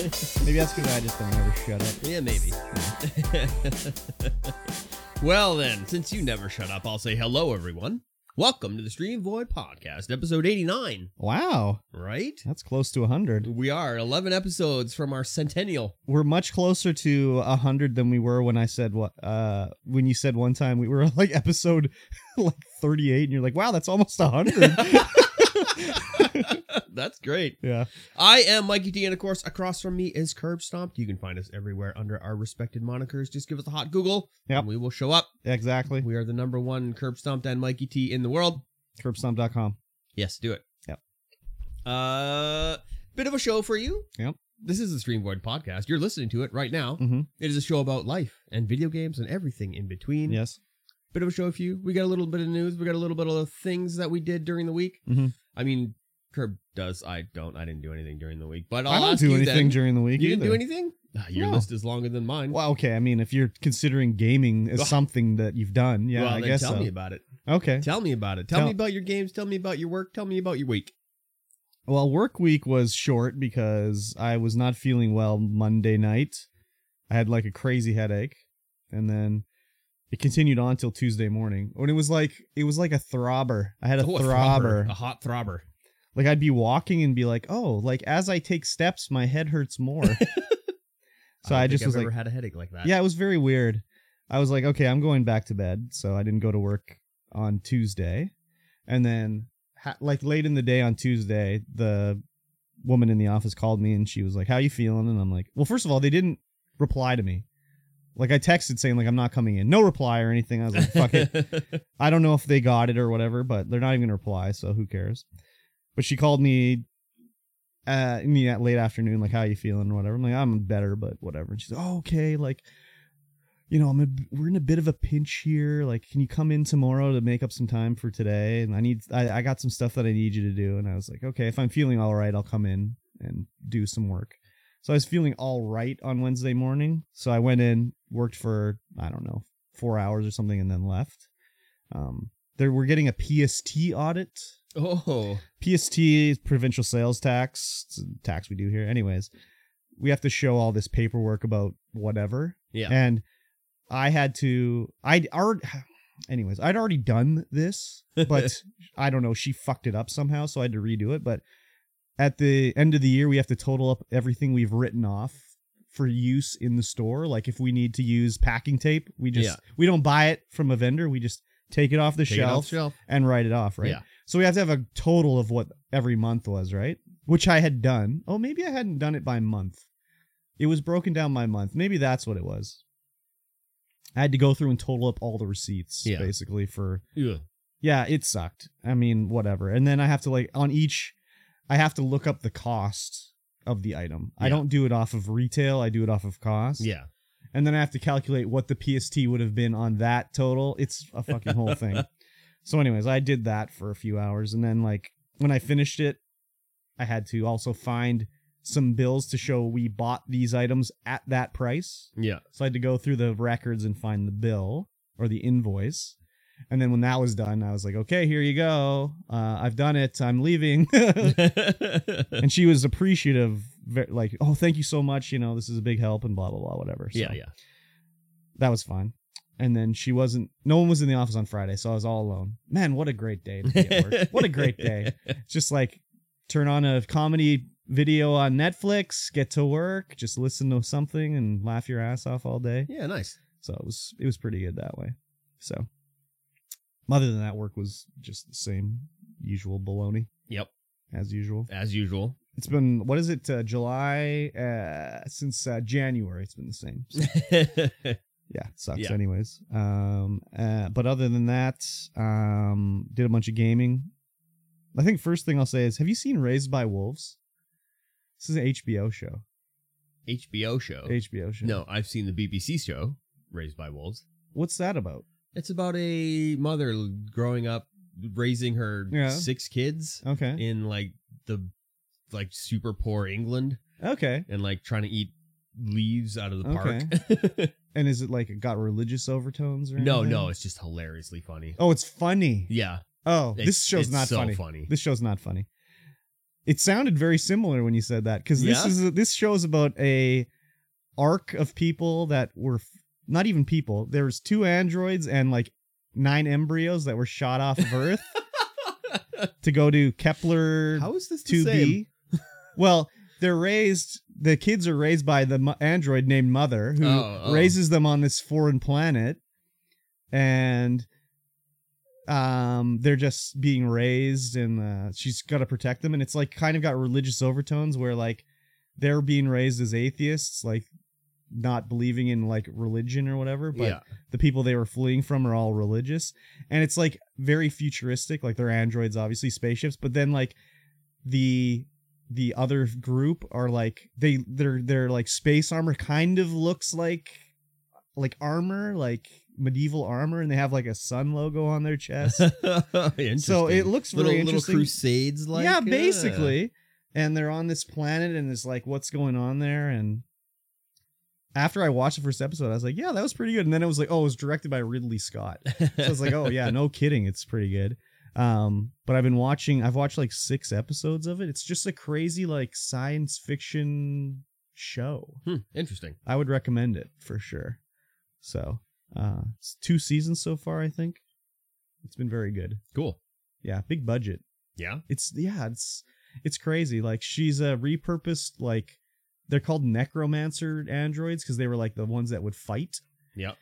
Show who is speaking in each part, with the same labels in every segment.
Speaker 1: That's because I just don't ever shut up.
Speaker 2: Yeah, maybe. well, then, since you never shut up, I'll say hello, everyone. Welcome to the Stream Void Podcast, episode 89,
Speaker 1: Wow,
Speaker 2: right?
Speaker 1: that's close to 100.
Speaker 2: We are 11 episodes from our centennial.
Speaker 1: We're much closer to 100 than we were when I said what uh when you said one time we were like episode like 38 and you're like, "Wow, that's almost 100."
Speaker 2: That's great.
Speaker 1: yeah.
Speaker 2: I am Mikey D, and of course, across from me is Curb Stomped. You can find us everywhere under our respected monikers. Just give us a hot Google,
Speaker 1: Yep.
Speaker 2: and we will show up.
Speaker 1: Exactly.
Speaker 2: We are the number one Curb Stomped and Mikey T in the world.
Speaker 1: Curbstomp.com.
Speaker 2: Yes, do it.
Speaker 1: Yep.
Speaker 2: Uh, bit of a show for you.
Speaker 1: Yep.
Speaker 2: This is the Stream Void podcast. You're listening to it right now.
Speaker 1: Mhm.
Speaker 2: It is a show about life and video games and everything in between.
Speaker 1: Yes.
Speaker 2: Bit of a show for you. We got a little bit of news. We got a little bit of things that we did during the week.
Speaker 1: Mhm.
Speaker 2: I mean, Curb does. I don't. I didn't do anything during the week. But I'll
Speaker 1: I don't
Speaker 2: ask
Speaker 1: do
Speaker 2: you
Speaker 1: anything
Speaker 2: then.
Speaker 1: during the week
Speaker 2: You
Speaker 1: either. Uh,
Speaker 2: didn't do anything. Ah, your
Speaker 1: No.
Speaker 2: list is longer than mine.
Speaker 1: Well, okay. I mean, if you're considering gaming as
Speaker 2: Ugh.
Speaker 1: something that you've done, yeah,
Speaker 2: Well,
Speaker 1: I
Speaker 2: then
Speaker 1: guess
Speaker 2: tell
Speaker 1: so.
Speaker 2: me about it.
Speaker 1: Okay.
Speaker 2: Tell me about it. Tell,
Speaker 1: Tell-
Speaker 2: me about your games. Tell me about your work. Tell me about your week.
Speaker 1: Well, work week was short because I was not feeling well Monday night. I had like a crazy headache, and then it continued on till Tuesday morning. When it was like it was like a throbber. I had a
Speaker 2: Oh,
Speaker 1: throbber.
Speaker 2: A hot throbber.
Speaker 1: Like I'd be walking and be like, "Oh, like as I take steps, my head hurts more." so
Speaker 2: don't
Speaker 1: I,
Speaker 2: think
Speaker 1: just
Speaker 2: I've
Speaker 1: was
Speaker 2: ever
Speaker 1: like,
Speaker 2: had a headache like that.
Speaker 1: "Yeah, it was very weird." I was like, "Okay, I'm going back to bed." So I didn't go to work on Tuesday, and then ha- like late in the day on Tuesday, the woman in the office called me and she was like, "How you feeling?" And I'm like, "Well, first of all, they didn't reply to me." Like I texted saying like I'm not coming in, no reply or anything. I was like, "Fuck it." I don't know if they got it or whatever, but they're not even gonna reply, so who cares? But she called me uh in the late afternoon, like, how you feeling or whatever. I'm like, I'm better, but whatever. And she's like, oh, okay, like you know, I'm a, we're in a bit of a pinch here. Like, can you come in tomorrow to make up some time for today? And I need, I, I got some stuff that I need you to do. And I was like, okay, if I'm feeling all right, I'll come in and do some work. So I was feeling all right on Wednesday morning. So I went in, worked for, I don't know, four hours or something, and then left. Um, there, we're getting a PST audit.
Speaker 2: oh,
Speaker 1: PST is provincial sales tax. It's a tax we do here. Anyways, we have to show all this paperwork about whatever
Speaker 2: yeah.
Speaker 1: and I had to I'd already anyways, I'd already done this, but I don't know, she fucked it up somehow, so I had to redo it, but at the end of the year we have to total up everything we've written off for use in the store, like if we need to use packing tape, we just we don't buy it from a vendor, we just take it off the,
Speaker 2: Take it
Speaker 1: shelf,
Speaker 2: off the shelf.
Speaker 1: and write it off, right?
Speaker 2: Yeah.
Speaker 1: So we have to have a total of what every month was, right? Which I had done. Oh, maybe I hadn't done it by month. It was broken down by month. Maybe that's what it was. I had to go through and total up all the receipts,
Speaker 2: Yeah.
Speaker 1: basically, for
Speaker 2: Yeah.
Speaker 1: yeah, it sucked. I mean, whatever. And then I have to like on each I have to look up the cost of the item. I
Speaker 2: Yeah.
Speaker 1: don't do it off of retail, I do it off of cost.
Speaker 2: Yeah.
Speaker 1: And then I have to calculate what the PST would have been on that total. It's a fucking whole thing. So anyways, I did that for a few hours and then like when I finished it, I had to also find some bills to show we bought these items at that price.
Speaker 2: Yeah.
Speaker 1: So I had to go through the records and find the bill or the invoice. And then when that was done, I was like, okay, here you go. Uh, I've done it. I'm leaving. and she was appreciative, ve- like, oh, thank you so much. You know, this is a big help and blah, blah, blah, whatever. So
Speaker 2: yeah. Yeah.
Speaker 1: That was fine. And then she wasn't, no one was in the office on Friday. So I was all alone. Man, what a great day to be at work. what a great day. Just like turn on a comedy video on Netflix, get to work, just listen to something and laugh your ass off all day.
Speaker 2: Yeah. Nice.
Speaker 1: So it was it was pretty good that way. So other than that, work was just the same usual baloney
Speaker 2: Yep.
Speaker 1: as usual.
Speaker 2: As usual.
Speaker 1: It's been what is it uh, July uh, since uh, January? It's been the same. So, yeah, it sucks.
Speaker 2: Yeah.
Speaker 1: Anyways, um, uh, but other than that, um, did a bunch of gaming. I think first thing I'll say is, have you seen Raised by Wolves? This is an HBO show.
Speaker 2: HBO show.
Speaker 1: HBO show.
Speaker 2: Oh. No, I've seen the BBC show Raised by Wolves.
Speaker 1: What's that about?
Speaker 2: It's about a mother growing up, raising her
Speaker 1: Yeah.
Speaker 2: six kids
Speaker 1: Okay.
Speaker 2: in like the like super poor England
Speaker 1: Okay.
Speaker 2: and like trying to eat leaves out of the park.
Speaker 1: And is it like it got religious overtones or
Speaker 2: no,
Speaker 1: anything?
Speaker 2: no, it's just hilariously funny.
Speaker 1: Oh, it's funny.
Speaker 2: Yeah.
Speaker 1: Oh,
Speaker 2: It's-
Speaker 1: this show's
Speaker 2: it's
Speaker 1: not
Speaker 2: so
Speaker 1: funny.
Speaker 2: funny.
Speaker 1: This show's not funny. It sounded very similar when you said that because this
Speaker 2: Yeah?
Speaker 1: is this show is about a arc of people that were f- not even people. There was two androids and like nine embryos that were shot off of Earth to go to Kepler
Speaker 2: How is this the
Speaker 1: two
Speaker 2: same?
Speaker 1: B. Well, they're raised. The kids are raised by the mo- android named Mother, who
Speaker 2: Oh, oh.
Speaker 1: raises them on this foreign planet, and um, they're just being raised, and uh, she's got to protect them. And it's like kind of got religious overtones, where like they're being raised as atheists, like not believing in like religion or whatever. But
Speaker 2: yeah.
Speaker 1: the people they were fleeing from are all religious and it's like very futuristic like they're androids obviously spaceships but then like the the other group are like they their their like space armor kind of looks like like armor like medieval armor and they have like a sun logo on their chest
Speaker 2: Interesting.
Speaker 1: so it looks
Speaker 2: little,
Speaker 1: really
Speaker 2: little
Speaker 1: interesting
Speaker 2: crusades like uh,
Speaker 1: yeah basically and they're on this planet and it's like what's going on there and after i watched the first episode i was like yeah that was pretty good and then it was like oh it was directed by ridley scott so I was like, oh yeah, no kidding, it's pretty good. Um, but I've been watching. I've watched like six episodes of it. It's just a crazy like science fiction show.
Speaker 2: Hmm, interesting.
Speaker 1: I would recommend it for sure. So uh, it's two seasons so far. I think it's been very good.
Speaker 2: Cool.
Speaker 1: Yeah, big budget.
Speaker 2: Yeah.
Speaker 1: It's yeah, it's it's crazy. Like she's a repurposed like they're called necromancer androids because they were like the ones that would fight.
Speaker 2: Yeah.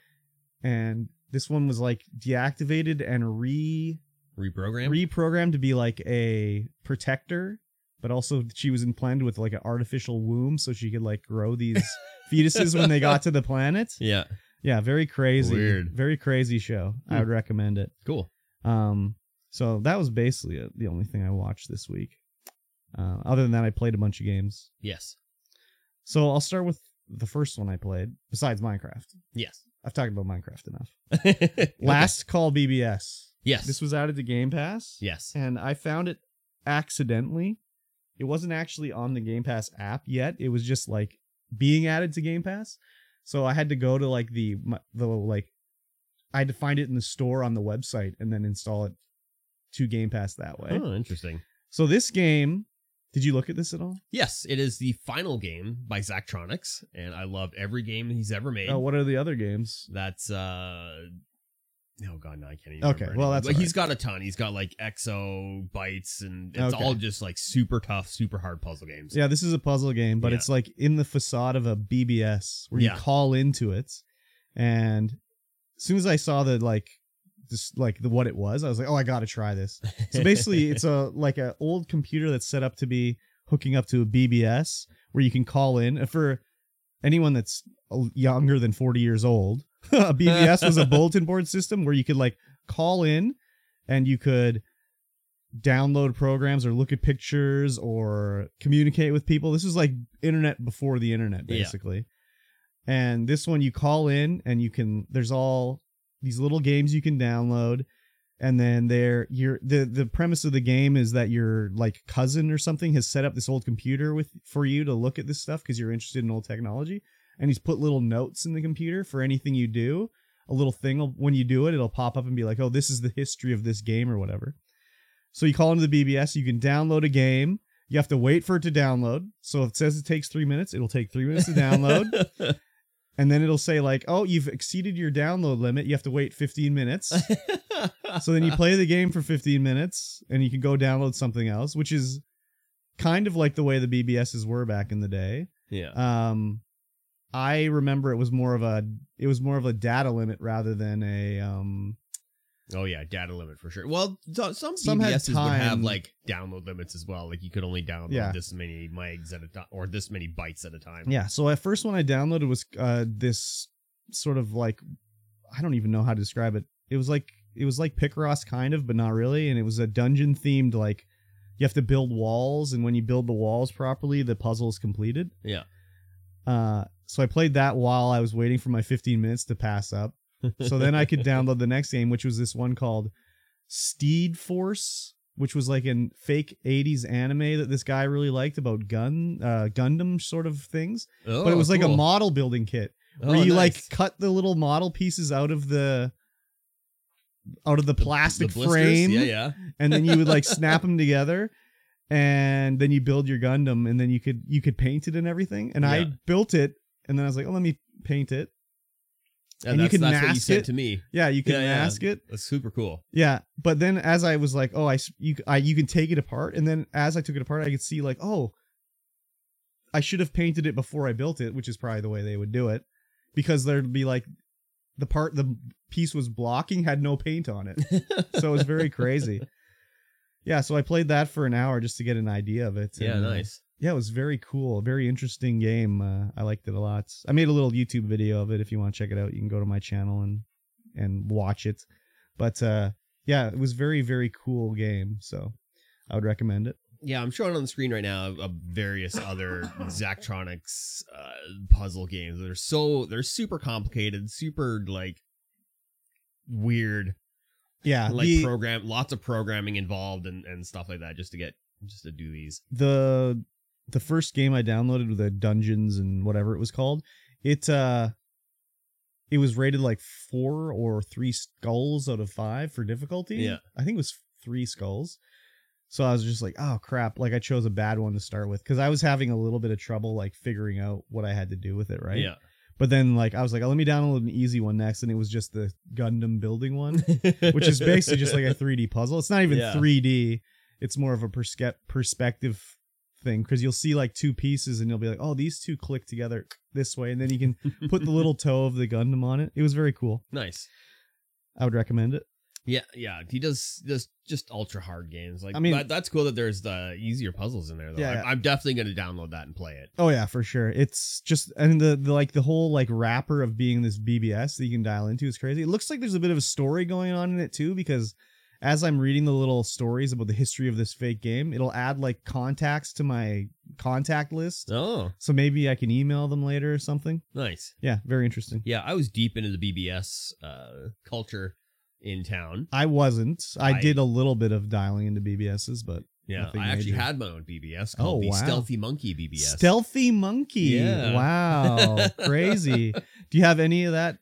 Speaker 1: And this one was like deactivated and re
Speaker 2: Reprogram.
Speaker 1: reprogrammed to be like a protector, but also she was implanted with like an artificial womb so she could like grow these fetuses when they got to the planet.
Speaker 2: yeah.
Speaker 1: Yeah, very crazy.
Speaker 2: Weird.
Speaker 1: Very crazy show. I
Speaker 2: Hmm.
Speaker 1: would recommend it.
Speaker 2: Cool.
Speaker 1: Um, so that was basically it, the only thing I watched this week. Uh, other than that, I played a bunch of games.
Speaker 2: Yes.
Speaker 1: So I'll start with the first one I played, besides Minecraft.
Speaker 2: Yes.
Speaker 1: I've talked about Minecraft enough.
Speaker 2: Okay.
Speaker 1: Last Call BBS.
Speaker 2: Yes.
Speaker 1: This was added to Game Pass.
Speaker 2: Yes.
Speaker 1: and I found it accidentally. It wasn't actually on the Game Pass app yet. It was just like being added to Game Pass. So I had to go to like the my- the like I had to find it in the store on the website and then install it to Game Pass that way.
Speaker 2: Oh, interesting.
Speaker 1: So this game, did you look at this at all?
Speaker 2: Yes, it is the final game by Zachtronics, and I love every game he's ever made.
Speaker 1: Oh, what are the other games?
Speaker 2: That's uh Oh god, no, I can't even.
Speaker 1: Okay,
Speaker 2: remember
Speaker 1: well,
Speaker 2: any.
Speaker 1: that's
Speaker 2: But
Speaker 1: all
Speaker 2: he's got a ton. He's got like exo bites, and it's
Speaker 1: Okay.
Speaker 2: all just like super tough, super hard puzzle games.
Speaker 1: Yeah, this is a puzzle game, but
Speaker 2: Yeah.
Speaker 1: it's like in the facade of a BBS where
Speaker 2: Yeah.
Speaker 1: you call into it. And as soon as I saw the like just like the what it was, I was like, "Oh, I got to try this." So basically, it's a like an old computer that's set up to be hooking up to a BBS where you can call in And for anyone that's younger than 40 years old. a BBS was a bulletin board system where you could like call in and you could download programs or look at pictures or communicate with people. This was like internet before the internet
Speaker 2: Yeah.
Speaker 1: basically. And this one you call in and you can there's all these little games you can download and then there you're the the premise of the game is that your like cousin or something has set up this old computer with for you to look at this stuff because you're interested in old technology and he's put little notes in the computer for anything you do a little thing will, when you do it it'll pop up and be like oh this is the history of this game or whatever so you call into the bbs you can download a game you have to wait for it to download so if it says it takes three minutes it'll take three minutes to download and then it'll say like oh you've exceeded your download limit you have to wait 15 minutes so then you play the game for 15 minutes and you can go download something else, which is kind of like the way the BBSs were back in the day.
Speaker 2: yeah,
Speaker 1: Um I remember it was more of a it was more of a data limit rather than a um
Speaker 2: oh yeah, data limit for sure. Well, so, some
Speaker 1: Some had
Speaker 2: BBSs would have
Speaker 1: time.
Speaker 2: like download limits as well. Like you could only download
Speaker 1: Yeah.
Speaker 2: this many megs at a time, or this many bytes at a time.
Speaker 1: yeah, so at first one I downloaded was uh this sort of like I don't even know how to describe it. It was like it was like Picross kind of, but not really, and it was a dungeon themed like you have to build walls and when you build the walls properly, the puzzle is completed.
Speaker 2: yeah.
Speaker 1: Uh, so I played that while I was waiting for my 15 minutes to pass up. So then I could download the next game, which was this one called Steed Force, which was like a fake 80s anime that this guy really liked about gun uh, Gundam sort of things.
Speaker 2: Oh,
Speaker 1: but it was like a
Speaker 2: cool.
Speaker 1: model building kit where
Speaker 2: Oh,
Speaker 1: you
Speaker 2: nice.
Speaker 1: like cut the little model pieces out of the out of the
Speaker 2: The- the
Speaker 1: plastic
Speaker 2: blisters?
Speaker 1: frame
Speaker 2: Yeah, yeah.
Speaker 1: and then you would like snap them together and then you build your Gundam, and then you could you could paint it and everything. And I
Speaker 2: Yeah.
Speaker 1: built it, and then I was like, oh, let me paint it.
Speaker 2: And,
Speaker 1: And you
Speaker 2: that's,
Speaker 1: can
Speaker 2: that's what you
Speaker 1: mask
Speaker 2: said
Speaker 1: it.
Speaker 2: to me.
Speaker 1: Yeah, you can
Speaker 2: Yeah, yeah.
Speaker 1: mask it.
Speaker 2: That's super cool.
Speaker 1: Yeah, but then as I was like, oh, I s- you I you can take it apart, and then as I took it apart, I could see like, oh, I should have painted it before I built it, which is probably the way they would do it, because there'd be like the part the piece was blocking had no paint on it, so it was very crazy. Yeah, so I played that for an hour just to get an idea of it.
Speaker 2: yeah,
Speaker 1: and, uh,
Speaker 2: nice.
Speaker 1: Yeah, it was very cool, very interesting game. Uh, I liked it a lot. I made a little YouTube video of it. If you want to check it out, you can go to my channel and and watch it. But uh, yeah, it was very very cool game. So I would recommend it.
Speaker 2: Yeah, I'm showing on the screen right now of various other Zachtronics uh, puzzle games. They're so they're super complicated, super like weird,
Speaker 1: Yeah, Uh,
Speaker 2: like
Speaker 1: the,
Speaker 2: program, lots of programming involved and and stuff like that just to get just to do these.
Speaker 1: the the first game I downloaded with the dungeons and whatever it was called, it uh it was rated like four or three skulls out of five for difficulty.
Speaker 2: Yeah.
Speaker 1: I think it was three skulls. So I was just like, oh crap! Like I chose a bad one to start with because I was having a little bit of trouble like figuring out what I had to do with it, right?
Speaker 2: Yeah.
Speaker 1: But then like I was like, oh, let me download an easy one next, and it was just the Gundam building one which is basically just like a 3D puzzle. It's not even
Speaker 2: Yeah.
Speaker 1: 3D. It's more of a perspe- perspective thing because you'll see like two pieces and you'll be like, oh, these two click together this way, and then you can put the little toe of the Gundam on it. It was very cool.
Speaker 2: nice.
Speaker 1: I would recommend it.
Speaker 2: Yeah, yeah. He does does just ultra hard games. Like
Speaker 1: I
Speaker 2: I
Speaker 1: mean-
Speaker 2: mean, that's cool that there's the easier puzzles in there. Though.
Speaker 1: Yeah,
Speaker 2: I'm,
Speaker 1: yeah.
Speaker 2: I'm definitely gonna download that and play it.
Speaker 1: Oh yeah, for sure. It's just and the, the like the whole like wrapper of being this BBS that you can dial into is crazy. It looks like there's a bit of a story going on in it too because as I'm reading the little stories about the history of this fake game, it'll add like contacts to my contact list.
Speaker 2: Oh,
Speaker 1: So maybe I can email them later or something.
Speaker 2: nice.
Speaker 1: Yeah, very interesting.
Speaker 2: Yeah, I was deep into the BBS uh, culture in town.
Speaker 1: I wasn't. I,
Speaker 2: I-
Speaker 1: did a little bit of dialing into BBSs, but
Speaker 2: Yeah,
Speaker 1: Nothing
Speaker 2: I actually
Speaker 1: major.
Speaker 2: had my own BBS
Speaker 1: Oh,
Speaker 2: called the
Speaker 1: wow.
Speaker 2: Stealthy Monkey BBS.
Speaker 1: Stealthy Monkey.
Speaker 2: Yeah.
Speaker 1: Wow, crazy. Do you have any of that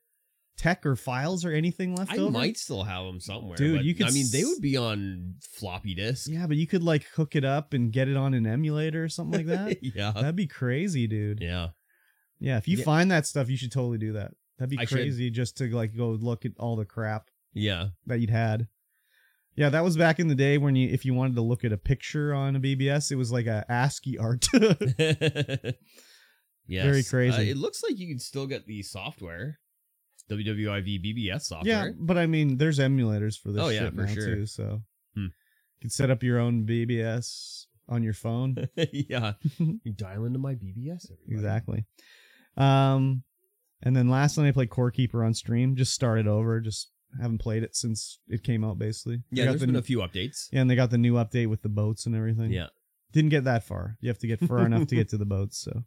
Speaker 1: tech or files or anything left
Speaker 2: I
Speaker 1: over?
Speaker 2: might still have them somewhere.
Speaker 1: Dude,
Speaker 2: but,
Speaker 1: you could
Speaker 2: I mean, they
Speaker 1: s-
Speaker 2: would be on floppy disk.
Speaker 1: Yeah, but you could like hook it up and get it on an emulator or something like that.
Speaker 2: yeah,
Speaker 1: That'd be crazy, dude. Yeah,
Speaker 2: yeah.
Speaker 1: if you
Speaker 2: Yeah.
Speaker 1: find that stuff, you should totally do that. That'd be
Speaker 2: I should.
Speaker 1: crazy just to like go look at all the crap.
Speaker 2: yeah.
Speaker 1: that you'd had. Yeah, that was back in the day when you if you wanted to look at a picture on a BBS, it was like a ASCII art.
Speaker 2: yes.
Speaker 1: Very
Speaker 2: Uh,
Speaker 1: crazy.
Speaker 2: it looks like you can still get the software, WWIV BBS
Speaker 1: yeah,
Speaker 2: software.
Speaker 1: but I mean, there's emulators for this
Speaker 2: Oh, yeah,
Speaker 1: shit
Speaker 2: for
Speaker 1: now
Speaker 2: sure.
Speaker 1: too, so
Speaker 2: Hmm.
Speaker 1: you can set up your own BBS on your phone.
Speaker 2: Yeah, you dial into my BBS. Everybody.
Speaker 1: exactly. Um, and then last night I played Core Keeper on stream. Just started over. Just haven't played it since it came out, basically. They
Speaker 2: Yeah,
Speaker 1: got
Speaker 2: there's
Speaker 1: the
Speaker 2: been
Speaker 1: new-
Speaker 2: a few updates.
Speaker 1: yeah, and they got the new update with the boats and everything.
Speaker 2: Yeah.
Speaker 1: didn't get that far. You have to get far enough to get to the boats, so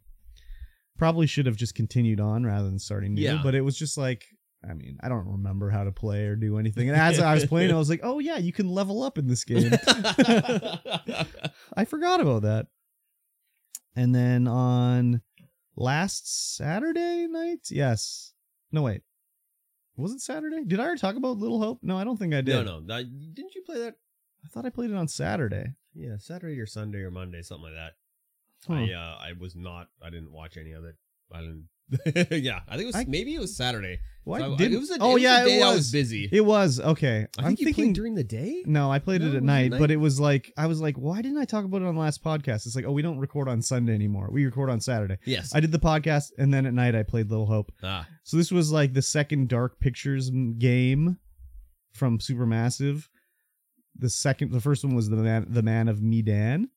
Speaker 1: probably should have just continued on rather than starting new.
Speaker 2: Yeah.
Speaker 1: But it was just like I mean, I don't remember how to play or do anything. And as I was playing, I was like, oh yeah, you can level up in this game. I forgot about that. And then on last Saturday night, yes. No wait. Was it Saturday? Did I already talk about Little Hope? No, I don't think I did.
Speaker 2: no, no. that- didn't you play that?
Speaker 1: I thought I played it on Saturday.
Speaker 2: Yeah, Saturday or Sunday or Monday, something like that.
Speaker 1: Huh.
Speaker 2: I uh, I was not. I didn't watch any of it. I didn't. yeah, I think it was
Speaker 1: I-
Speaker 2: maybe it was Saturday.
Speaker 1: Well, I
Speaker 2: So I-
Speaker 1: didn't-
Speaker 2: It was a,
Speaker 1: oh yeah,
Speaker 2: day
Speaker 1: it was.
Speaker 2: I was busy.
Speaker 1: It was okay.
Speaker 2: I
Speaker 1: am
Speaker 2: think you
Speaker 1: thinking
Speaker 2: played during the day.
Speaker 1: No, I played
Speaker 2: No,
Speaker 1: it
Speaker 2: it
Speaker 1: at
Speaker 2: was
Speaker 1: night,
Speaker 2: at night?
Speaker 1: but it was like I was like, why didn't I talk about it on the last podcast? It's like, oh, we don't record on Sunday anymore. We record on Saturday.
Speaker 2: Yes.
Speaker 1: I did the podcast, and then at night I played Little Hope.
Speaker 2: ah,
Speaker 1: So this was like the second Dark Pictures m- game from Supermassive. The second, the first one was the man, the Man of Medan,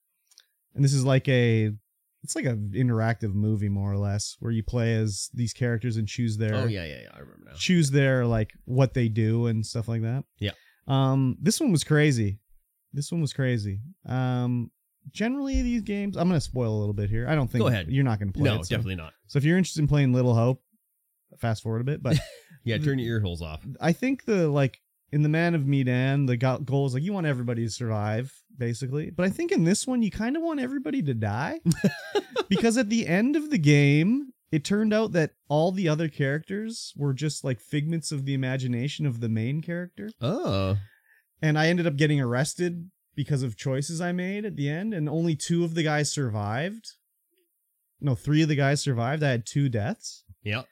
Speaker 1: and this is like a, it's like an interactive movie more or less, where you play as these characters and choose their
Speaker 2: oh yeah, yeah, yeah. I remember now.
Speaker 1: choose their like what they do and stuff like that.
Speaker 2: Yeah.
Speaker 1: Um, this one was crazy. This one was crazy. Um, generally these games, I'm gonna spoil a little bit here. I don't think
Speaker 2: Go ahead.
Speaker 1: you're not gonna play.
Speaker 2: No,
Speaker 1: it, so-
Speaker 2: definitely not.
Speaker 1: So if you're interested in playing Little Hope, fast forward a bit. But
Speaker 2: Yeah, turn your ear holes off.
Speaker 1: I think the like in the Man of Medan, the go- goal is like you want everybody to survive, basically. But I think in this one, you kind of want everybody to die because at the end of the game, it turned out that all the other characters were just like figments of the imagination of the main character,
Speaker 2: Oh,
Speaker 1: and I ended up getting arrested because of choices I made at the end, and only two of the guys survived. No, three of the guys survived. I had two deaths.
Speaker 2: Yep.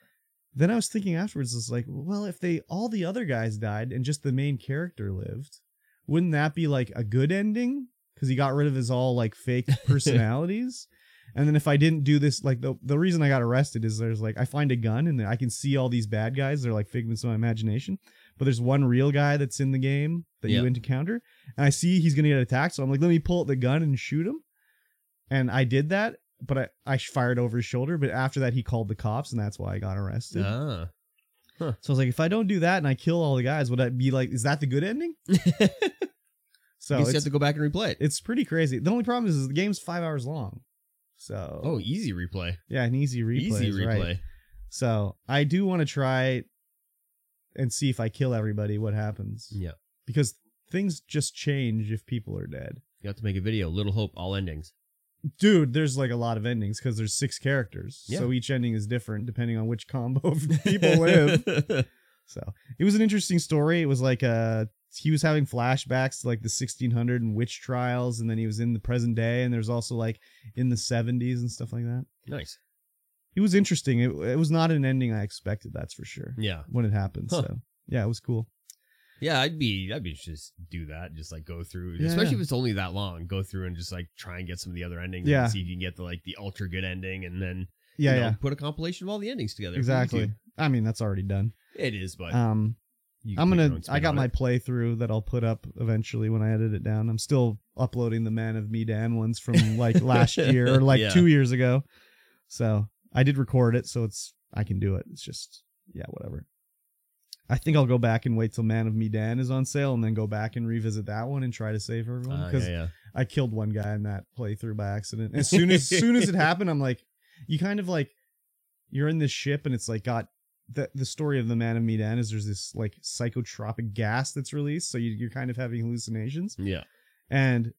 Speaker 1: Then I was thinking afterwards, it's like, well, if they all the other guys died and just the main character lived, wouldn't that be like a good ending? Because he got rid of his all like fake personalities. and then if I didn't do this, like the the reason I got arrested is there's like I find a gun and I can see all these bad guys. They're like figments of my imagination. But there's one real guy that's in the game that you
Speaker 2: Yeah.
Speaker 1: encounter, and I see he's gonna get attacked. So I'm like, let me pull out the gun and shoot him. And I did that, but I, I fired over his shoulder. But after that, he called the cops, and that's why I got arrested.
Speaker 2: Ah.
Speaker 1: So I was like, if I don't do that and I kill all the guys, would I be like, is that the good ending? So
Speaker 2: you just
Speaker 1: it's,
Speaker 2: have to go back and replay it.
Speaker 1: it's pretty crazy. The only problem is, is the game's five hours long. So
Speaker 2: Oh, easy replay.
Speaker 1: yeah, an easy replay.
Speaker 2: easy
Speaker 1: is right.
Speaker 2: replay.
Speaker 1: So I do want to try and see if I kill everybody, what happens.
Speaker 2: Yeah.
Speaker 1: Because things just change if people are dead.
Speaker 2: You have to make a video. Little Hope, all endings.
Speaker 1: Dude, there's like a lot of endings because there's six characters.
Speaker 2: Yeah.
Speaker 1: So each ending is different depending on which combo of people live. So it was an interesting story. It was like uh he was having flashbacks to like the 1600 and witch trials, and then he was in the present day, and there's also like in the 70s and stuff like that.
Speaker 2: nice.
Speaker 1: It was interesting. It, it was not an ending I expected, that's for sure.
Speaker 2: Yeah.
Speaker 1: When it happened,
Speaker 2: Huh.
Speaker 1: so yeah, it was cool.
Speaker 2: Yeah, I'd be I'd be just do that, just like go through,
Speaker 1: Yeah,
Speaker 2: especially
Speaker 1: yeah.
Speaker 2: if it's only that long. Go through and just like try and get some of the other endings.
Speaker 1: Yeah.
Speaker 2: and see if you can get the like the ultra good ending, and then
Speaker 1: Yeah,
Speaker 2: you know,
Speaker 1: yeah,
Speaker 2: put a compilation of all the endings together. for
Speaker 1: exactly.
Speaker 2: YouTube.
Speaker 1: I mean, that's already done.
Speaker 2: It is, but
Speaker 1: Um,
Speaker 2: you can
Speaker 1: I'm
Speaker 2: put your
Speaker 1: gonna.
Speaker 2: own spin
Speaker 1: I got
Speaker 2: on
Speaker 1: my
Speaker 2: it.
Speaker 1: playthrough that I'll put up eventually when I edit it down. I'm still uploading the Man of Medan ones from like last year or like
Speaker 2: Yeah.
Speaker 1: two years ago. So I did record it, so it's I can do it. It's just yeah, whatever. I think I'll go back and wait till Man of Medan is on sale, and then go back and revisit that one and try to save everyone
Speaker 2: Ah,
Speaker 1: because
Speaker 2: yeah, yeah.
Speaker 1: I killed one guy in that playthrough by accident. As soon as soon as it happened, I'm like, you kind of like you're in this ship and it's like got the the story of the Man of Medan is there's this like psychotropic gas that's released, so you, you're kind of having hallucinations.
Speaker 2: yeah.
Speaker 1: And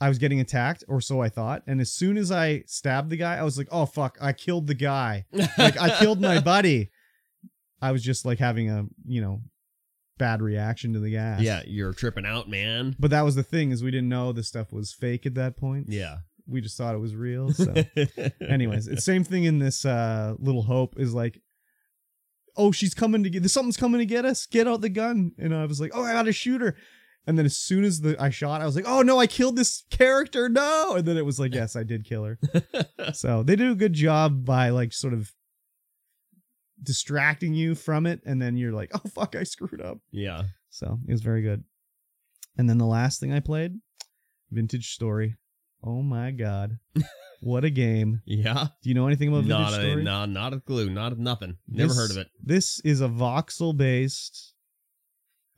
Speaker 1: I was getting attacked, or so I thought. And as soon as I stabbed the guy, I was like, oh fuck, I killed the guy. Like I killed my buddy. I was just like having a you know bad reaction to the gas.
Speaker 2: Yeah, you're tripping out, man.
Speaker 1: But that was the thing is we didn't know this stuff was fake at that point.
Speaker 2: Yeah.
Speaker 1: We just thought it was real. So anyways, it's same thing in this uh little hope is like oh, she's coming to get something's coming to get us. Get out the gun. And I was like, "Oh, I got to shoot her." And then as soon as the I shot, I was like, "Oh no, I killed this character. No." And then it was like, "Yes, I did kill her." so, they do a good job by like sort of distracting you from it and then you're like, "Oh fuck, I screwed up."
Speaker 2: yeah.
Speaker 1: So it was very good. And then the last thing I played, Vintage Story. Oh my god, what a game!
Speaker 2: Yeah.
Speaker 1: Do you know anything about Vintage
Speaker 2: Not a
Speaker 1: Story?
Speaker 2: no, not a clue, not a nothing. Never
Speaker 1: This-
Speaker 2: heard of it.
Speaker 1: This is a voxel-based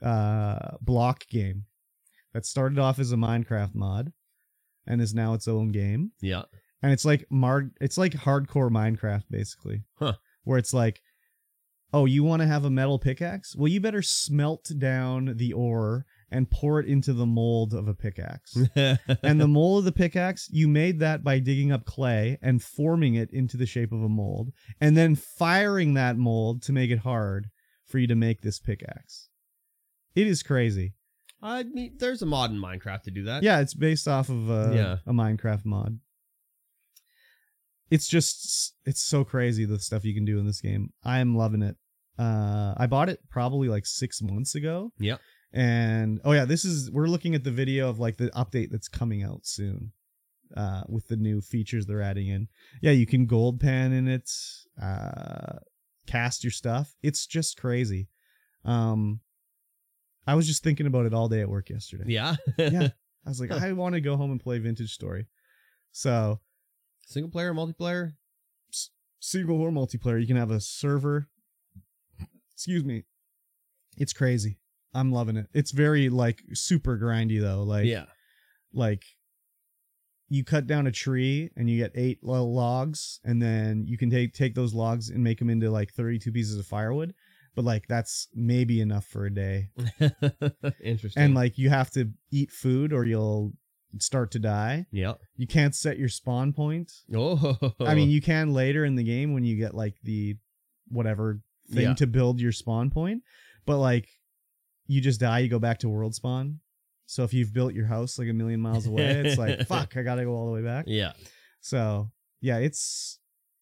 Speaker 1: uh, block game that started off as a Minecraft mod and is now its own game
Speaker 2: Yeah.
Speaker 1: and it's like mar it's like hardcore minecraft basically
Speaker 2: Huh.
Speaker 1: where it's like oh you want to have a metal pickaxe well you better smelt down the ore and pour it into the mold of a pickaxe and the mold of the pickaxe you made that by digging up clay and forming it into the shape of a mold and then firing that mold to make it hard for you to make this pickaxe it is crazy
Speaker 2: I mean, there's a mod in Minecraft to do that.
Speaker 1: yeah, it's based off of a,
Speaker 2: Yeah.
Speaker 1: a Minecraft mod. It's just it's so crazy the stuff you can do in this game. I am loving it. Uh, I bought it probably like six months ago.
Speaker 2: Yeah.
Speaker 1: And oh yeah, this is we're looking at the video of like the update that's coming out soon, uh, with the new features they're adding in. Yeah, you can gold pan in it, uh, cast your stuff. It's just crazy. Um, I was just thinking about it all day at work yesterday.
Speaker 2: Yeah.
Speaker 1: Yeah. I was like,
Speaker 2: Huh.
Speaker 1: I want to go home and play Vintage Story. So
Speaker 2: Single player, multiplayer.
Speaker 1: single or multiplayer, you can have a server. Excuse me. It's crazy. I'm loving it. It's very like super grindy though. Like
Speaker 2: yeah.
Speaker 1: like you cut down a tree and you get eight little logs, and then you can take take those logs and make them into like 32 pieces of firewood. But like that's maybe enough for a day.
Speaker 2: Interesting.
Speaker 1: And like you have to eat food or you'll start to die.
Speaker 2: yeah.
Speaker 1: You can't set your spawn point.
Speaker 2: Oh.
Speaker 1: I mean, you can later in the game when you get like the whatever thing
Speaker 2: Yeah.
Speaker 1: to build your spawn point, but like you just die, you go back to world spawn. So if you've built your house like a million miles away, it's like fuck, I gotta go all the way back.
Speaker 2: Yeah.
Speaker 1: So yeah, it's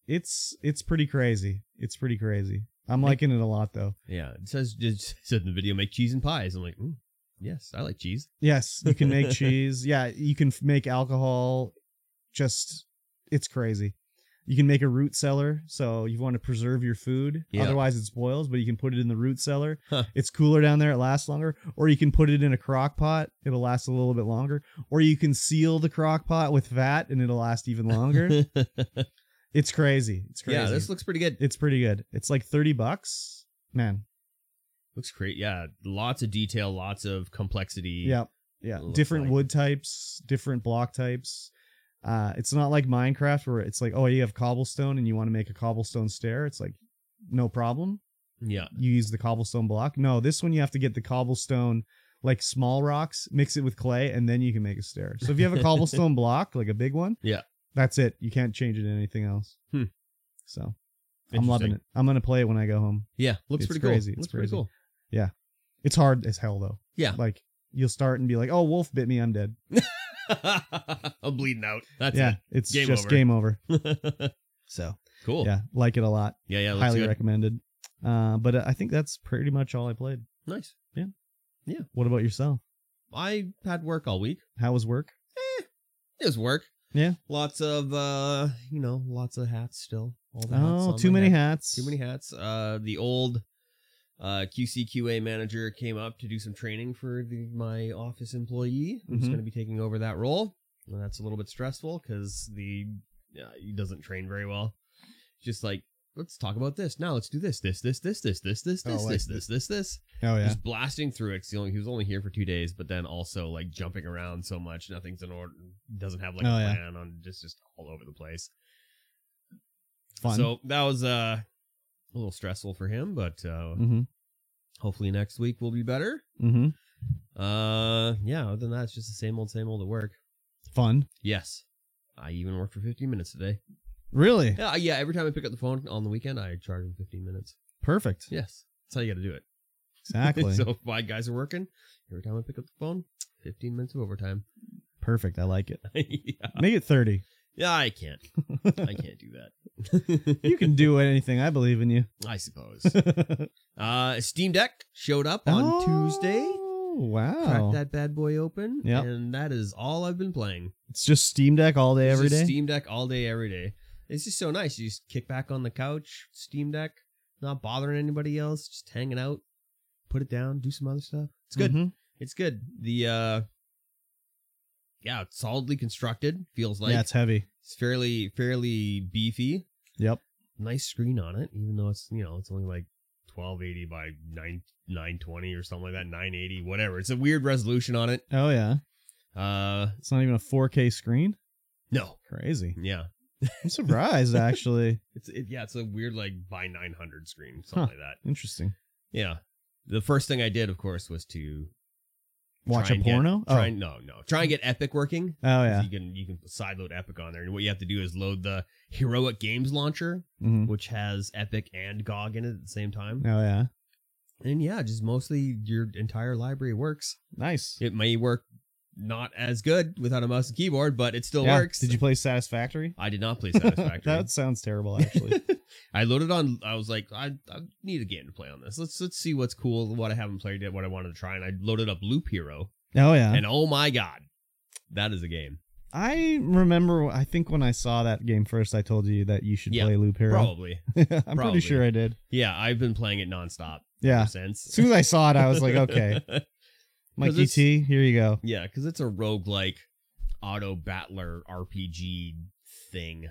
Speaker 1: it's it's pretty crazy. It's pretty crazy. I'm liking it a lot though.
Speaker 2: Yeah. It says it said in the video make cheese and pies. I'm like, mm, yes, I like cheese.
Speaker 1: Yes, you can make cheese. Yeah, you can f- make alcohol. Just it's crazy. You can make a root cellar, so you want to preserve your food.
Speaker 2: Yeah.
Speaker 1: Otherwise, it spoils. But you can put it in the root cellar.
Speaker 2: Huh.
Speaker 1: It's cooler down there; it lasts longer. Or you can put it in a crock pot; it'll last a little bit longer. Or you can seal the crock pot with fat, and it'll last even longer. it's crazy. It's crazy.
Speaker 2: yeah, this looks pretty good.
Speaker 1: it's pretty good. It's like thirty bucks, man.
Speaker 2: Looks great. Yeah. Lots of detail, lots of complexity.
Speaker 1: Yeah, yeah.
Speaker 2: it looks
Speaker 1: Different
Speaker 2: like.
Speaker 1: wood types, different block types. Uh, it's not like Minecraft where it's like, oh, you have cobblestone and you want to make a cobblestone stair. It's like, no problem.
Speaker 2: Yeah.
Speaker 1: You use the cobblestone block. No, this one you have to get the cobblestone, like small rocks, mix it with clay, and then you can make a stair. So if you have a cobblestone block, like a big one,
Speaker 2: Yeah.
Speaker 1: that's it. You can't change it to anything else.
Speaker 2: Hmm.
Speaker 1: So I'm loving it. I'm gonna play it when I go home.
Speaker 2: Yeah. Looks
Speaker 1: It's
Speaker 2: pretty
Speaker 1: crazy,
Speaker 2: cool.
Speaker 1: it's
Speaker 2: looks pretty
Speaker 1: crazy.
Speaker 2: cool.
Speaker 1: It's hard as hell though.
Speaker 2: Yeah.
Speaker 1: Like you'll start and be like, oh, wolf bit me, I'm dead.
Speaker 2: I'm bleeding out. That's
Speaker 1: yeah, it's
Speaker 2: Game
Speaker 1: just
Speaker 2: over.
Speaker 1: game over.
Speaker 2: it.
Speaker 1: So
Speaker 2: cool. Yeah.
Speaker 1: yeah, like it a lot.
Speaker 2: Yeah. Yeah. Looks
Speaker 1: Highly
Speaker 2: good.
Speaker 1: recommended. Uh, but I think that's pretty much all I played.
Speaker 2: nice.
Speaker 1: What about yourself?
Speaker 2: I had work all week.
Speaker 1: How was work?
Speaker 2: Eh, It was work.
Speaker 1: Yeah.
Speaker 2: Lots of uh, you know, lots of hats still. All the hats
Speaker 1: Oh,
Speaker 2: on
Speaker 1: too
Speaker 2: my
Speaker 1: many
Speaker 2: head.
Speaker 1: hats.
Speaker 2: Too many hats. Uh, the old uh QC QA manager came up to do some training for the, my office employee who's
Speaker 1: Mhm.
Speaker 2: going to be taking over that role. And that's a little bit stressful because the uh, he doesn't train very well. Just like let's talk about this now. Let's do this, this, this, this, this, this, this,
Speaker 1: Oh,
Speaker 2: this,
Speaker 1: like
Speaker 2: this,
Speaker 1: this-
Speaker 2: this, this, this
Speaker 1: Oh yeah.
Speaker 2: just blasting through it. 'cause He only, he was only here for two days, but then also like jumping around so much, nothing's in order. Doesn't have like
Speaker 1: Oh,
Speaker 2: a
Speaker 1: yeah.
Speaker 2: plan on just just all over the place.
Speaker 1: Fun.
Speaker 2: So that was uh, a little stressful for him, but uh,
Speaker 1: hmm
Speaker 2: hopefully next week will be better.
Speaker 1: hmm
Speaker 2: Uh, yeah. Other than that, it's just the same old, same old at work.
Speaker 1: Fun.
Speaker 2: Yes, I even worked for 15 minutes today.
Speaker 1: Really?
Speaker 2: Yeah, yeah. Every time I pick up the phone on the weekend, I charge him 15 minutes.
Speaker 1: Perfect.
Speaker 2: Yes, that's how you got to do it.
Speaker 1: Exactly.
Speaker 2: so if my guys are working, every time I pick up the phone, 15 minutes of overtime.
Speaker 1: Perfect. I like it.
Speaker 2: yeah.
Speaker 1: Make it thirty.
Speaker 2: Yeah, I can't. I can't do that.
Speaker 1: you can do anything. I believe in you.
Speaker 2: I suppose. Uh, Steam Deck showed up on Tuesday.
Speaker 1: Oh, Wow.
Speaker 2: Cracked that bad boy open.
Speaker 1: Yep.
Speaker 2: And that is all I've been playing.
Speaker 1: It's just Steam Deck all day,
Speaker 2: It's
Speaker 1: every
Speaker 2: just
Speaker 1: day.
Speaker 2: Steam Deck all day, every day. It's just so nice. You just kick back on the couch, Steam Deck, not bothering anybody else, just hanging out, put it down, do some other stuff. It's good.
Speaker 1: Mhm.
Speaker 2: It's good. The uh yeah, it's solidly constructed. Feels like
Speaker 1: yeah, it's heavy.
Speaker 2: it's fairly fairly beefy.
Speaker 1: Yep.
Speaker 2: nice screen on it, even though it's you know it's only like 1280 by 9 920 or something like that, 980 whatever. It's a weird resolution on it.
Speaker 1: Oh yeah.
Speaker 2: Uh,
Speaker 1: It's not even a 4K screen.
Speaker 2: no,
Speaker 1: Crazy.
Speaker 2: yeah,
Speaker 1: I'm surprised actually.
Speaker 2: it's it, yeah, it's a weird like by 900 screen
Speaker 1: Huh.
Speaker 2: something like that.
Speaker 1: Interesting.
Speaker 2: Yeah, the first thing I did, of course, was to
Speaker 1: Watch a
Speaker 2: try and get-
Speaker 1: porno?
Speaker 2: try and- no, no, try and get Epic working.
Speaker 1: oh. oh yeah.
Speaker 2: You can you can sideload Epic on there, and what you have to do is load the Heroic Games launcher,
Speaker 1: hmm
Speaker 2: which has Epic and GOG in it at the same time.
Speaker 1: Oh yeah.
Speaker 2: And yeah, just mostly your entire library works.
Speaker 1: Nice.
Speaker 2: It may work not as good without a mouse and keyboard, but it still
Speaker 1: Yeah.
Speaker 2: works.
Speaker 1: Did you play Satisfactory?
Speaker 2: I did not play Satisfactory.
Speaker 1: that sounds terrible actually.
Speaker 2: I loaded on. I was like, I, I need a game to play on this. Let's let's see what's cool, what I haven't played yet, what I wanted to try, and I loaded up Loop Hero,
Speaker 1: oh yeah.
Speaker 2: and oh my god, that is a game.
Speaker 1: I remember I think when I saw that game first I told you that you should
Speaker 2: Yeah,
Speaker 1: play Loop Hero.
Speaker 2: Probably,
Speaker 1: I'm
Speaker 2: probably.
Speaker 1: pretty sure I did.
Speaker 2: yeah. I've been playing it nonstop
Speaker 1: Yeah.
Speaker 2: since.
Speaker 1: As soon as I saw it I was like, okay, Mikey
Speaker 2: it's-
Speaker 1: T, here you go.
Speaker 2: Yeah, because it's a roguelike auto battler RPG thing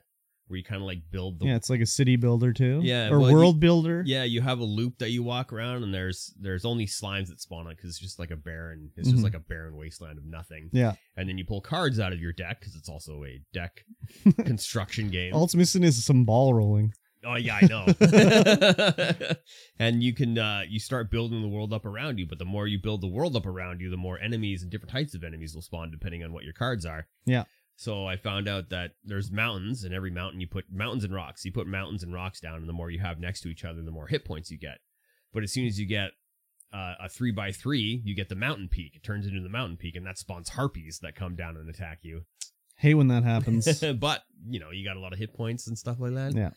Speaker 2: where you kind of like build the
Speaker 1: Yeah, it's like a city builder too.
Speaker 2: Yeah,
Speaker 1: Or
Speaker 2: well, you-
Speaker 1: world builder.
Speaker 2: Yeah, you have a loop that you walk around, and there's there's only slimes that spawn on because it's just like a barren, it's just
Speaker 1: Mhm.
Speaker 2: like a barren wasteland of nothing.
Speaker 1: Yeah.
Speaker 2: And then you pull cards out of your deck because it's also a deck construction game.
Speaker 1: All it's missing is some ball rolling.
Speaker 2: oh yeah, I know. and you can uh, you start building the world up around you, but the more you build the world up around you, the more enemies and different types of enemies will spawn depending on what your cards are.
Speaker 1: Yeah.
Speaker 2: So I found out that there's mountains, and every mountain you put mountains and rocks. You put mountains and rocks down, and the more you have next to each other, the more hit points you get. But as soon as you get uh, a three by three, you get the mountain peak. It turns into the mountain peak, and that spawns harpies that come down and attack you.
Speaker 1: Hate when that happens.
Speaker 2: but you know, you got a lot of hit points and stuff like that.
Speaker 1: Yeah.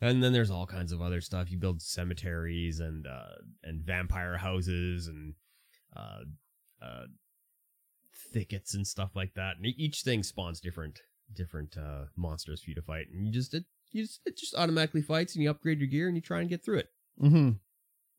Speaker 2: And then there's all kinds of other stuff. You build cemeteries and uh, and vampire houses and uh, uh, thickets and stuff like that. And e-, each thing spawns different different uh, monsters for you to fight. And you just it you just, it just automatically fights, and you upgrade your gear, and you try and get through it.
Speaker 1: hmm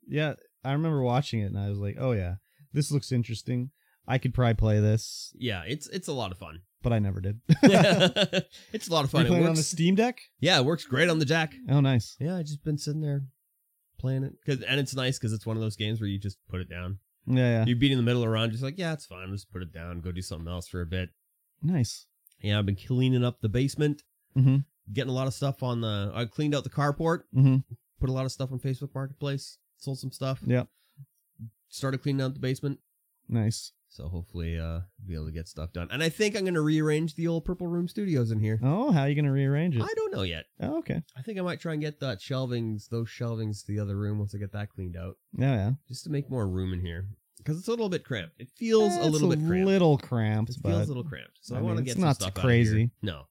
Speaker 1: Yeah, I remember watching it and I was like, oh yeah, this looks interesting. I could probably play this,
Speaker 2: Yeah, it's it's a lot of fun.
Speaker 1: but I never did.
Speaker 2: it's a lot of
Speaker 1: Are
Speaker 2: fun.
Speaker 1: you
Speaker 2: It
Speaker 1: playing on the
Speaker 2: works,
Speaker 1: Steam Deck?
Speaker 2: yeah, it works great on the jack.
Speaker 1: Oh, nice.
Speaker 2: Yeah, I just been sitting there playing it, 'Cause- and it's nice because it's one of those games where you just put it down.
Speaker 1: Yeah, yeah.
Speaker 2: You're beating the middle of the round, just like yeah, it's fine. Just put it down, go do something else for a bit.
Speaker 1: Nice.
Speaker 2: Yeah, I've been cleaning up the basement,
Speaker 1: hmm
Speaker 2: getting a lot of stuff on the. I cleaned out the carport,
Speaker 1: hmm
Speaker 2: put a lot of stuff on Facebook Marketplace, sold some stuff.
Speaker 1: Yep.
Speaker 2: started cleaning out the basement.
Speaker 1: Nice.
Speaker 2: So hopefully, uh, be able to get stuff done. And I think I'm gonna rearrange the old Purple Room Studios in here.
Speaker 1: Oh, how are you gonna rearrange it?
Speaker 2: I don't know yet.
Speaker 1: Oh, okay.
Speaker 2: I think I might try and get that shelvings, those shelvings, to the other room once I get that cleaned out,
Speaker 1: Yeah, yeah.
Speaker 2: just to make more room in here because it's a little bit cramped. It feels
Speaker 1: Eh,
Speaker 2: a
Speaker 1: it's
Speaker 2: little bit cramped.
Speaker 1: little cramped,
Speaker 2: it
Speaker 1: but
Speaker 2: feels a little cramped. So
Speaker 1: I
Speaker 2: I, want to
Speaker 1: mean,
Speaker 2: get
Speaker 1: it's
Speaker 2: some
Speaker 1: not
Speaker 2: stuff out of
Speaker 1: crazy.
Speaker 2: here. No,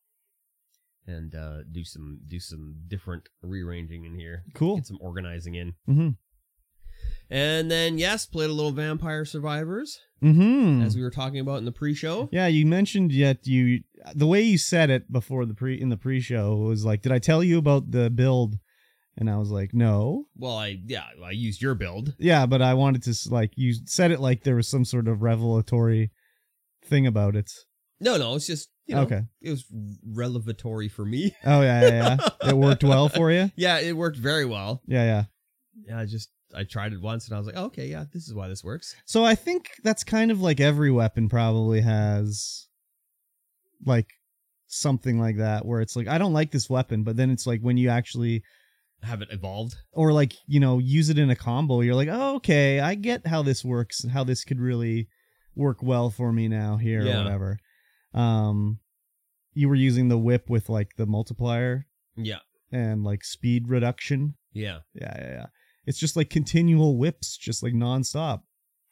Speaker 2: and uh, do some do some different rearranging in here.
Speaker 1: cool.
Speaker 2: Get some organizing in,
Speaker 1: Mhm.
Speaker 2: and then yes, played a little Vampire Survivors
Speaker 1: Mm-hmm.
Speaker 2: as we were talking about in the pre-show.
Speaker 1: yeah, you mentioned yet you the way you said it before the pre in the pre-show was like, did I tell you about the build? And I was like, no.
Speaker 2: Well, I yeah, I used your build.
Speaker 1: Yeah, but I wanted to s- like you said it like there was some sort of revelatory thing about it.
Speaker 2: No, no, it's just you know,
Speaker 1: Okay.
Speaker 2: it was revelatory for me.
Speaker 1: Oh yeah, yeah, yeah. it worked well for you.
Speaker 2: yeah, it worked very well.
Speaker 1: Yeah, yeah.
Speaker 2: Yeah, I just I tried it once and I was like, oh, okay, yeah, this is why this works.
Speaker 1: So I think that's kind of like every weapon probably has like something like that where it's like I don't like this weapon, but then it's like when you actually
Speaker 2: Have it evolved.
Speaker 1: or like, you know, use it in a combo, you're like, "Oh, okay, I get how this works and how this could really work well for me now here
Speaker 2: Yeah.
Speaker 1: or whatever." Um you were using the whip with like the multiplier
Speaker 2: Yeah,
Speaker 1: and like speed reduction.
Speaker 2: yeah,
Speaker 1: Yeah, yeah, yeah. It's just like continual whips, just like nonstop.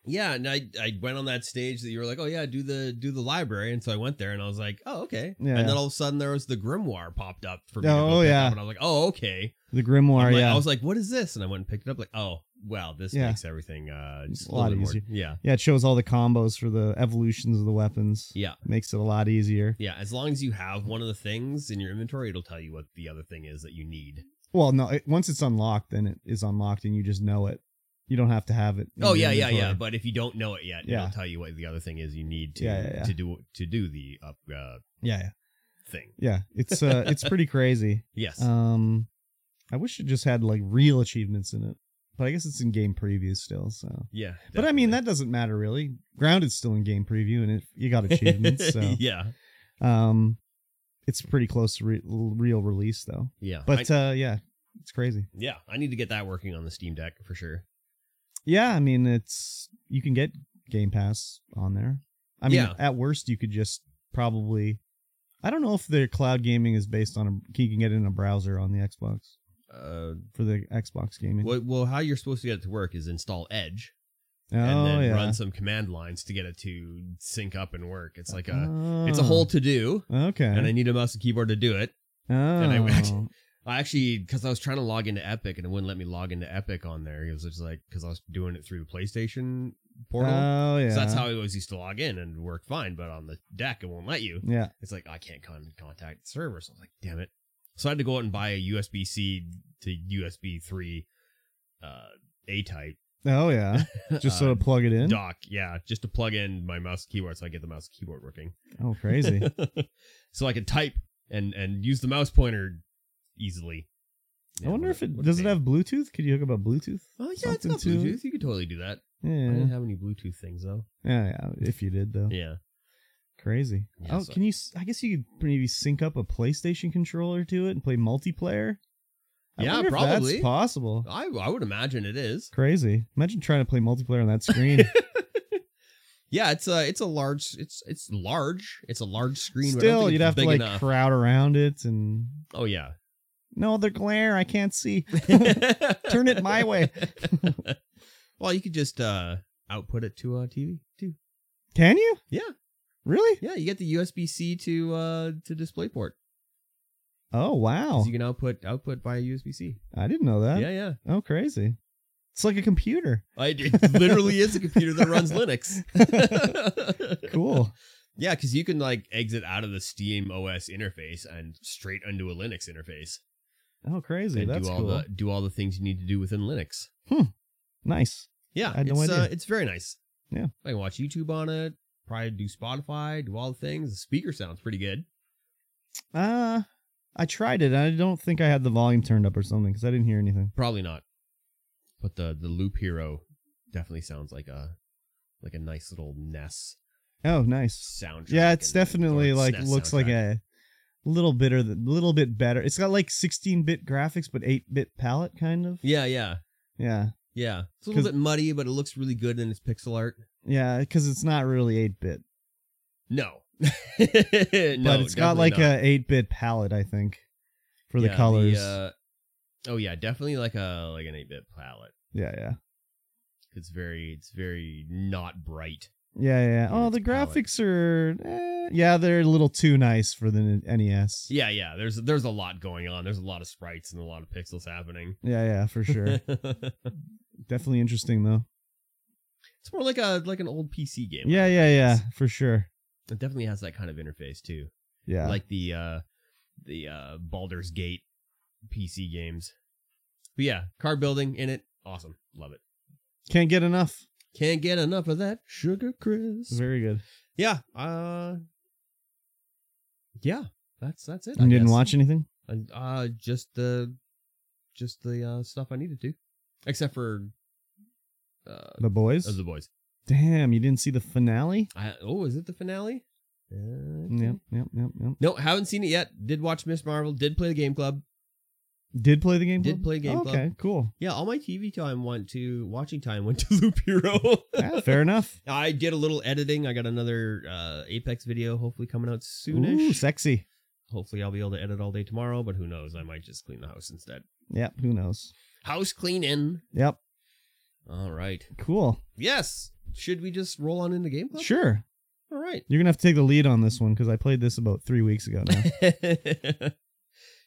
Speaker 2: yeah. And I I went on that stage that you were like, oh yeah, do the do the library, and so I went there and I was like, oh okay.
Speaker 1: Yeah.
Speaker 2: And then all of a sudden there was the grimoire popped up for me. to go
Speaker 1: Oh,
Speaker 2: pick
Speaker 1: yeah.
Speaker 2: up, and I was like, oh okay.
Speaker 1: The grimoire,
Speaker 2: I'm like-
Speaker 1: yeah.
Speaker 2: I was like, what is this? And I went and picked it up. Like, oh wow, this
Speaker 1: Yeah.
Speaker 2: makes everything uh just
Speaker 1: A
Speaker 2: a, lot
Speaker 1: lot
Speaker 2: more.
Speaker 1: easier.
Speaker 2: Yeah,
Speaker 1: Yeah, it shows all the combos for the evolutions of the weapons.
Speaker 2: yeah,
Speaker 1: Makes it a lot easier.
Speaker 2: yeah. As long as you have one of the things in your inventory, it'll tell you what the other thing is that you need.
Speaker 1: Well, no, it, once it's unlocked, then it is unlocked, and you just know it. You don't have to have it. in
Speaker 2: Oh
Speaker 1: your
Speaker 2: yeah, yeah, yeah.
Speaker 1: inventory.
Speaker 2: But if you don't know it yet,
Speaker 1: Yeah.
Speaker 2: it'll tell you what the other thing is you need to
Speaker 1: Yeah, yeah, yeah.
Speaker 2: to do to do the up uh,
Speaker 1: yeah, yeah,
Speaker 2: thing.
Speaker 1: yeah. It's uh, it's pretty crazy.
Speaker 2: Yes.
Speaker 1: Um, I wish it just had like real achievements in it, but I guess it's in game preview still. So,
Speaker 2: yeah.
Speaker 1: but I mean
Speaker 2: definitely.
Speaker 1: that doesn't matter really. Grounded's still in game preview, and it, you got achievements. so,
Speaker 2: yeah,
Speaker 1: um, it's pretty close to re- real release though.
Speaker 2: yeah.
Speaker 1: But
Speaker 2: I,
Speaker 1: uh, yeah, it's crazy.
Speaker 2: yeah, I need to get that working on the Steam Deck for sure.
Speaker 1: Yeah, I mean it's you can get Game Pass on there. I mean,
Speaker 2: Yeah.
Speaker 1: at worst you could just probably I don't know if their cloud gaming is based on a you can get it in a browser on the Xbox
Speaker 2: Uh,
Speaker 1: for the Xbox gaming.
Speaker 2: well, well, how you're supposed to get it to work is install Edge
Speaker 1: oh
Speaker 2: and then
Speaker 1: yeah.
Speaker 2: run some command lines to get it to sync up and work. It's like a
Speaker 1: Oh,
Speaker 2: it's a whole to do,
Speaker 1: okay.
Speaker 2: and I need a mouse and keyboard to do it.
Speaker 1: oh.
Speaker 2: and I- I actually, because I was trying to log into Epic and it wouldn't let me log into Epic on there. It was just like because I was doing it through the PlayStation portal.
Speaker 1: oh yeah.
Speaker 2: So that's how I always used to log in and it worked fine, but on the deck it won't let you.
Speaker 1: yeah.
Speaker 2: It's like I can't con- contact the server. So I was like, damn it. So I had to go out and buy a USB C to USB three uh A type.
Speaker 1: Oh yeah. Just
Speaker 2: uh,
Speaker 1: sort of plug it in.
Speaker 2: dock, yeah, just to plug in my mouse and keyboard so I get the mouse and keyboard working.
Speaker 1: Oh crazy.
Speaker 2: so I could type and and use the mouse pointer easily.
Speaker 1: I
Speaker 2: Yeah,
Speaker 1: wonder
Speaker 2: what
Speaker 1: if
Speaker 2: a-
Speaker 1: it
Speaker 2: what a
Speaker 1: does it
Speaker 2: pain.
Speaker 1: have Bluetooth? Could you hook up a Bluetooth?
Speaker 2: Oh yeah, it's
Speaker 1: something
Speaker 2: got
Speaker 1: to it?
Speaker 2: Bluetooth. You could totally do that. I
Speaker 1: Yeah.
Speaker 2: didn't have any Bluetooth things though.
Speaker 1: Yeah, yeah. If you did though.
Speaker 2: Yeah.
Speaker 1: Crazy.
Speaker 2: Yeah,
Speaker 1: oh,
Speaker 2: so-
Speaker 1: can you? s- I guess you could maybe sync up a PlayStation controller to it and play multiplayer. I
Speaker 2: Yeah,
Speaker 1: wonder if
Speaker 2: probably. Oh.
Speaker 1: that's possible.
Speaker 2: I I would imagine it is.
Speaker 1: Crazy. Imagine trying to play multiplayer on that screen.
Speaker 2: Yeah, it's a it's a large it's it's large. It's a large screen. but I don't
Speaker 1: Still,
Speaker 2: think
Speaker 1: you'd
Speaker 2: it's
Speaker 1: have to
Speaker 2: big
Speaker 1: like
Speaker 2: enough.
Speaker 1: crowd around it and
Speaker 2: oh yeah,
Speaker 1: no, the glare. I can't see.
Speaker 2: turn
Speaker 1: it my way.
Speaker 2: Well, you could just uh output it to a TV too.
Speaker 1: Can you?
Speaker 2: Yeah.
Speaker 1: Really?
Speaker 2: Yeah, you get the USB C to uh to DisplayPort.
Speaker 1: Oh wow!
Speaker 2: 'Cause You can output output via USB C.
Speaker 1: I didn't know that.
Speaker 2: yeah, yeah.
Speaker 1: Oh, crazy! It's like a computer.
Speaker 2: I, it literally is a computer that runs Linux.
Speaker 1: Cool.
Speaker 2: Yeah, because you can like exit out of the Steam OS interface and straight onto a Linux interface
Speaker 1: oh, crazy!
Speaker 2: and
Speaker 1: That's
Speaker 2: do all
Speaker 1: cool.
Speaker 2: the do all the things you need to do within Linux.
Speaker 1: Nice.
Speaker 2: Yeah,
Speaker 1: I had no
Speaker 2: it's,
Speaker 1: idea.
Speaker 2: Uh, it's very nice.
Speaker 1: Yeah.
Speaker 2: I can watch YouTube on it. Probably do Spotify. Do all the things. The speaker sounds pretty good.
Speaker 1: Uh I tried it. and I don't think I had the volume turned up or something because I didn't hear anything.
Speaker 2: Probably not. But the the Loop Hero definitely sounds like a like a nice little NES
Speaker 1: Oh, nice.
Speaker 2: soundtrack.
Speaker 1: Yeah, it's
Speaker 2: and-
Speaker 1: definitely
Speaker 2: or
Speaker 1: like
Speaker 2: SNES
Speaker 1: looks like
Speaker 2: soundtrack.
Speaker 1: a little bitter, little bit better. It's got like 16-bit graphics but 8-bit palette kind of.
Speaker 2: Yeah, yeah,
Speaker 1: Yeah.
Speaker 2: yeah. It's a little
Speaker 1: 'Cause-
Speaker 2: bit muddy, but it looks really good in its pixel art.
Speaker 1: Yeah, cuz it's not really 8-bit.
Speaker 2: No, no, but
Speaker 1: but it's got like a 8-bit palette, I think, for the colors.
Speaker 2: oh yeah, definitely like a like an eight bit palette.
Speaker 1: yeah, yeah.
Speaker 2: It's very it's very not bright.
Speaker 1: Yeah, yeah. yeah.
Speaker 2: Yeah,
Speaker 1: Oh,
Speaker 2: it's
Speaker 1: the
Speaker 2: palette.
Speaker 1: graphics are eh, yeah, they're a little too nice for the E NES.
Speaker 2: Yeah, yeah. There's there's a lot going on. There's a lot of sprites and a lot of pixels happening.
Speaker 1: Yeah, yeah, for sure.
Speaker 2: it's
Speaker 1: Definitely interesting though.
Speaker 2: more like a like an old PC game.
Speaker 1: Yeah, yeah, yeah, for sure.
Speaker 2: It definitely has that kind of interface too.
Speaker 1: Yeah.
Speaker 2: Like the uh the uh Baldur's Gate PC games. But yeah, car building in it. Awesome. Love it.
Speaker 1: Can't get enough.
Speaker 2: Can't get enough of that sugar crisp.
Speaker 1: Very good.
Speaker 2: Yeah. Uh Yeah. That's that's it. I
Speaker 1: You didn't
Speaker 2: guess.
Speaker 1: watch anything?
Speaker 2: I- Uh just the just the uh stuff I needed to. Except for uh
Speaker 1: The Boys?
Speaker 2: of the boys.
Speaker 1: Damn, you didn't see the finale?
Speaker 2: I, oh, is it the finale? Okay.
Speaker 1: Yep, yep, yep, yep.
Speaker 2: No, haven't seen it yet. Did watch Miss Marvel, did play the game club.
Speaker 1: Did play the game?
Speaker 2: Did
Speaker 1: Club?
Speaker 2: play Game Club.
Speaker 1: Okay, cool.
Speaker 2: Yeah, all my TV time went to watching time went to Loop Hero.
Speaker 1: Yeah, fair enough.
Speaker 2: I did a little editing. I got another uh, Apex video hopefully coming out soonish.
Speaker 1: Ooh, sexy.
Speaker 2: hopefully I'll be able to edit all day tomorrow, but who knows? I might just clean the house instead.
Speaker 1: Yep, who knows?
Speaker 2: House cleaning.
Speaker 1: Yep,
Speaker 2: All right.
Speaker 1: cool.
Speaker 2: Yes. Should we just roll on into game club?
Speaker 1: Sure.
Speaker 2: All right.
Speaker 1: You're going to have to take the lead on this one because I played this about three weeks ago now.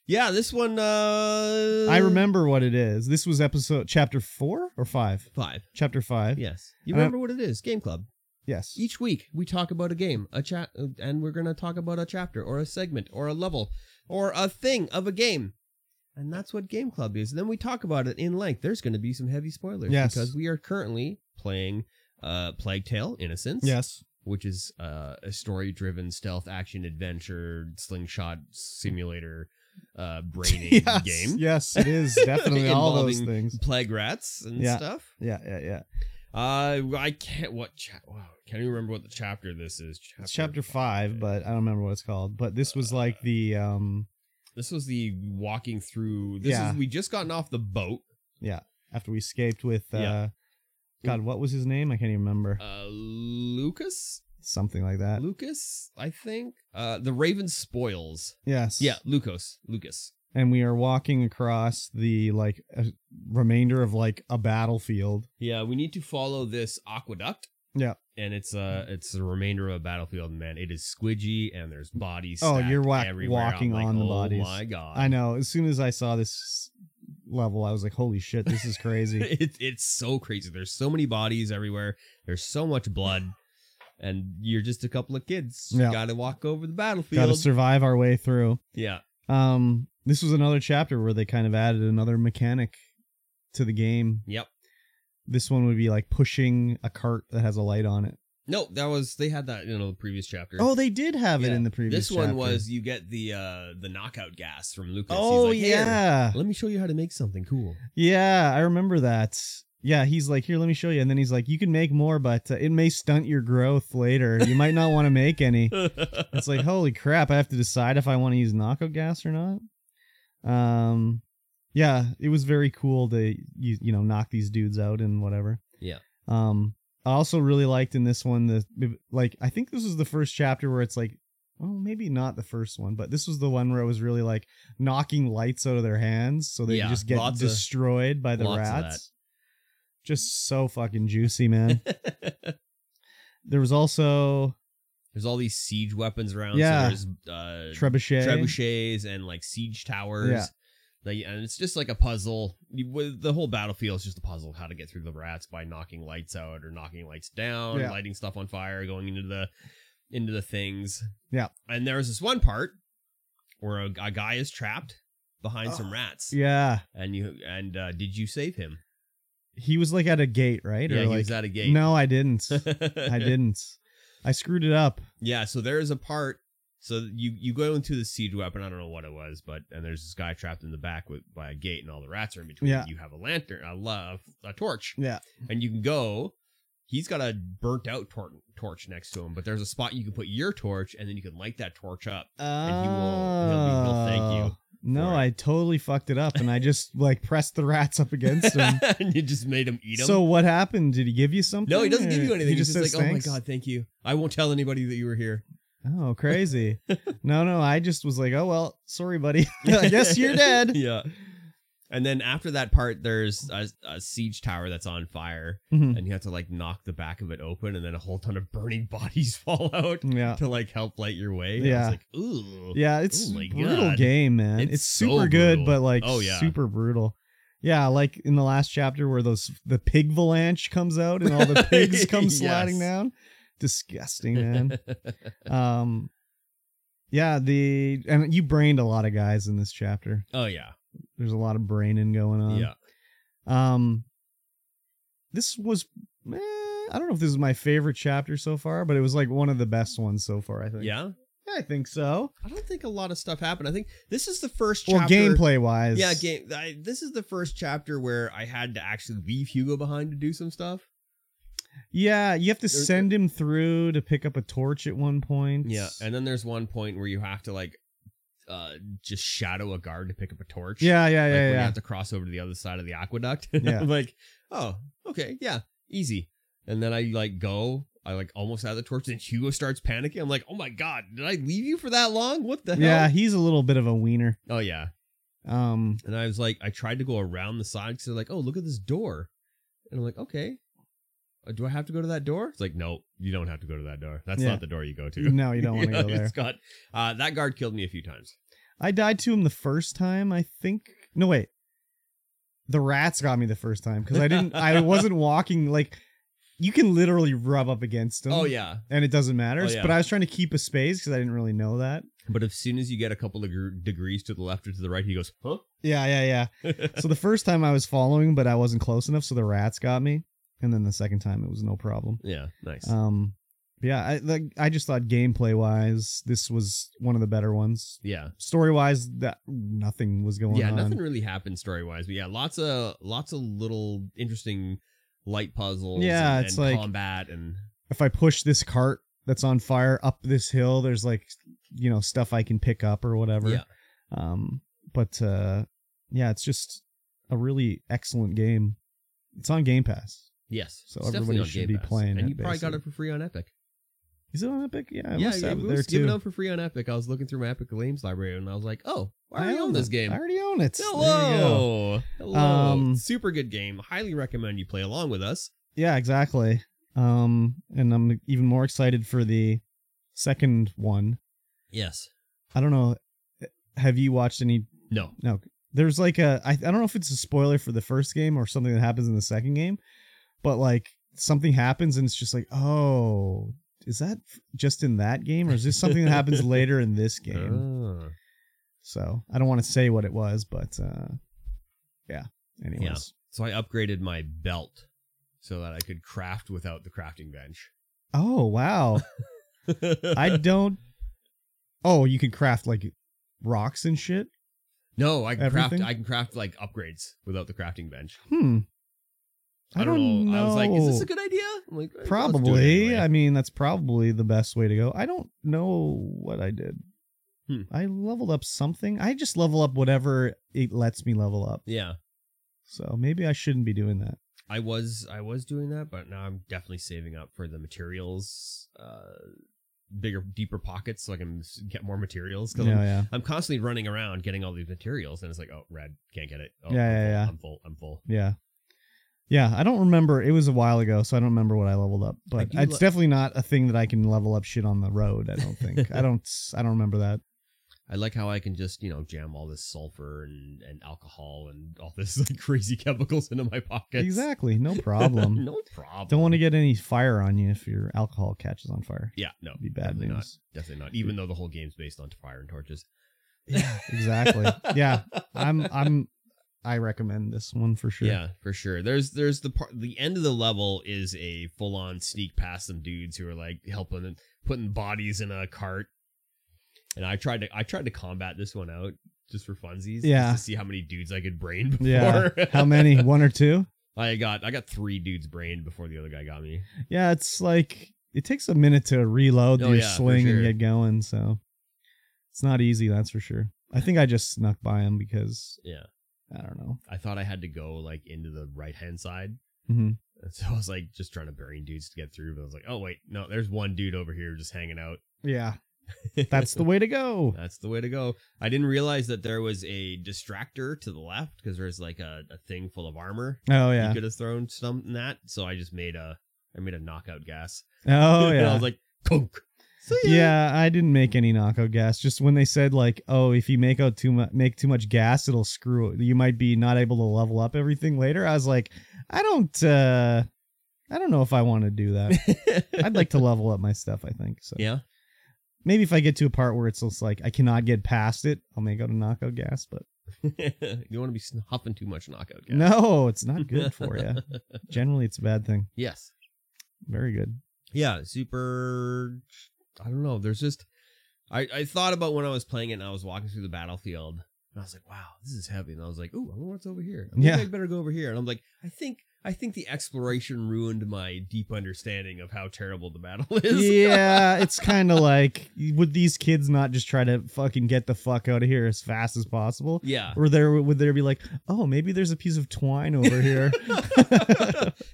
Speaker 2: yeah, this one. Uh,
Speaker 1: I remember what it is. This was episode chapter four or five?
Speaker 2: five.
Speaker 1: Chapter five.
Speaker 2: Yes. You
Speaker 1: And I-
Speaker 2: remember what it is? Game club.
Speaker 1: Yes.
Speaker 2: Each week we talk about a game, a chat, and we're gonna talk about a chapter or a segment or a level or a thing of a game. And that's what Game Club is. And then we talk about it in length. There's going to be some heavy spoilers
Speaker 1: Yes.
Speaker 2: because we are currently playing uh, Plague Tale: Innocence.
Speaker 1: Yes.
Speaker 2: which is uh, a story-driven stealth action adventure slingshot simulator uh, braining
Speaker 1: yes.
Speaker 2: game.
Speaker 1: Yes, it is. Definitely all those
Speaker 2: Involving-
Speaker 1: things.
Speaker 2: Plague rats and
Speaker 1: Yeah.
Speaker 2: stuff.
Speaker 1: Yeah, yeah, yeah.
Speaker 2: Uh, I can't. What? Cha- wow, can't even remember what the chapter this is.
Speaker 1: It's chapter five, but I don't remember what it's called. But this
Speaker 2: Uh,
Speaker 1: was like the um
Speaker 2: this was the walking through. This
Speaker 1: Yeah.
Speaker 2: is we just gotten off the boat.
Speaker 1: after we escaped with uh
Speaker 2: Yeah.
Speaker 1: God, what was his name? I can't even remember.
Speaker 2: Uh, Lucas,
Speaker 1: Something like that.
Speaker 2: Lucas, I think. Uh, the Raven spoils.
Speaker 1: Yes.
Speaker 2: Yeah, Lucas, Lucas.
Speaker 1: And we are walking across the like a remainder of like a battlefield.
Speaker 2: Yeah, we need to follow this aqueduct.
Speaker 1: Yeah.
Speaker 2: And it's uh it's the remainder of a battlefield, man. It is squidgy and there's bodies.
Speaker 1: Oh,
Speaker 2: stacked
Speaker 1: you're wa-
Speaker 2: everywhere. I'm
Speaker 1: walking
Speaker 2: like,
Speaker 1: on the
Speaker 2: "Oh
Speaker 1: bodies."
Speaker 2: my god.
Speaker 1: I know. As soon as I saw this level, I was like, "Holy shit, this is crazy!"
Speaker 2: it, it's so crazy. There's so many bodies everywhere. There's so much blood, and you're just a couple of kids.
Speaker 1: Yeah.
Speaker 2: You got to walk over the
Speaker 1: Got to
Speaker 2: battlefield.
Speaker 1: survive our way through.
Speaker 2: yeah,
Speaker 1: Um, this was another chapter where they kind of added another mechanic to the game.
Speaker 2: yep.
Speaker 1: This one would be like pushing a cart that has a light on it.
Speaker 2: No, that was they had that in the previous chapter.
Speaker 1: Oh, they did have it
Speaker 2: Yeah.
Speaker 1: in the previous.
Speaker 2: this one
Speaker 1: chapter.
Speaker 2: was you get the uh the knockout gas from Lucas. He's
Speaker 1: Oh
Speaker 2: like, "Here,
Speaker 1: yeah,
Speaker 2: let me show you how to make something cool.
Speaker 1: yeah. I remember that. Yeah, he's like, here, let me show you, and then he's like, you can make more, but uh, it may stunt your growth later. You might not want to make any. It's like, holy crap, I have to decide if I want to use knockout gas or not. Um, yeah, it was very cool to you you know knock these dudes out and whatever.
Speaker 2: Yeah.
Speaker 1: Um, I also really liked in this one the like I think this was the first chapter where it's like, well, maybe not the first one, but this was the one where it was really like knocking lights out of their hands so they
Speaker 2: Yeah,
Speaker 1: just get
Speaker 2: lots of-
Speaker 1: destroyed by the
Speaker 2: lots of
Speaker 1: rats. Just so fucking juicy, man. there was also
Speaker 2: There's all these siege weapons around.
Speaker 1: Yeah.
Speaker 2: So there's uh,
Speaker 1: trebuchet.
Speaker 2: trebuchets and like siege towers.
Speaker 1: Yeah.
Speaker 2: Like, and it's just like a puzzle. You- with- The whole battlefield is just a puzzle of how to get through the rats by knocking lights out or knocking lights down,
Speaker 1: Yeah.
Speaker 2: lighting stuff on fire, going into the into the things.
Speaker 1: Yeah.
Speaker 2: And there was this one part where a, a guy is trapped behind some
Speaker 1: Oh.
Speaker 2: rats.
Speaker 1: Yeah,
Speaker 2: And you and uh, did you save him?
Speaker 1: he was like at a gate, right?
Speaker 2: yeah,
Speaker 1: or
Speaker 2: he
Speaker 1: like
Speaker 2: was at a gate.
Speaker 1: no, I didn't. I
Speaker 2: I
Speaker 1: didn't. I screwed it up.
Speaker 2: Yeah, so there is a part. So you you go into the siege weapon. I don't know what it was, but and there's this guy trapped in the back with by a gate, and all the rats are in between.
Speaker 1: Yeah.
Speaker 2: You have a lantern, a love, a torch,
Speaker 1: Yeah.
Speaker 2: and you can go. He's got a burnt out tor- torch next to him, but there's a spot you can put your torch, and then you can light that torch up. he will- he'll- he will thank you
Speaker 1: Oh. No,
Speaker 2: for it.
Speaker 1: I totally fucked it up, and I just like pressed the rats up against him.
Speaker 2: and you just made him eat him.
Speaker 1: So what happened? Did he give you something?
Speaker 2: no, he doesn't give you
Speaker 1: or-
Speaker 2: anything. He's just,
Speaker 1: says
Speaker 2: like, oh my
Speaker 1: thanks?
Speaker 2: god, thank you. I won't tell anybody that you were here.
Speaker 1: Oh, crazy. no, no, I just was like, oh well, sorry, buddy. I guess you're dead.
Speaker 2: yeah. And then after that part, there's a, a siege tower that's on fire,
Speaker 1: Mhm.
Speaker 2: and you have to like knock the back of it open, and then a whole ton of burning bodies fall out
Speaker 1: yeah,
Speaker 2: to like help light your way. And
Speaker 1: Yeah.
Speaker 2: I was like, ooh.
Speaker 1: yeah. It's
Speaker 2: Oh my
Speaker 1: brutal
Speaker 2: God.
Speaker 1: game, man. It's,
Speaker 2: It's so
Speaker 1: super good,
Speaker 2: brutal.
Speaker 1: but like,
Speaker 2: Oh, yeah.
Speaker 1: super brutal. Yeah, like in the last chapter where those the pig avalanche comes out and all the pigs come
Speaker 2: Yes.
Speaker 1: sliding down. Disgusting, man. um, yeah, the and you brained a lot of guys in this chapter.
Speaker 2: oh yeah.
Speaker 1: There's a lot of braining going on.
Speaker 2: yeah.
Speaker 1: Um, this was eh, I don't know if this is my favorite chapter so far, but it was like one of the best ones so far. I think.
Speaker 2: Yeah.
Speaker 1: I think so.
Speaker 2: I don't think a lot of stuff happened. I think this is the first
Speaker 1: Well,
Speaker 2: chapter.
Speaker 1: gameplay wise,
Speaker 2: Yeah, game. I, this is the first chapter where I had to actually leave Hugo behind to do some stuff.
Speaker 1: Yeah, you have to
Speaker 2: There's-
Speaker 1: send him through to pick up a torch at one point.
Speaker 2: Yeah, and then there's one point where you have to like uh just shadow a guard to pick up a torch.
Speaker 1: yeah, yeah,
Speaker 2: like
Speaker 1: yeah,
Speaker 2: when you
Speaker 1: yeah.
Speaker 2: have to cross over to the other side of the aqueduct.
Speaker 1: Yeah.
Speaker 2: I'm like, oh, okay, yeah, easy. And then I like go, I like almost had the torch, and Hugo starts panicking. I'm like, oh my god, did I leave you for that long? What the hell?
Speaker 1: yeah, he's a little bit of a wiener.
Speaker 2: Oh yeah.
Speaker 1: Um,
Speaker 2: And I was like, I tried to go around the side because they're like, oh, look at this door, and I'm like, okay. Uh, Do I have to go to that door? It's like, no, you don't have to go to that door. That's
Speaker 1: Yeah.
Speaker 2: not the door you go to.
Speaker 1: no, you don't want to
Speaker 2: Yeah,
Speaker 1: go there.
Speaker 2: it's got- uh, that guard killed me a few times.
Speaker 1: I died to him the first time, I think. No, wait. The rats got me the first time because I didn't. I wasn't walking like. You can literally rub up against them.
Speaker 2: Oh yeah,
Speaker 1: and it doesn't matter.
Speaker 2: Oh, yeah.
Speaker 1: But I was trying to keep a space because I didn't really know that.
Speaker 2: but as soon as you get a couple of gr- degrees to the left or to the right, he goes, huh?
Speaker 1: Yeah, yeah, yeah. so the first time I was following, but I wasn't close enough, so the rats got me. And then the second time, it was no problem.
Speaker 2: Yeah, nice.
Speaker 1: Um, yeah, I like. I just thought gameplay wise, this was one of the better ones.
Speaker 2: yeah,
Speaker 1: Story wise, that nothing was going
Speaker 2: yeah.
Speaker 1: on.
Speaker 2: Nothing really happened story wise, but yeah, lots of lots of little interesting light puzzles.
Speaker 1: Yeah,
Speaker 2: and,
Speaker 1: it's
Speaker 2: and
Speaker 1: like-
Speaker 2: combat and
Speaker 1: if I push this cart that's on fire up this hill, there's like you know stuff I can pick up or whatever.
Speaker 2: yeah,
Speaker 1: Um, but uh, yeah, it's just a really excellent game. It's on Game Pass.
Speaker 2: yes.
Speaker 1: So
Speaker 2: It's
Speaker 1: everybody
Speaker 2: definitely on
Speaker 1: should
Speaker 2: Game
Speaker 1: be
Speaker 2: Pass.
Speaker 1: playing
Speaker 2: and
Speaker 1: it,
Speaker 2: you probably got
Speaker 1: basically.
Speaker 2: it for free on Epic.
Speaker 1: Is it on Epic? Yeah, I
Speaker 2: yeah,
Speaker 1: must
Speaker 2: yeah,
Speaker 1: have
Speaker 2: it
Speaker 1: it
Speaker 2: was
Speaker 1: there
Speaker 2: given
Speaker 1: too.
Speaker 2: out for free on Epic. I was looking through my Epic Games library and I was like, oh,
Speaker 1: I
Speaker 2: I already own
Speaker 1: own
Speaker 2: this
Speaker 1: it.
Speaker 2: game.
Speaker 1: I already own it. There you go.
Speaker 2: Hello. Hello.
Speaker 1: Um,
Speaker 2: Super good game. Highly recommend you play along with us.
Speaker 1: Yeah, exactly. Um, and I'm even more excited for the second one.
Speaker 2: Yes.
Speaker 1: I don't know. Have you watched any?
Speaker 2: No.
Speaker 1: No, there's like a. I, I don't know if it's a spoiler for the first game or something that happens in the second game, but like something happens and it's just like, oh, is that f- just in that game or is this something that happens later in this game?
Speaker 2: Ah.
Speaker 1: So I don't want to say what it was, but uh, yeah. Anyways,
Speaker 2: So I upgraded my belt so that I could craft without the crafting bench.
Speaker 1: oh wow, I don't. Oh, you can craft like rocks and shit.
Speaker 2: no, I can craft.
Speaker 1: Everything?
Speaker 2: I can craft like upgrades without the crafting bench.
Speaker 1: Hmm. I, don't, know.
Speaker 2: I was like, is this a good idea? I'm like, eh, let's do it
Speaker 1: probably.
Speaker 2: anyway.
Speaker 1: I mean, that's probably the best way to go. I don't know what I did.
Speaker 2: Hmm.
Speaker 1: I leveled up something. I just level up whatever it lets me level up.
Speaker 2: yeah,
Speaker 1: So maybe I shouldn't be doing that.
Speaker 2: I was I was doing that, but now I'm definitely saving up for the materials, uh, bigger, deeper pockets, so I can s- get more materials.
Speaker 1: No,
Speaker 2: Cause I'm
Speaker 1: yeah.
Speaker 2: I'm constantly running around getting all these materials, and it's like, oh, red, can't get it. Oh,
Speaker 1: Yeah,
Speaker 2: I'm
Speaker 1: yeah,
Speaker 2: full,
Speaker 1: yeah.
Speaker 2: I'm full. I'm full.
Speaker 1: Yeah. Yeah, I don't remember. It was a while ago, so I don't remember what I leveled up.
Speaker 2: I
Speaker 1: But
Speaker 2: do
Speaker 1: it's
Speaker 2: lo-
Speaker 1: definitely not a thing that I can level up shit on the road. I don't think. I don't. I don't remember that.
Speaker 2: I like how I can just, you know, jam all this sulfur and, and alcohol and all this like crazy chemicals into my pockets.
Speaker 1: Exactly. No problem.
Speaker 2: no problem.
Speaker 1: don't want to get any fire on you if your alcohol catches on fire.
Speaker 2: Yeah, no.
Speaker 1: It'd be bad
Speaker 2: definitely
Speaker 1: news.
Speaker 2: Not, definitely not. Even though the whole game's based on fire and torches.
Speaker 1: Yeah, exactly. yeah, I'm. I'm. I recommend this one for sure.
Speaker 2: Yeah, for sure. There's there's the part the end of the level is a full on sneak past some dudes who are like helping and putting bodies in a cart. And I tried to I tried to combat this one out just for funsies. just
Speaker 1: Yeah.
Speaker 2: to see how many dudes I could brain before.
Speaker 1: Yeah. How many? One or two?
Speaker 2: I got I got three dudes brained before the other guy got me.
Speaker 1: Yeah, it's like it takes a minute to reload
Speaker 2: Oh,
Speaker 1: your
Speaker 2: yeah, for
Speaker 1: sling
Speaker 2: sure.
Speaker 1: and get going, so it's not easy, that's for sure. I think I just snuck by him because
Speaker 2: Yeah.
Speaker 1: I don't know.
Speaker 2: I thought I had to go like into the right hand side.
Speaker 1: hmm
Speaker 2: And so I was like just trying to bury dudes to get through, but I was like, oh wait, no, there's one dude over here just hanging out.
Speaker 1: Yeah, that's the way to go.
Speaker 2: That's the way to go. I didn't realize that there was a distractor to the left because there's like a, a thing full of armor.
Speaker 1: Oh
Speaker 2: You
Speaker 1: yeah.
Speaker 2: could have thrown some in that. So I just made a I made a knockout gas.
Speaker 1: Oh
Speaker 2: And I
Speaker 1: yeah.
Speaker 2: was like, Conk. See ya."
Speaker 1: Yeah, I didn't make any knockout gas. Just when they said like, "Oh, if you make out too much, make too much gas, it'll screw it. You might be not able to level up everything later." I was like, "I don't, uh I don't know if I want to do that. I'd like to level up my stuff. I think so."
Speaker 2: Yeah.
Speaker 1: maybe if I get to a part where it's just like I cannot get past it, I'll make out a knockout gas. But
Speaker 2: you want to be sn- huffing too much knockout gas.
Speaker 1: no, it's not good for you. Generally, it's a bad thing.
Speaker 2: Yes.
Speaker 1: Very good.
Speaker 2: yeah super i don't know there's just i i thought about when i was playing it and i was walking through the battlefield and i was like wow this is heavy and i was like oh i wonder what's over here i
Speaker 1: Yeah.
Speaker 2: i better go over here and i'm like i think i think the exploration ruined my deep understanding of how terrible the battle is
Speaker 1: Yeah, it's kind of like would these kids not just try to fucking get the fuck out of here as fast as possible?
Speaker 2: yeah
Speaker 1: Or there would there be like, oh, maybe there's a piece of twine over here.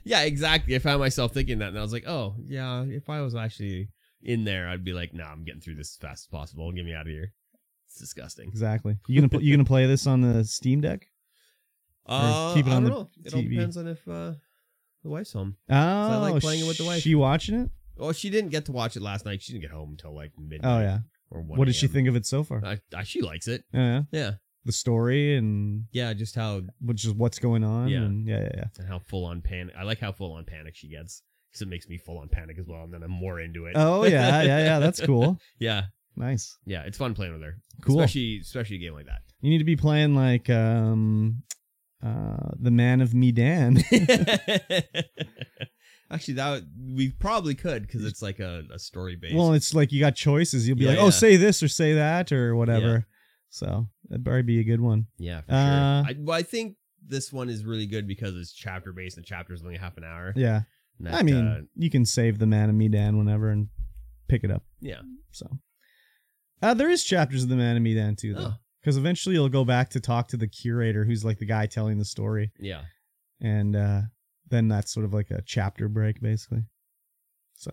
Speaker 2: yeah exactly i found myself thinking that and i was like oh yeah if i was actually in there i'd be like nah i'm getting through this as fast as possible get me out of here it's disgusting
Speaker 1: exactly. You gonna pl- you gonna play this on the Steam Deck?
Speaker 2: Uh,
Speaker 1: keep it
Speaker 2: I
Speaker 1: on
Speaker 2: don't
Speaker 1: the
Speaker 2: know. It all
Speaker 1: TV.
Speaker 2: depends on if uh, the wife's home.
Speaker 1: Oh,
Speaker 2: I like playing it with the wife.
Speaker 1: She watching it?
Speaker 2: Oh, she didn't get to watch it last night. She didn't get home until like midnight.
Speaker 1: Oh yeah.
Speaker 2: Or 1
Speaker 1: What did she
Speaker 2: a.m..
Speaker 1: think of it so far?
Speaker 2: I, I, she likes it.
Speaker 1: Oh, yeah,
Speaker 2: Yeah,
Speaker 1: the story and
Speaker 2: yeah. Just how
Speaker 1: which is what's going on.
Speaker 2: Yeah.
Speaker 1: and yeah, yeah, yeah.
Speaker 2: how full on panic. I like how full on panic she gets because it makes me full on panic as well, and then I'm more into it.
Speaker 1: Oh yeah, yeah, yeah. That's cool.
Speaker 2: yeah,
Speaker 1: Nice.
Speaker 2: yeah. It's fun playing with her.
Speaker 1: Cool.
Speaker 2: Especially especially a game like
Speaker 1: You need to be playing like um uh the man of Medan.
Speaker 2: that. Actually, that would, we probably could because it's like a, a story based.
Speaker 1: well, it's like you got choices. You'll be
Speaker 2: Yeah,
Speaker 1: like,
Speaker 2: yeah.
Speaker 1: oh, say this or say that or whatever. So that'd probably be a good one.
Speaker 2: Yeah, for
Speaker 1: Uh,
Speaker 2: sure. I, well, I think this one is really good because it's chapter based and chapters only half an hour.
Speaker 1: Yeah.
Speaker 2: And that,
Speaker 1: I mean,
Speaker 2: uh,
Speaker 1: you can save the man of Medan whenever and pick it up.
Speaker 2: yeah.
Speaker 1: So uh, there is chapters of the man of Medan too, though,
Speaker 2: Oh,
Speaker 1: because eventually you'll go back to talk to the curator, who's like the guy telling the story,
Speaker 2: yeah.
Speaker 1: and uh, then that's sort of like a chapter break, basically. So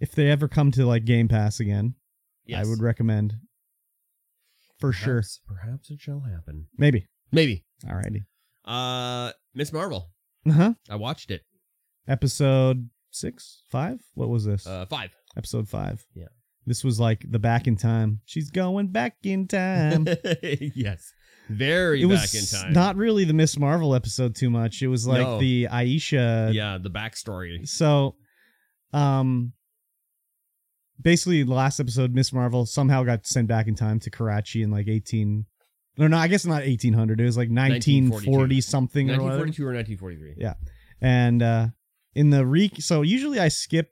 Speaker 1: if they ever come to like Game Pass again,
Speaker 2: Yes.
Speaker 1: I would recommend for sure.
Speaker 2: Perhaps- Perhaps it shall happen.
Speaker 1: Maybe.
Speaker 2: Maybe.
Speaker 1: Alrighty.
Speaker 2: Uh, Miss Marvel.
Speaker 1: Uh huh.
Speaker 2: I watched it.
Speaker 1: Episode six, five. What was this?
Speaker 2: Uh, five.
Speaker 1: Episode five.
Speaker 2: yeah.
Speaker 1: This was like the back in time. She's going back in time.
Speaker 2: yes. Very
Speaker 1: it was
Speaker 2: back in time.
Speaker 1: not really the Miss Marvel episode too much. It was like
Speaker 2: No.
Speaker 1: the Aisha
Speaker 2: yeah, the backstory.
Speaker 1: So, um, basically, the last episode, Miss Marvel somehow got sent back in time to Karachi in like eighteen. No, no, I guess not eighteen hundred. It was like nineteen
Speaker 2: 1942.
Speaker 1: forty something or whatever.
Speaker 2: 1942 or 1943.
Speaker 1: Yeah. And uh, in the re, so usually I skip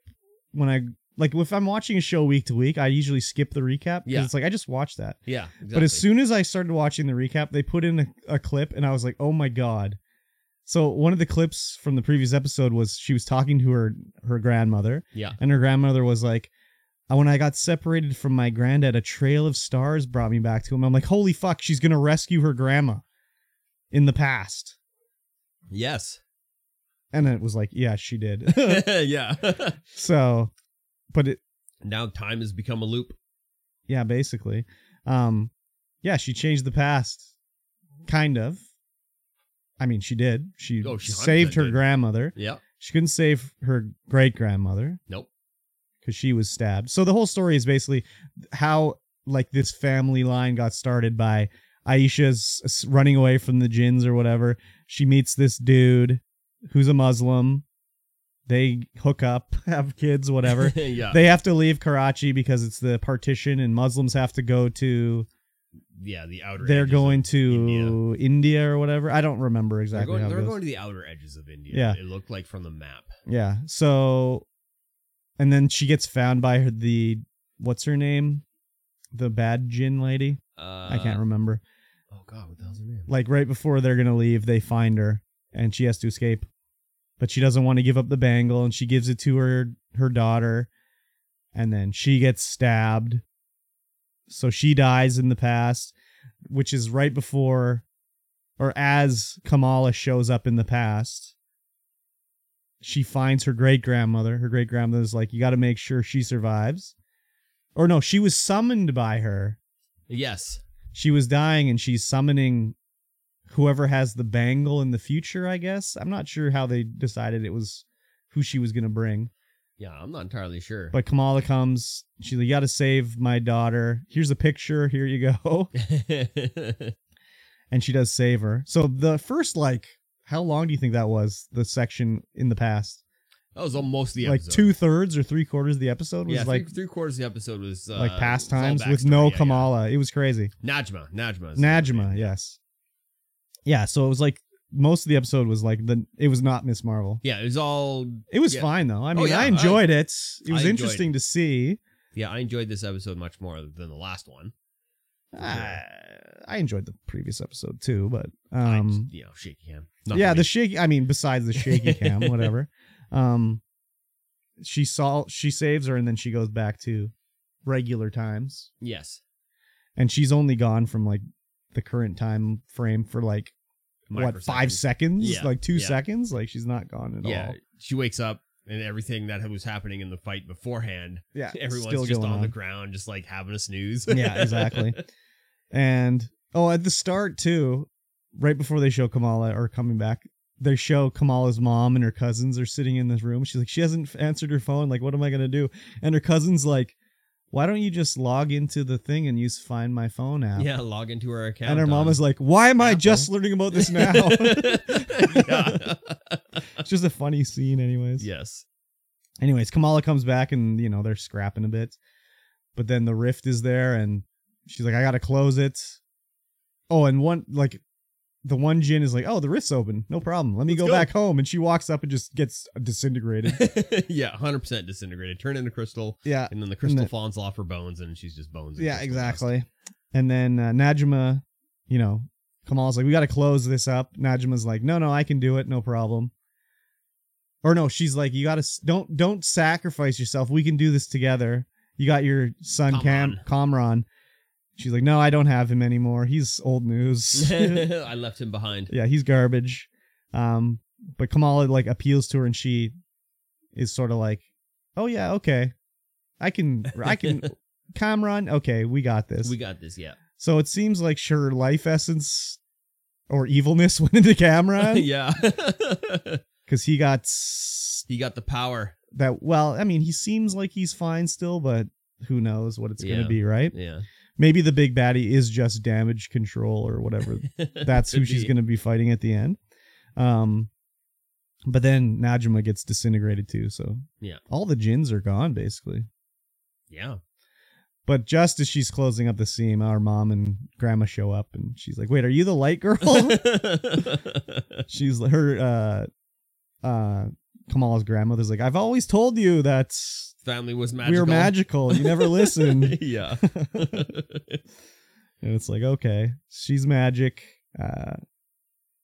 Speaker 1: when I like if I'm watching a show week to week, I usually skip the recap because
Speaker 2: Yeah.
Speaker 1: it's like I just watched that.
Speaker 2: Yeah. Exactly.
Speaker 1: But as soon as I started watching the recap, they put in a, a clip, and I was like, "Oh my god!" So one of the clips from the previous episode was she was talking to her her grandmother,
Speaker 2: yeah.
Speaker 1: and her grandmother was like, "Uh, "When I got separated from my granddad, a trail of stars brought me back to him." I'm like, "Holy fuck!" She's gonna rescue her grandma in the past,
Speaker 2: Yes.
Speaker 1: and it was like, "Yeah, she did."
Speaker 2: yeah.
Speaker 1: so, but it,
Speaker 2: now time has become a loop.
Speaker 1: yeah, basically, um, yeah, she changed the past, kind of. I mean, she did. She,
Speaker 2: Oh, she
Speaker 1: saved
Speaker 2: 100%
Speaker 1: her
Speaker 2: did.
Speaker 1: grandmother.
Speaker 2: Yep.
Speaker 1: She couldn't save her great grandmother
Speaker 2: Nope.
Speaker 1: because she was stabbed. So the whole story is basically how like this family line got started by Aisha's s- running away from the jinns or whatever. She meets this dude who's a Muslim. They hook up, have kids, whatever.
Speaker 2: yeah.
Speaker 1: they have to leave Karachi because it's the partition, and Muslims have to go to.
Speaker 2: yeah. The outer.
Speaker 1: They're
Speaker 2: edges
Speaker 1: going
Speaker 2: of India.
Speaker 1: to India. or whatever. I don't remember
Speaker 2: They're
Speaker 1: exactly
Speaker 2: going,
Speaker 1: how it
Speaker 2: they're
Speaker 1: goes.
Speaker 2: going to the outer edges of India.
Speaker 1: Yeah.
Speaker 2: It looked like from the map.
Speaker 1: Yeah. So, and then she gets found by her, the what's her name, the bad gin lady.
Speaker 2: Uh,
Speaker 1: I can't remember.
Speaker 2: Oh God, what the hell's her name?
Speaker 1: Like right before they're gonna leave, they find her, and she has to escape. But she doesn't want to give up the bangle, and she gives it to her her daughter, and then she gets stabbed. So she dies in the past, which is right before, or as Kamala shows up in the past. She finds her great grandmother. Her great grandmother's like, you got to make sure she survives. Or no, she was summoned by her
Speaker 2: yes.
Speaker 1: she was dying and she's summoning whoever has the bangle in the future i guess i'm not sure how they decided it was who she was going to bring
Speaker 2: Yeah, I'm not entirely sure.
Speaker 1: but kamala comes she's like you gotta save my daughter here's a picture here you go and she does save her so the first like how long do you think that was the section in the past
Speaker 2: That was almost the
Speaker 1: like
Speaker 2: episode.
Speaker 1: two-thirds or three-quarters of the episode was
Speaker 2: yeah,
Speaker 1: like
Speaker 2: three, three quarters of the episode was uh,
Speaker 1: like past
Speaker 2: it's all
Speaker 1: times with no
Speaker 2: backstory, yeah,
Speaker 1: kamala it was crazy
Speaker 2: Yeah. Najma, Najma, is the
Speaker 1: Najma,
Speaker 2: name.
Speaker 1: yes. Yeah, so it was like most of the episode was like the it was not Miss Marvel.
Speaker 2: yeah, it was all.
Speaker 1: It was
Speaker 2: Yeah.
Speaker 1: fine though. I
Speaker 2: Oh,
Speaker 1: mean,
Speaker 2: yeah,
Speaker 1: I
Speaker 2: I-
Speaker 1: enjoyed it. It
Speaker 2: I
Speaker 1: was
Speaker 2: enjoyed
Speaker 1: interesting to see.
Speaker 2: Yeah, I enjoyed this episode much more than the last one.
Speaker 1: Uh, I enjoyed the previous episode too, but
Speaker 2: I
Speaker 1: um
Speaker 2: just, you know, shake him. Not
Speaker 1: yeah,
Speaker 2: for me.
Speaker 1: the shaky. I mean, besides the shaky cam, whatever. Um, she saw she saves her and then she goes back to regular times,
Speaker 2: yes,
Speaker 1: and she's only gone from like the current time frame for like what five
Speaker 2: Microseconds.
Speaker 1: seconds,
Speaker 2: Yeah,
Speaker 1: like two
Speaker 2: yeah.
Speaker 1: seconds. Like she's not gone at
Speaker 2: Yeah,
Speaker 1: all.
Speaker 2: she wakes up and everything that was happening in the fight beforehand.
Speaker 1: Yeah,
Speaker 2: Everyone's just on, the ground, just like having a snooze.
Speaker 1: Yeah, exactly. And oh, at the start too, right before they show Kamala or coming back, they show Kamala's mom and her cousins are sitting in this room. She's like, she hasn't f- answered her phone. Like, what am I gonna do? And her cousin's like, why don't you just log into the thing and use Find My Phone app?
Speaker 2: yeah, log into her account.
Speaker 1: And her mom
Speaker 2: on-
Speaker 1: is like, why am I
Speaker 2: Apple.
Speaker 1: just learning about this now?
Speaker 2: yeah.
Speaker 1: it's just a funny scene, anyways.
Speaker 2: Yes.
Speaker 1: anyways, Kamala comes back and you know they're scrapping a bit, but then the rift is there and she's like, "I gotta close it." Oh, and one like the one Jin is like, "Oh, the rift's open, no problem. Let me
Speaker 2: Let's
Speaker 1: go,
Speaker 2: go."
Speaker 1: back home." And she walks up and just gets disintegrated.
Speaker 2: yeah, 100% disintegrated. Turn into crystal,
Speaker 1: yeah,
Speaker 2: and then the crystal
Speaker 1: then-
Speaker 2: falls off her bones, and she's just bones. and
Speaker 1: yeah,
Speaker 2: crystal dust.
Speaker 1: exactly. And then uh, Najma, you know, Kamala's like, "We gotta close this up." Najma's like, "No, no, I can do it, no problem." Or no, she's like, "You gotta s- don't don't sacrifice yourself. We can do this together." You got your son Cam Kamran. She's like, "No, I don't have him anymore. He's old news.
Speaker 2: I left him behind.
Speaker 1: yeah, he's garbage." Um, but Kamala like appeals to her, and she is sort of like, "Oh yeah, okay, I can, I can." Kamran, okay, we got this.
Speaker 2: we got this, yeah.
Speaker 1: So it seems like sure life essence or evilness went into Cameron
Speaker 2: yeah.
Speaker 1: because he got s-
Speaker 2: he got the power.
Speaker 1: that. Well, I mean, he seems like he's fine still, but who knows what it's going
Speaker 2: Yeah.
Speaker 1: to be, right?
Speaker 2: Yeah.
Speaker 1: Maybe the big baddie is just damage control or whatever. That's who
Speaker 2: Could
Speaker 1: she's
Speaker 2: be.
Speaker 1: going to be fighting at the end. Um, but then Najima gets disintegrated too. So
Speaker 2: Yeah.
Speaker 1: all the gins are gone basically.
Speaker 2: Yeah.
Speaker 1: But just as she's closing up the seam, our mom and grandma show up, and she's like, "Wait, are you the light girl?" she's her uh uh Kamala's grandmother's like, I've always told you that
Speaker 2: Family was magical.
Speaker 1: we were magical. You never listened.
Speaker 2: yeah.
Speaker 1: and it's like, okay, she's magic. Uh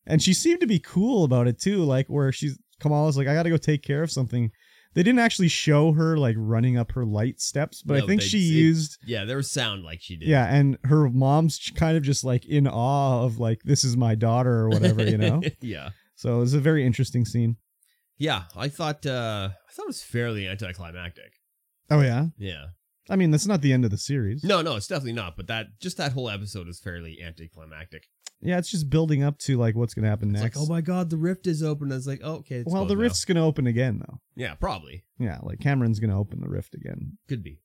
Speaker 1: and she seemed to be cool about it too, like where she's Kamala's like, I gotta go take care of something. They didn't actually show her like running up her light steps, but I
Speaker 2: No,
Speaker 1: think
Speaker 2: they-
Speaker 1: she
Speaker 2: it-
Speaker 1: used
Speaker 2: yeah, there was sound like she did.
Speaker 1: yeah, and her mom's kind of just like in awe of like this is my daughter or whatever, you know.
Speaker 2: yeah.
Speaker 1: so it was a very interesting scene.
Speaker 2: Yeah. I thought uh I thought it was fairly anticlimactic.
Speaker 1: Oh yeah.
Speaker 2: Yeah.
Speaker 1: I mean, that's not the end of the series.
Speaker 2: No, no, it's definitely not, but that just that whole episode is fairly anticlimactic.
Speaker 1: yeah, it's just building up to like what's gonna happen
Speaker 2: It's
Speaker 1: next.
Speaker 2: like, oh my god, the rift is open. It's like, oh, okay. It's
Speaker 1: well, the
Speaker 2: closed now.
Speaker 1: rift's gonna open again though.
Speaker 2: Yeah, probably
Speaker 1: Yeah, like Cameron's gonna open the rift again.
Speaker 2: could be.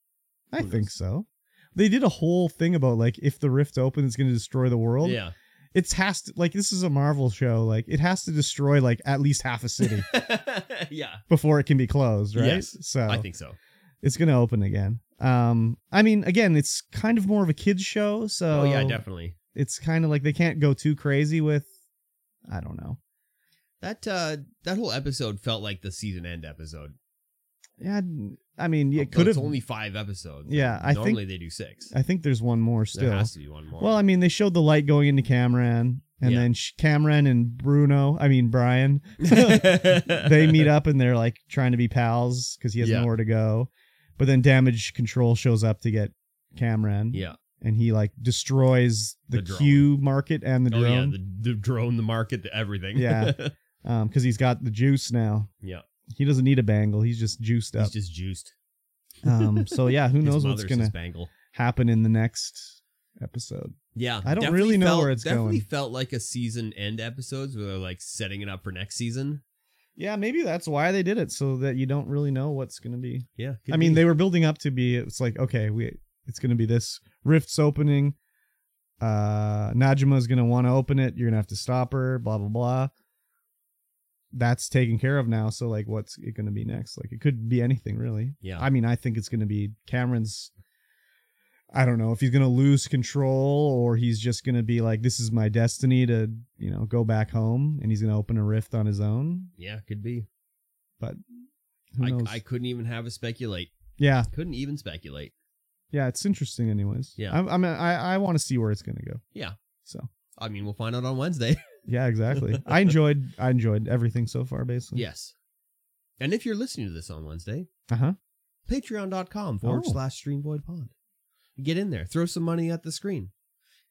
Speaker 1: I
Speaker 2: Who
Speaker 1: think
Speaker 2: knows?
Speaker 1: so. They did a whole thing about like if the rift opens, it's gonna destroy the world.
Speaker 2: yeah,
Speaker 1: It's has to like this is a Marvel show. Like it has to destroy like at least half a city
Speaker 2: yeah.
Speaker 1: before it can be closed, right?
Speaker 2: Yes,
Speaker 1: so
Speaker 2: I think so.
Speaker 1: it's gonna open again. Um, I mean, again, it's kind of more of a kids show, so
Speaker 2: oh yeah, definitely.
Speaker 1: It's kind of like they can't go too crazy with, I don't know.
Speaker 2: That uh, that whole episode felt like the season end episode.
Speaker 1: Yeah, I mean,
Speaker 2: Although
Speaker 1: it could have.
Speaker 2: Oh, It's only five episodes.
Speaker 1: Yeah, I think-
Speaker 2: normally they do six.
Speaker 1: I think there's one more
Speaker 2: There
Speaker 1: still.
Speaker 2: has to be one more.
Speaker 1: Well, I mean, they showed the light going into Camran, and
Speaker 2: Yeah.
Speaker 1: then sh- Camran and Bruno, I mean Brian, they meet up and they're like trying to be pals because he has
Speaker 2: Yeah.
Speaker 1: nowhere to go. But then Damage Control shows up to get Camran,
Speaker 2: Yeah.
Speaker 1: and he like destroys the,
Speaker 2: The drone.
Speaker 1: Q market and the
Speaker 2: oh yeah,
Speaker 1: drone.
Speaker 2: the, the drone, the market, the everything.
Speaker 1: Yeah. um because he's got the juice now
Speaker 2: yeah.
Speaker 1: he doesn't need a bangle he's just juiced
Speaker 2: He's
Speaker 1: up
Speaker 2: just juiced.
Speaker 1: um so yeah who
Speaker 2: His
Speaker 1: knows what's
Speaker 2: mother's
Speaker 1: gonna
Speaker 2: his bangle.
Speaker 1: happen in the next episode
Speaker 2: Yeah,
Speaker 1: I don't
Speaker 2: definitely
Speaker 1: really know
Speaker 2: felt-
Speaker 1: where it's
Speaker 2: definitely
Speaker 1: going.
Speaker 2: felt like a season end episodes where they're like setting it up for next season.
Speaker 1: yeah maybe that's why they did it so that you don't really know what's gonna be
Speaker 2: Yeah,
Speaker 1: i mean they were building up to be it's like okay we it's gonna be this rifts opening uh najima's gonna want to open it you're gonna have to stop her blah blah blah that's taken care of now so like what's it gonna be next like it could be anything really
Speaker 2: yeah,
Speaker 1: I mean, I think it's going to be Cameron's. I don't know if he's going to lose control or he's just going to be like, "This is my destiny to, you know, go back home," and he's going to open a rift on his own.
Speaker 2: yeah, could be.
Speaker 1: Who
Speaker 2: I,
Speaker 1: knows?
Speaker 2: I couldn't even have a speculate.
Speaker 1: yeah,
Speaker 2: Couldn't even speculate.
Speaker 1: yeah, it's interesting, anyways.
Speaker 2: Yeah.
Speaker 1: I'm, I'm, I, I want to see where it's going to go.
Speaker 2: Yeah.
Speaker 1: So
Speaker 2: I mean, we'll find out on Wednesday.
Speaker 1: yeah, exactly. I enjoyed, I enjoyed everything so far, basically.
Speaker 2: yes. And if you're listening to this on Wednesday,
Speaker 1: Uh huh.
Speaker 2: patreon.com forward
Speaker 1: Oh.
Speaker 2: slash stream void pod. Get in there, throw some money at the screen,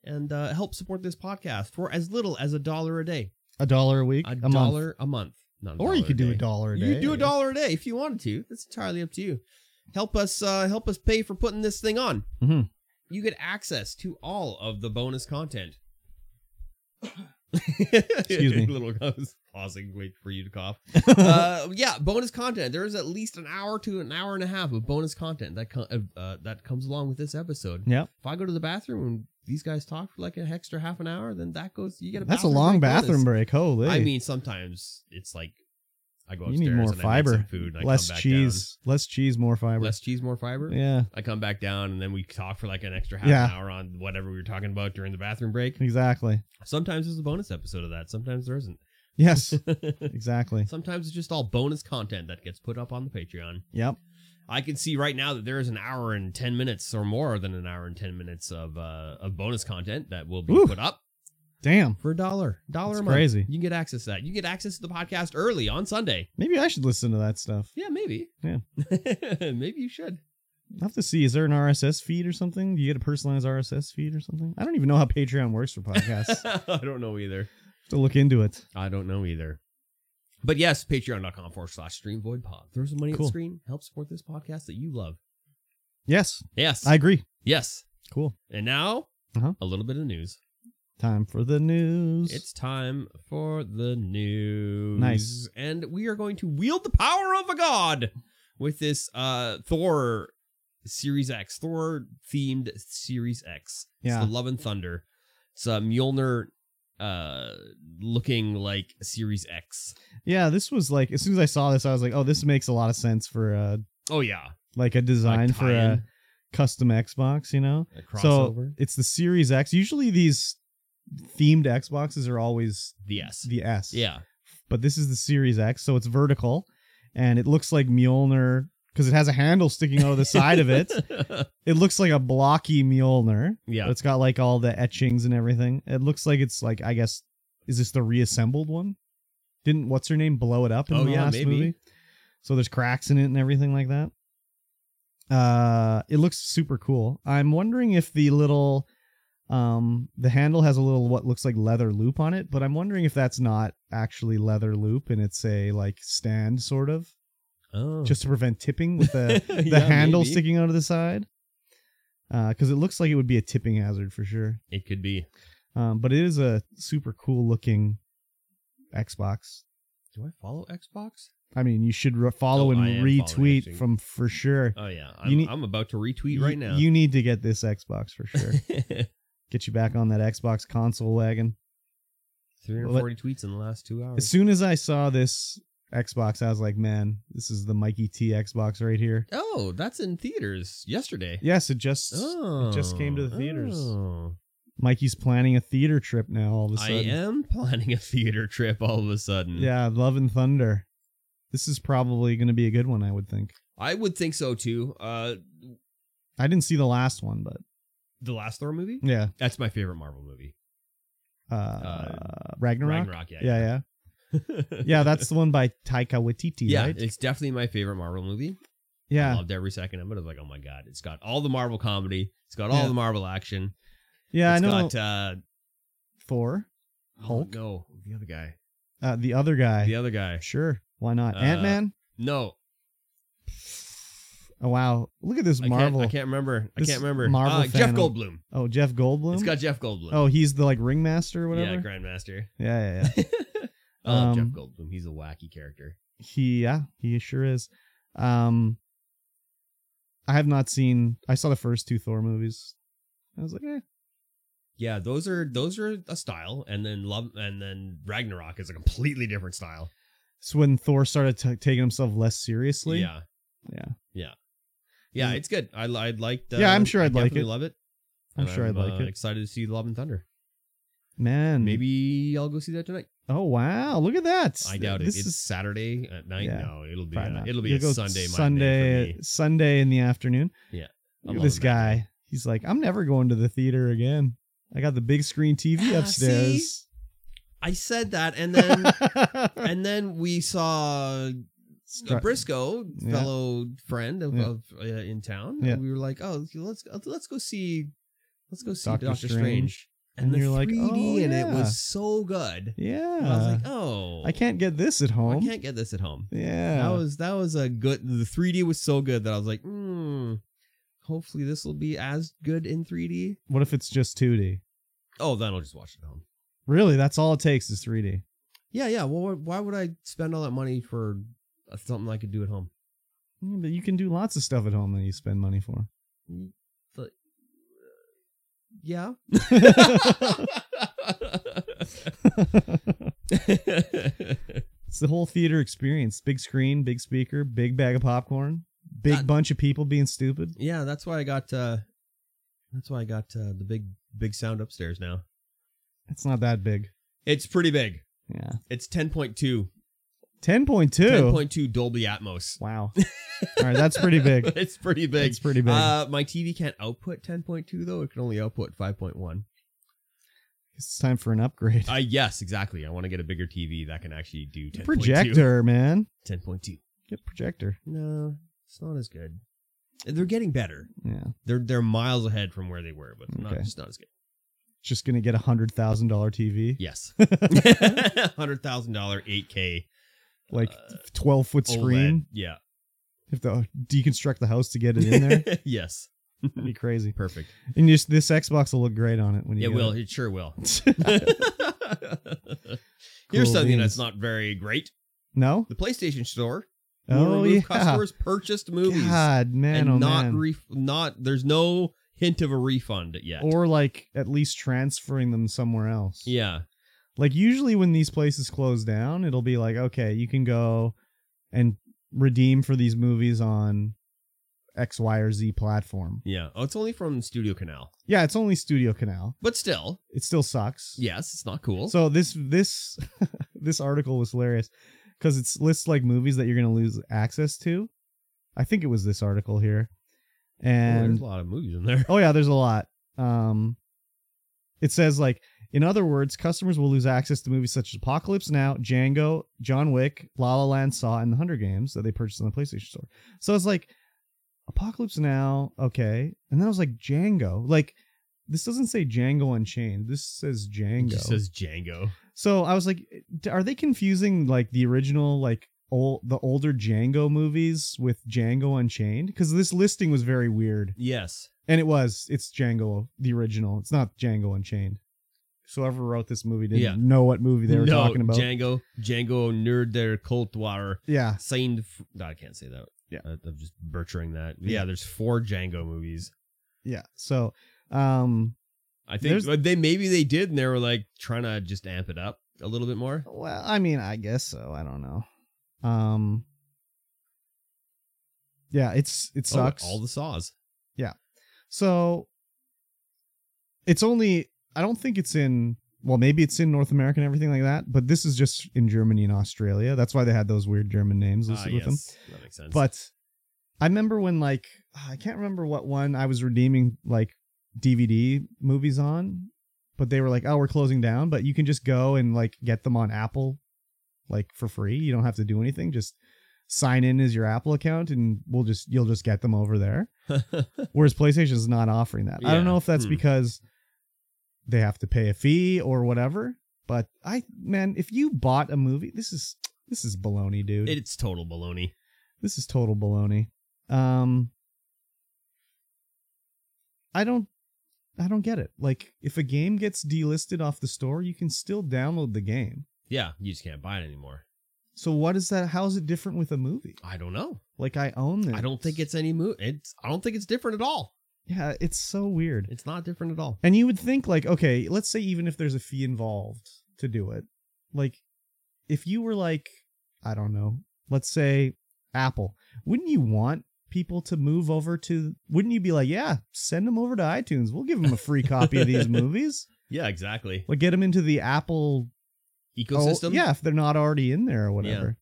Speaker 2: and uh, help support this podcast for as little as a dollar a day,
Speaker 1: A dollar a week,
Speaker 2: a,
Speaker 1: a, month.
Speaker 2: dollar a month. Not a
Speaker 1: or you
Speaker 2: dollar
Speaker 1: could do a
Speaker 2: day.
Speaker 1: dollar a day.
Speaker 2: You could do a dollar a day if you wanted to. That's entirely up to you. Help us uh, help us pay for putting this thing on.
Speaker 1: Mhm.
Speaker 2: You get access to all of the bonus content.
Speaker 1: me.
Speaker 2: Little I was pausing, wait for you to cough. uh, yeah, bonus content. There is at least an hour to an hour and a half of bonus content that co- uh, uh, that comes along with this episode.
Speaker 1: Yep.
Speaker 2: If I go to the bathroom and these guys talk for like an extra half an hour, then that goes. You get a
Speaker 1: That's a
Speaker 2: bathroom
Speaker 1: long
Speaker 2: break bonus.
Speaker 1: bathroom break. Holy.
Speaker 2: I mean, sometimes it's like I go
Speaker 1: You
Speaker 2: upstairs
Speaker 1: need more
Speaker 2: and I make some
Speaker 1: fiber.
Speaker 2: food and I
Speaker 1: less
Speaker 2: come back
Speaker 1: cheese, less cheese, more
Speaker 2: down.
Speaker 1: fiber.
Speaker 2: Less cheese, more fiber.
Speaker 1: yeah.
Speaker 2: I come back down and then we talk for like an extra half an
Speaker 1: Yeah.
Speaker 2: hour on whatever we were talking about during the bathroom break.
Speaker 1: Exactly.
Speaker 2: Sometimes there's a bonus episode of that. Sometimes there isn't.
Speaker 1: Yes, exactly.
Speaker 2: sometimes it's just all bonus content that gets put up on the Patreon.
Speaker 1: Yep.
Speaker 2: I can see right now that there is an hour and ten minutes or more than an hour and ten minutes of uh, of bonus content that will be
Speaker 1: Woo.
Speaker 2: put up
Speaker 1: Damn.
Speaker 2: for a dollar. Dollar
Speaker 1: That's
Speaker 2: a month.
Speaker 1: crazy.
Speaker 2: You can get access to that. You can get access to the podcast early on Sunday.
Speaker 1: Maybe I should listen to that stuff.
Speaker 2: Yeah, maybe.
Speaker 1: Yeah.
Speaker 2: maybe you should.
Speaker 1: I'll have to see. Is there an RSS feed or something? Do you get a personalized RSS feed or something? I don't even know how Patreon works for podcasts. have
Speaker 2: I don't know either.
Speaker 1: to look into it.
Speaker 2: I don't know either. But yes, patreon.com forward slash stream void pod. Throw some money at
Speaker 1: Cool.
Speaker 2: the screen. Help support this podcast that you love.
Speaker 1: Yes,
Speaker 2: Yes.
Speaker 1: I agree.
Speaker 2: yes.
Speaker 1: Cool.
Speaker 2: And now,
Speaker 1: Uh-huh.
Speaker 2: a little bit of news.
Speaker 1: Time for the news.
Speaker 2: It's time for the news.
Speaker 1: Nice.
Speaker 2: And we are going to wield the power of a god with this uh Thor Series X, Thor themed Series X.
Speaker 1: Yeah.
Speaker 2: It's the Love and Thunder. It's a Mjolnir uh looking like Series X.
Speaker 1: yeah. This was like as soon as I saw this, I was like, oh, this makes a lot of sense for uh
Speaker 2: Oh yeah.
Speaker 1: like a design for a custom Xbox. You know.
Speaker 2: a
Speaker 1: So it's the Series X. Usually these themed Xboxes are always
Speaker 2: the S.
Speaker 1: the S.
Speaker 2: yeah.
Speaker 1: but this is the Series X, so it's vertical, and it looks like Mjolnir because it has a handle sticking out of the side of it. It looks like a blocky Mjolnir.
Speaker 2: yeah.
Speaker 1: It's got like all the etchings and everything. It looks like it's like I guess is this the reassembled one? Didn't what's her name blow it up in
Speaker 2: Oh,
Speaker 1: the
Speaker 2: yeah,
Speaker 1: last
Speaker 2: maybe.
Speaker 1: movie? So there's cracks in it and everything like that. Uh, it looks super cool. I'm wondering if the little um the handle has a little what looks like leather loop on it, but I'm wondering if that's not actually leather loop and it's a like stand sort of
Speaker 2: Oh.
Speaker 1: just to prevent tipping with the
Speaker 2: the
Speaker 1: the handle sticking out of the side. Uh, because it looks like it would be a tipping hazard for sure.
Speaker 2: It could be.
Speaker 1: Um, but it is a super cool looking Xbox.
Speaker 2: Do I follow Xbox?
Speaker 1: I mean, you should re- follow
Speaker 2: Oh, I am
Speaker 1: and
Speaker 2: following
Speaker 1: retweet
Speaker 2: actually.
Speaker 1: from for sure.
Speaker 2: Oh yeah, I'm,
Speaker 1: You need-
Speaker 2: I'm about to retweet
Speaker 1: You-
Speaker 2: right now.
Speaker 1: You need to get this Xbox for sure. get you back on that Xbox console wagon.
Speaker 2: 340 tweets in the last two
Speaker 1: As
Speaker 2: hours.
Speaker 1: soon as I saw this Xbox, I was like, man, this is the Mikey T Xbox right here.
Speaker 2: Oh, that's in theaters yesterday.
Speaker 1: Yes, it just
Speaker 2: Oh,
Speaker 1: just came to the theaters.
Speaker 2: oh.
Speaker 1: Mikey's planning a theater trip now all of a
Speaker 2: I
Speaker 1: sudden.
Speaker 2: am planning a theater trip all of a sudden.
Speaker 1: Yeah, Love and Thunder. This is probably going to be a good one, I would think.
Speaker 2: I would think so too. Uh,
Speaker 1: I didn't see the last one, but
Speaker 2: the last Thor movie.
Speaker 1: yeah,
Speaker 2: That's my favorite Marvel movie.
Speaker 1: uh,
Speaker 2: Uh,
Speaker 1: Ragnarok.
Speaker 2: Ragnarok. Yeah.
Speaker 1: yeah, yeah,
Speaker 2: Yeah.
Speaker 1: yeah. That's the one by Taika Waititi,
Speaker 2: Yeah,
Speaker 1: right?
Speaker 2: it's definitely my favorite Marvel movie. I
Speaker 1: Yeah,
Speaker 2: loved every second of it. I was like, oh my god, it's got all the Marvel comedy, it's got all
Speaker 1: Yeah.
Speaker 2: the Marvel action.
Speaker 1: yeah.
Speaker 2: It's
Speaker 1: I know
Speaker 2: got uh, oh,
Speaker 1: Thor, Hulk?
Speaker 2: No, the other guy.
Speaker 1: uh, the other guy.
Speaker 2: The other guy.
Speaker 1: Sure, why not?
Speaker 2: Uh,
Speaker 1: Ant Man.
Speaker 2: No,
Speaker 1: Oh wow, look at this
Speaker 2: I
Speaker 1: Marvel.
Speaker 2: Can't, I can't remember. I
Speaker 1: This
Speaker 2: can't remember.
Speaker 1: Marvel
Speaker 2: uh, Jeff
Speaker 1: fan of-
Speaker 2: Goldblum.
Speaker 1: Oh, Jeff Goldblum.
Speaker 2: It's got Jeff Goldblum.
Speaker 1: oh, he's the like ringmaster or whatever.
Speaker 2: yeah, Grandmaster.
Speaker 1: yeah, yeah, yeah.
Speaker 2: I love Jeff
Speaker 1: Um,
Speaker 2: Goldblum. He's a wacky character.
Speaker 1: He yeah, he sure is. Um I have not seen I saw the first two Thor movies. I was like, eh.
Speaker 2: Yeah, those are those are a style, and then love, and then Ragnarok is a completely different style.
Speaker 1: It's when Thor started t- taking himself less seriously.
Speaker 2: Yeah,
Speaker 1: Yeah.
Speaker 2: yeah, yeah.
Speaker 1: Mm.
Speaker 2: It's good. I I liked. Uh,
Speaker 1: Yeah, I'm sure I'd
Speaker 2: I
Speaker 1: like
Speaker 2: definitely
Speaker 1: it.
Speaker 2: Love it.
Speaker 1: I'm
Speaker 2: And
Speaker 1: sure I'd like
Speaker 2: uh,
Speaker 1: it.
Speaker 2: Excited to see Love and Thunder.
Speaker 1: Man.
Speaker 2: Maybe I'll go see that tonight.
Speaker 1: Oh wow, look at that.
Speaker 2: I doubt it.
Speaker 1: This
Speaker 2: It's
Speaker 1: is
Speaker 2: Saturday at night.
Speaker 1: Yeah,
Speaker 2: no, it'll be
Speaker 1: probably
Speaker 2: a,
Speaker 1: not.
Speaker 2: it'll be
Speaker 1: You'll
Speaker 2: a
Speaker 1: go
Speaker 2: Sunday.
Speaker 1: Sunday
Speaker 2: Monday for me.
Speaker 1: Sunday in the afternoon.
Speaker 2: Yeah.
Speaker 1: Look
Speaker 2: I'm
Speaker 1: at this
Speaker 2: loving that.
Speaker 1: guy. He's like, I'm never going to the theater again. I got the big screen TV
Speaker 2: Ah,
Speaker 1: upstairs.
Speaker 2: I said that, and then and then we saw
Speaker 1: Stri-
Speaker 2: Briscoe,
Speaker 1: Yeah.
Speaker 2: fellow friend of,
Speaker 1: Yeah.
Speaker 2: of uh, in town.
Speaker 1: Yeah.
Speaker 2: And we were like, oh, let's let's go see, let's go see
Speaker 1: Doctor
Speaker 2: Doctor, Strange.
Speaker 1: Strange.
Speaker 2: And,
Speaker 1: And
Speaker 2: the
Speaker 1: you're like,
Speaker 2: 3D
Speaker 1: oh,
Speaker 2: in it
Speaker 1: yeah.
Speaker 2: was so good.
Speaker 1: yeah.
Speaker 2: I was like, oh,
Speaker 1: I can't get this at home.
Speaker 2: I can't get this at home.
Speaker 1: Yeah.
Speaker 2: That was that was a good. The 3D was so good that I was like, hmm. Hopefully this will be as good in 3D.
Speaker 1: what if it's just 2D?
Speaker 2: Oh, then I'll just watch it at home.
Speaker 1: Really, that's all it takes is 3D.
Speaker 2: Yeah, yeah. Well, wh- why would I spend all that money for uh, something I could do at home?
Speaker 1: Yeah, but you can do lots of stuff at home that you spend money for.
Speaker 2: uh, Yeah.
Speaker 1: It's the whole theater experience. Big screen, big speaker, big bag of popcorn, big
Speaker 2: That-
Speaker 1: bunch of people being stupid.
Speaker 2: yeah, that's why I got uh that's why I got uh, the big big sound upstairs now.
Speaker 1: It's not that big.
Speaker 2: It's pretty big.
Speaker 1: Yeah.
Speaker 2: It's 10.2.
Speaker 1: 10.2.
Speaker 2: 10.2 Dolby Atmos.
Speaker 1: Wow. all right, that's pretty big.
Speaker 2: it's pretty big.
Speaker 1: It's pretty big.
Speaker 2: Uh my TV can't output 10.2 though. It can only output 5.1.
Speaker 1: it's time for an upgrade.
Speaker 2: Uh yes, exactly. I want to get a bigger TV that can actually do 10.2.
Speaker 1: projector, man.
Speaker 2: 10.2.
Speaker 1: Get projector.
Speaker 2: No, it's not as good. They're getting better.
Speaker 1: Yeah.
Speaker 2: They're they're miles ahead from where they were, but not
Speaker 1: Okay.
Speaker 2: just not as good.
Speaker 1: Just going to get a $100,000 TV.
Speaker 2: Yes, hundred thousand dollar eight K E
Speaker 1: Like 12 foot screen.
Speaker 2: Yeah,
Speaker 1: Have to deconstruct the house to get it in there.
Speaker 2: yes,
Speaker 1: That'd be crazy.
Speaker 2: perfect.
Speaker 1: And just this Xbox will look great on it when you
Speaker 2: It
Speaker 1: get
Speaker 2: will. It sure will.
Speaker 1: it. Cool
Speaker 2: Here's something
Speaker 1: beans.
Speaker 2: that's not very great.
Speaker 1: no?
Speaker 2: The PlayStation Store will
Speaker 1: Oh
Speaker 2: remove
Speaker 1: yeah.
Speaker 2: customers purchased movies
Speaker 1: God, man,
Speaker 2: and
Speaker 1: oh
Speaker 2: not
Speaker 1: man.
Speaker 2: ref- not. There's no hint of a refund yet.
Speaker 1: or like at least transferring them somewhere else.
Speaker 2: yeah,
Speaker 1: Like usually when these places close down, it'll be like, okay, you can go and redeem for these movies on X, Y, or Z platform.
Speaker 2: yeah. Oh, it's only from Studio Canal,
Speaker 1: Yeah, it's only Studio Canal.
Speaker 2: but still,
Speaker 1: It still sucks.
Speaker 2: yes, it's not cool.
Speaker 1: So this this this article was hilarious because it's lists like movies that you're gonna lose access to. I think it was this article here,
Speaker 2: Oh,
Speaker 1: and
Speaker 2: there's a lot of movies in there.
Speaker 1: oh yeah, there's a lot. Um, it says like in other words, customers will lose access to movies such as Apocalypse Now, Django, John Wick, La La Land, Saw, and The Hunger Games that they purchased on the PlayStation Store. So it's like Apocalypse Now, okay, and then I was like Django, like. This doesn't say Django Unchained. This says
Speaker 2: It
Speaker 1: Django.
Speaker 2: just says Django.
Speaker 1: So I was like, d- are they confusing like the original, like old, the older Django movies with Django Unchained? Because this listing was very weird,
Speaker 2: Yes.
Speaker 1: and it was. It's Django, the original. It's not Django Unchained. so whoever wrote this movie didn't
Speaker 2: Yeah.
Speaker 1: know what movie they were
Speaker 2: no,
Speaker 1: talking about.
Speaker 2: Django, Django, nerd der Coldwater,
Speaker 1: yeah,
Speaker 2: signed. F- no, I can't say that.
Speaker 1: Yeah.
Speaker 2: I, I'm just butchering that.
Speaker 1: Yeah.
Speaker 2: Yeah, there's four Django movies.
Speaker 1: yeah. So, um,
Speaker 2: I think
Speaker 1: There's-
Speaker 2: they maybe they did, and they were like trying to just amp it up a little bit more.
Speaker 1: well, I mean, I guess so. I don't know. Um, yeah, it's it
Speaker 2: Oh,
Speaker 1: sucks.
Speaker 2: all the saws.
Speaker 1: So it's only I don't think it's in well maybe it's in North America and everything like that, but this is just in Germany and Australia. That's why they had those weird German names
Speaker 2: Ah,
Speaker 1: listed with them.
Speaker 2: yes, that makes sense.
Speaker 1: But I remember when like ah, I can't remember what one I was redeeming like DVD movies on, but they were like, "Oh, we're closing down, but you can just go and like get them on Apple like for free. You don't have to do anything. Just sign in as your Apple account and we'll just you'll just get them over there." Whereas PlayStation is not offering that. I
Speaker 2: Yeah.
Speaker 1: don't know if that's
Speaker 2: Hmm.
Speaker 1: because they have to pay a fee or whatever. But I, man, if you bought a movie, this is this is baloney, dude.
Speaker 2: it's total baloney.
Speaker 1: this is total baloney. Um, I don't, I don't get it. Like, if a game gets delisted off the store, you can still download the game.
Speaker 2: Yeah, you just can't buy it anymore.
Speaker 1: So what is that? How is it different with a movie?
Speaker 2: I don't know.
Speaker 1: Like I own this.
Speaker 2: I don't think it's any mo It's I don't think it's different at all.
Speaker 1: Yeah, it's so weird.
Speaker 2: It's not different at all.
Speaker 1: And you would think like, okay, let's say even if there's a fee involved to do it, like if you were like, I don't know, let's say Apple, wouldn't you want people to move over to wouldn't you be like, yeah, send them over to iTunes. We'll give them a free copy of these movies.
Speaker 2: Yeah, exactly.
Speaker 1: Like get them into the Apple oh,
Speaker 2: Ecosystem.
Speaker 1: yeah, if they're not already in there or whatever.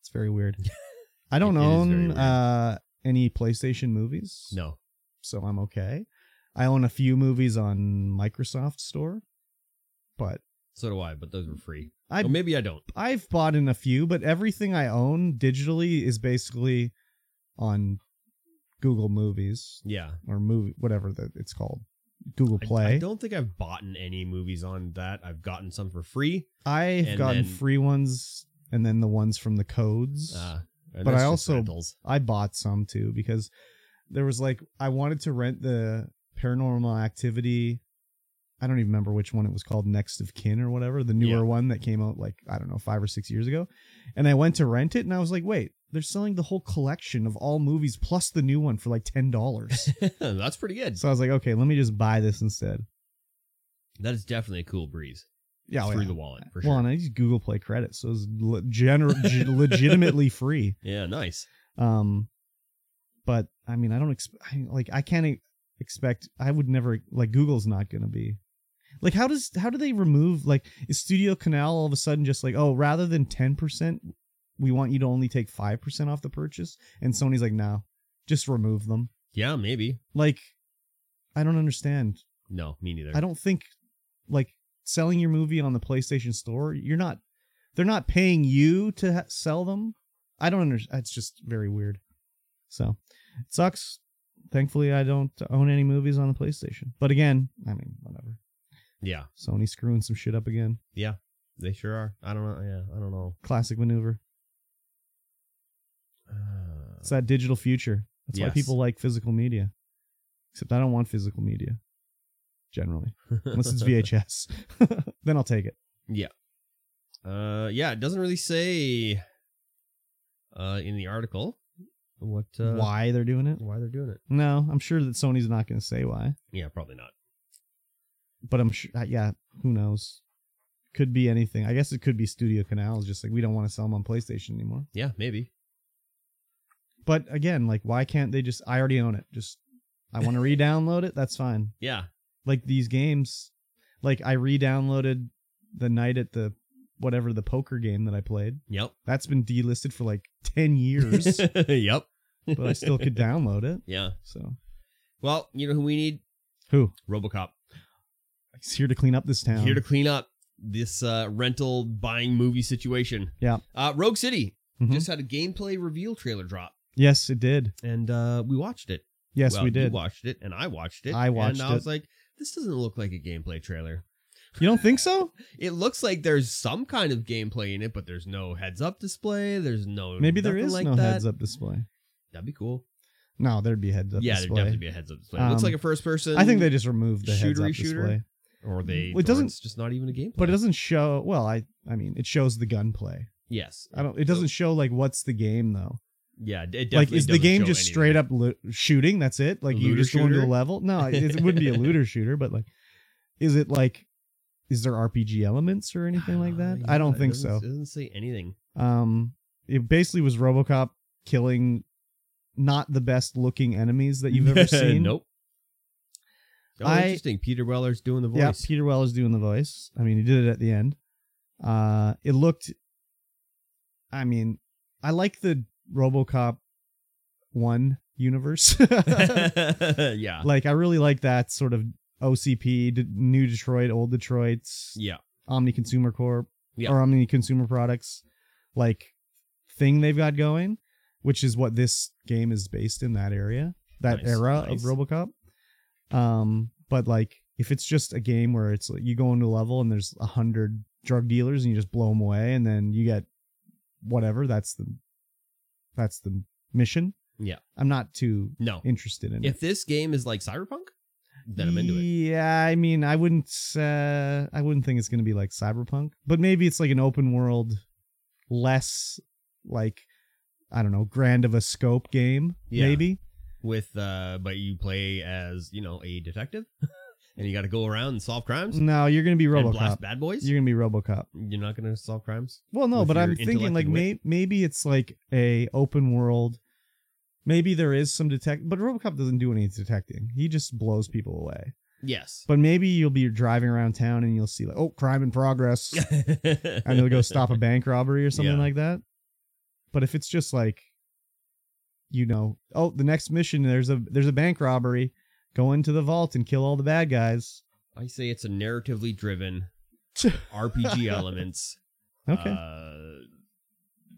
Speaker 1: It's very weird. I don't
Speaker 2: It is very
Speaker 1: own
Speaker 2: weird.
Speaker 1: uh any PlayStation movies
Speaker 2: No.
Speaker 1: so I'm okay. I own a few movies on Microsoft Store, but
Speaker 2: So do I. But those were free.
Speaker 1: I
Speaker 2: or maybe I don't.
Speaker 1: I've bought in a few, but everything I own digitally is basically on Google Movies
Speaker 2: Yeah.
Speaker 1: or movie whatever that it's called, Google
Speaker 2: I-
Speaker 1: Play.
Speaker 2: I,
Speaker 1: I,
Speaker 2: don't think I've bought any movies on that. I've gotten some for free.
Speaker 1: have
Speaker 2: and
Speaker 1: gotten
Speaker 2: then-
Speaker 1: free ones and then the ones from the codes.
Speaker 2: Uh, and
Speaker 1: But
Speaker 2: that's
Speaker 1: I
Speaker 2: just
Speaker 1: also-
Speaker 2: rentals.
Speaker 1: I bought some too because there was like I wanted to rent the Paranormal Activity. I don't even remember which one it was called, Next of Kin or whatever, the newer
Speaker 2: Yeah.
Speaker 1: one that came out like I don't know five or six years ago. And I went to rent it, and I was like, wait, they're selling the whole collection of all movies plus the new one for like ten dollars.
Speaker 2: that's pretty good.
Speaker 1: so I was like, okay, let me just buy this instead.
Speaker 2: That is definitely a cool breeze
Speaker 1: Yeah, oh,
Speaker 2: through
Speaker 1: yeah.
Speaker 2: the wallet for
Speaker 1: well,
Speaker 2: sure.
Speaker 1: and I used Google Play credit, so it's le- gener- g- legitimately free.
Speaker 2: Yeah, nice.
Speaker 1: Um, but I mean, I don't exp- I, like I can't e- expect. I would never like Google's not gonna be. Like how does how do they remove like is Studio Canal all of a sudden just like oh rather than ten percent we want you to only take five percent off the purchase and Sony's like no just remove them
Speaker 2: Yeah, maybe.
Speaker 1: like I don't understand
Speaker 2: No, me neither.
Speaker 1: I don't think like selling your movie on the PlayStation Store you're not they're not paying you to ha- sell them I don't understand it's just very weird so it sucks thankfully I don't own any movies on the PlayStation but again I mean whatever
Speaker 2: Yeah,
Speaker 1: Sony screwing some shit up again
Speaker 2: they sure are. I don't know. Yeah, I don't know.
Speaker 1: classic maneuver
Speaker 2: Uh,
Speaker 1: it's that digital future that's why
Speaker 2: Yes.
Speaker 1: people like physical media except I don't want physical media generally unless it's VHS then I'll take it
Speaker 2: Uh, yeah, it doesn't really say uh in the article what uh,
Speaker 1: why they're doing it
Speaker 2: why they're doing it.
Speaker 1: No, I'm sure that Sony's not going to say why,
Speaker 2: Yeah, probably not.
Speaker 1: but I'm sure. uh, Yeah, who knows? Could be anything. I guess it could be Studio Canal. It's just like we don't want to sell them on PlayStation anymore.
Speaker 2: Yeah, maybe.
Speaker 1: But again, like why can't they just? I already own it. Just I want to re-download it. That's fine.
Speaker 2: Yeah,
Speaker 1: Like these games, like I re-downloaded the night at the whatever the poker game that I played.
Speaker 2: yep,
Speaker 1: That's been delisted for like ten years,
Speaker 2: yep.
Speaker 1: but I still could download it.
Speaker 2: Yeah.
Speaker 1: So
Speaker 2: Well, you know who we need?
Speaker 1: who?
Speaker 2: RoboCop.
Speaker 1: He's here to clean up this town.
Speaker 2: Here to clean up this uh rental buying movie situation.
Speaker 1: Yeah.
Speaker 2: Uh, Rogue City
Speaker 1: Mhm.
Speaker 2: just had a gameplay reveal trailer drop,
Speaker 1: yes, it did.
Speaker 2: and uh we watched it.
Speaker 1: Yes,
Speaker 2: well,
Speaker 1: we did.
Speaker 2: You watched it, and I watched it.
Speaker 1: I watched
Speaker 2: and I was
Speaker 1: it.
Speaker 2: like, this doesn't look like a gameplay trailer.
Speaker 1: you don't think so?
Speaker 2: it looks like there's some kind of gameplay in it, but there's no heads up display. There's no
Speaker 1: Maybe there
Speaker 2: nothing
Speaker 1: is
Speaker 2: like
Speaker 1: no
Speaker 2: that.
Speaker 1: heads up display.
Speaker 2: That'd be cool.
Speaker 1: No, there'd be heads up
Speaker 2: yeah,
Speaker 1: display.
Speaker 2: there'd definitely be a heads up display. it looks
Speaker 1: Um,
Speaker 2: like a first person.
Speaker 1: I think they just removed the heads
Speaker 2: shootery
Speaker 1: up
Speaker 2: shooter?
Speaker 1: display.
Speaker 2: or they.
Speaker 1: Well, it doesn't-
Speaker 2: or It's just not even a game.
Speaker 1: but it doesn't show. Well, I I mean, it shows the gunplay.
Speaker 2: Yes,
Speaker 1: I don't. It doesn't show like what's the game though.
Speaker 2: Yeah, it definitely
Speaker 1: Like, is the
Speaker 2: doesn't
Speaker 1: game
Speaker 2: show
Speaker 1: just
Speaker 2: anything.
Speaker 1: straight up lo- shooting? That's it. Like you
Speaker 2: Looter
Speaker 1: just go into a
Speaker 2: shooter?
Speaker 1: level. No, it, it wouldn't be a looter shooter. But like, is it like, is there RPG elements or anything like that?
Speaker 2: Uh,
Speaker 1: I don't
Speaker 2: yeah, it
Speaker 1: think
Speaker 2: doesn't-
Speaker 1: so.
Speaker 2: It doesn't say anything.
Speaker 1: Um, it basically was RoboCop killing not the best looking enemies that you've ever seen.
Speaker 2: nope. Oh,
Speaker 1: I-
Speaker 2: interesting. Peter Weller's doing the voice.
Speaker 1: Yeah, Peter Weller's doing the voice. I mean, he did it at the end. Uh, it looked. I mean, I like the RoboCop one universe.
Speaker 2: yeah.
Speaker 1: like, I really like that sort of OCP, d- New Detroit, Old Detroit,
Speaker 2: Yeah.
Speaker 1: Omni Consumer Corp,
Speaker 2: Yeah.
Speaker 1: or Omni Consumer Products, like thing they've got going, which is what this game is based in that area, that
Speaker 2: Nice,
Speaker 1: era
Speaker 2: nice.
Speaker 1: of RoboCop. Um, but like if it's just a game where it's like you go into a level and there's a hundred drug dealers and you just blow them away and then you get whatever that's the that's the mission.
Speaker 2: Yeah.
Speaker 1: I'm not too
Speaker 2: No.
Speaker 1: interested in it.
Speaker 2: If this game is like Cyberpunk, then I'm into it.
Speaker 1: Yeah, I mean, I wouldn't, uh, I wouldn't think it's gonna be like Cyberpunk, but maybe it's like an open world, less like, I don't know, grand of a scope game.
Speaker 2: Yeah.
Speaker 1: Maybe
Speaker 2: With uh but you play as, you know, a detective and you gotta go around and solve crimes
Speaker 1: no, you're gonna be
Speaker 2: and blast
Speaker 1: RoboCop.
Speaker 2: bad boys. You're,
Speaker 1: You're gonna be RoboCop.
Speaker 2: not gonna solve crimes?
Speaker 1: Well, no,
Speaker 2: With
Speaker 1: but
Speaker 2: your
Speaker 1: I'm thinking
Speaker 2: intellect
Speaker 1: like
Speaker 2: and wit.
Speaker 1: may- maybe it's like a open world. Maybe there is some detect, but RoboCop doesn't do any detecting. He just blows people away.
Speaker 2: Yes.
Speaker 1: But maybe you'll be driving around town and you'll see like, oh, crime in progress. and
Speaker 2: and
Speaker 1: they'll go stop a bank robbery or something
Speaker 2: Yeah.
Speaker 1: like that. But if it's just like, you know, oh, the next mission there's a there's a bank robbery, go into the vault and kill all the bad guys.
Speaker 2: I say it's a narratively driven Uh, RPG elements.
Speaker 1: Okay,
Speaker 2: Uh,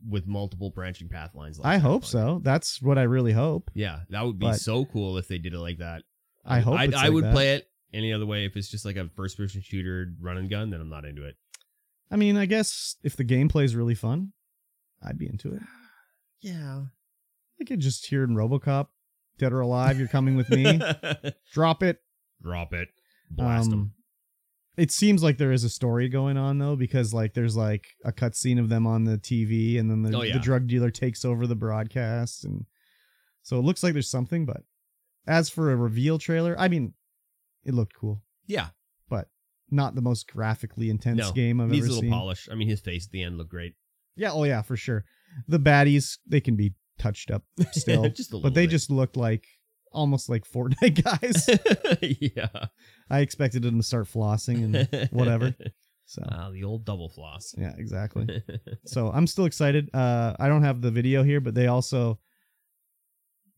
Speaker 2: with multiple branching path lines.
Speaker 1: I
Speaker 2: Cyberpunk.
Speaker 1: hope so. That's what I really hope.
Speaker 2: Yeah, that would be
Speaker 1: But-
Speaker 2: so cool if they did it like that.
Speaker 1: I hope
Speaker 2: I,
Speaker 1: it's
Speaker 2: I
Speaker 1: like
Speaker 2: would
Speaker 1: that.
Speaker 2: play it any other way. If it's just like a first-person shooter run and gun, then I'm not into it.
Speaker 1: I mean, I guess if the gameplay is really fun, I'd be into it.
Speaker 2: Yeah,
Speaker 1: I could just hear in RoboCop, Dead or Alive, you're coming with me. Drop it.
Speaker 2: drop it, blast
Speaker 1: Um,
Speaker 2: them.
Speaker 1: It seems like there is a story going on though, because like there's like a cutscene of them on the TV, and then the,
Speaker 2: Oh, yeah.
Speaker 1: the drug dealer takes over the broadcast, and so it looks like there's something. But as for a reveal trailer, I mean, it looked cool.
Speaker 2: Yeah,
Speaker 1: Not the most graphically intense
Speaker 2: No,
Speaker 1: game I've
Speaker 2: needs a
Speaker 1: ever
Speaker 2: little
Speaker 1: seen.
Speaker 2: polish. I mean, his face at the end looked great.
Speaker 1: Yeah, oh yeah, for sure. The baddies they can be touched up still,
Speaker 2: just a little
Speaker 1: but they
Speaker 2: bit.
Speaker 1: just looked like almost like Fortnite guys.
Speaker 2: yeah,
Speaker 1: I expected them to start flossing and Mm, whatever. So
Speaker 2: Ah, the old double floss.
Speaker 1: yeah, exactly. so I'm still excited. Uh, I don't have the video here, but they also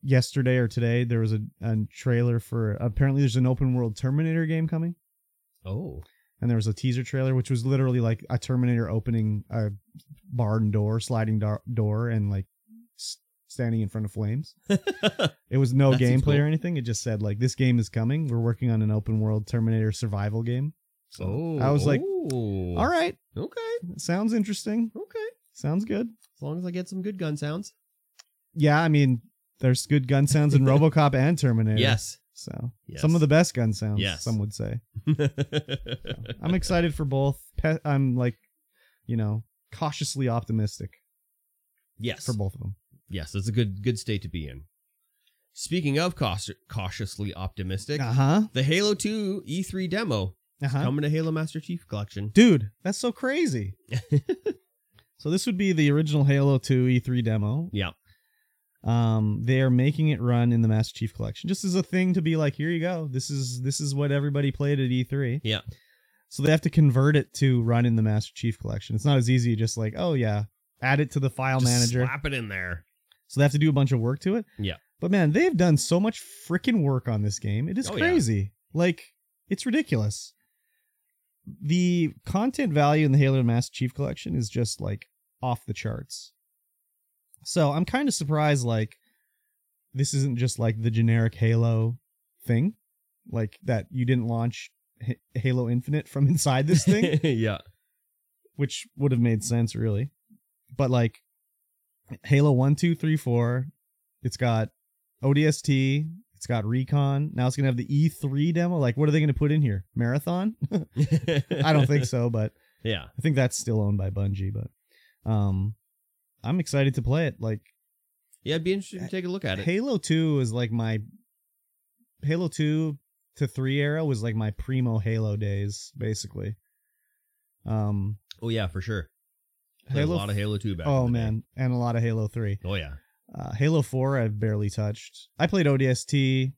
Speaker 1: yesterday or today there was a, a trailer for apparently there's an open world Terminator game coming,
Speaker 2: oh,
Speaker 1: and there was a teaser trailer which was literally like a Terminator opening a barn door, sliding dar- door, and like s- standing in front of flames. It was no
Speaker 2: That seems
Speaker 1: gameplay
Speaker 2: cool.
Speaker 1: or anything. It just said like this game is coming. We're working on an open world Terminator survival game. So
Speaker 2: oh,
Speaker 1: I was like, all
Speaker 2: all
Speaker 1: right,
Speaker 2: Oh. okay,
Speaker 1: sounds interesting.
Speaker 2: okay.
Speaker 1: Sounds good.
Speaker 2: As long as I get some good gun sounds.
Speaker 1: Yeah, I mean, there's good gun sounds in RoboCop and Terminator.
Speaker 2: Yes.
Speaker 1: So
Speaker 2: yes.
Speaker 1: some of the best gun sounds.
Speaker 2: Yes.
Speaker 1: Some would say.
Speaker 2: the.
Speaker 1: I'm excited for both. Pe- I'm like, you know, cautiously optimistic
Speaker 2: yes.
Speaker 1: for both of them.
Speaker 2: Yes, that's a good good state to be in. Speaking of caus- cautiously optimistic,
Speaker 1: Uh huh.
Speaker 2: the Halo 2 E3 demo
Speaker 1: Uh huh.
Speaker 2: coming to Halo Master Chief Collection.
Speaker 1: Dude, that's so crazy. so this would be the original Halo 2 E3 demo.
Speaker 2: Yeah.
Speaker 1: Um, they are making it run in the Master Chief Collection, just as a thing to be like, here you go. This is this is what everybody played at E3.
Speaker 2: Yeah.
Speaker 1: So they have to convert it to run in the Master Chief Collection. It's not as easy. Just like, oh yeah, add it to the file
Speaker 2: Just
Speaker 1: manager.
Speaker 2: slap it in there.
Speaker 1: So they have to do a bunch of work to it.
Speaker 2: Yeah.
Speaker 1: But man, they've done so much freaking work on this game. It is
Speaker 2: Oh, yeah.
Speaker 1: crazy. Like, it's ridiculous. The content value in the Halo Master Chief collection is just like off the charts. So I'm kind of surprised, like, this isn't just like the generic Halo thing, like that you didn't launch H- Halo Infinite from inside this thing
Speaker 2: yeah.
Speaker 1: which would have made sense really. But like Halo 1, 2, 3, 4, it's got ODST, It's got recon. Now it's gonna have the E3 demo. Like, what are they gonna put in here? Marathon? I don't think so, but
Speaker 2: Yeah.
Speaker 1: I think that's still owned by Bungie. But um, I'm excited to play it. Like
Speaker 2: Yeah, it'd be interesting to take a look at it.
Speaker 1: Halo 2 is like my Halo 2 to 3 era was like my primo Halo days, basically. Um,
Speaker 2: oh yeah, for sure. Played a
Speaker 1: Halo
Speaker 2: lot of Halo 2 back. in
Speaker 1: oh
Speaker 2: the day.
Speaker 1: man, and a lot of Halo 3.
Speaker 2: Oh yeah.
Speaker 1: Uh, Halo 4, I've barely touched. I played ODST.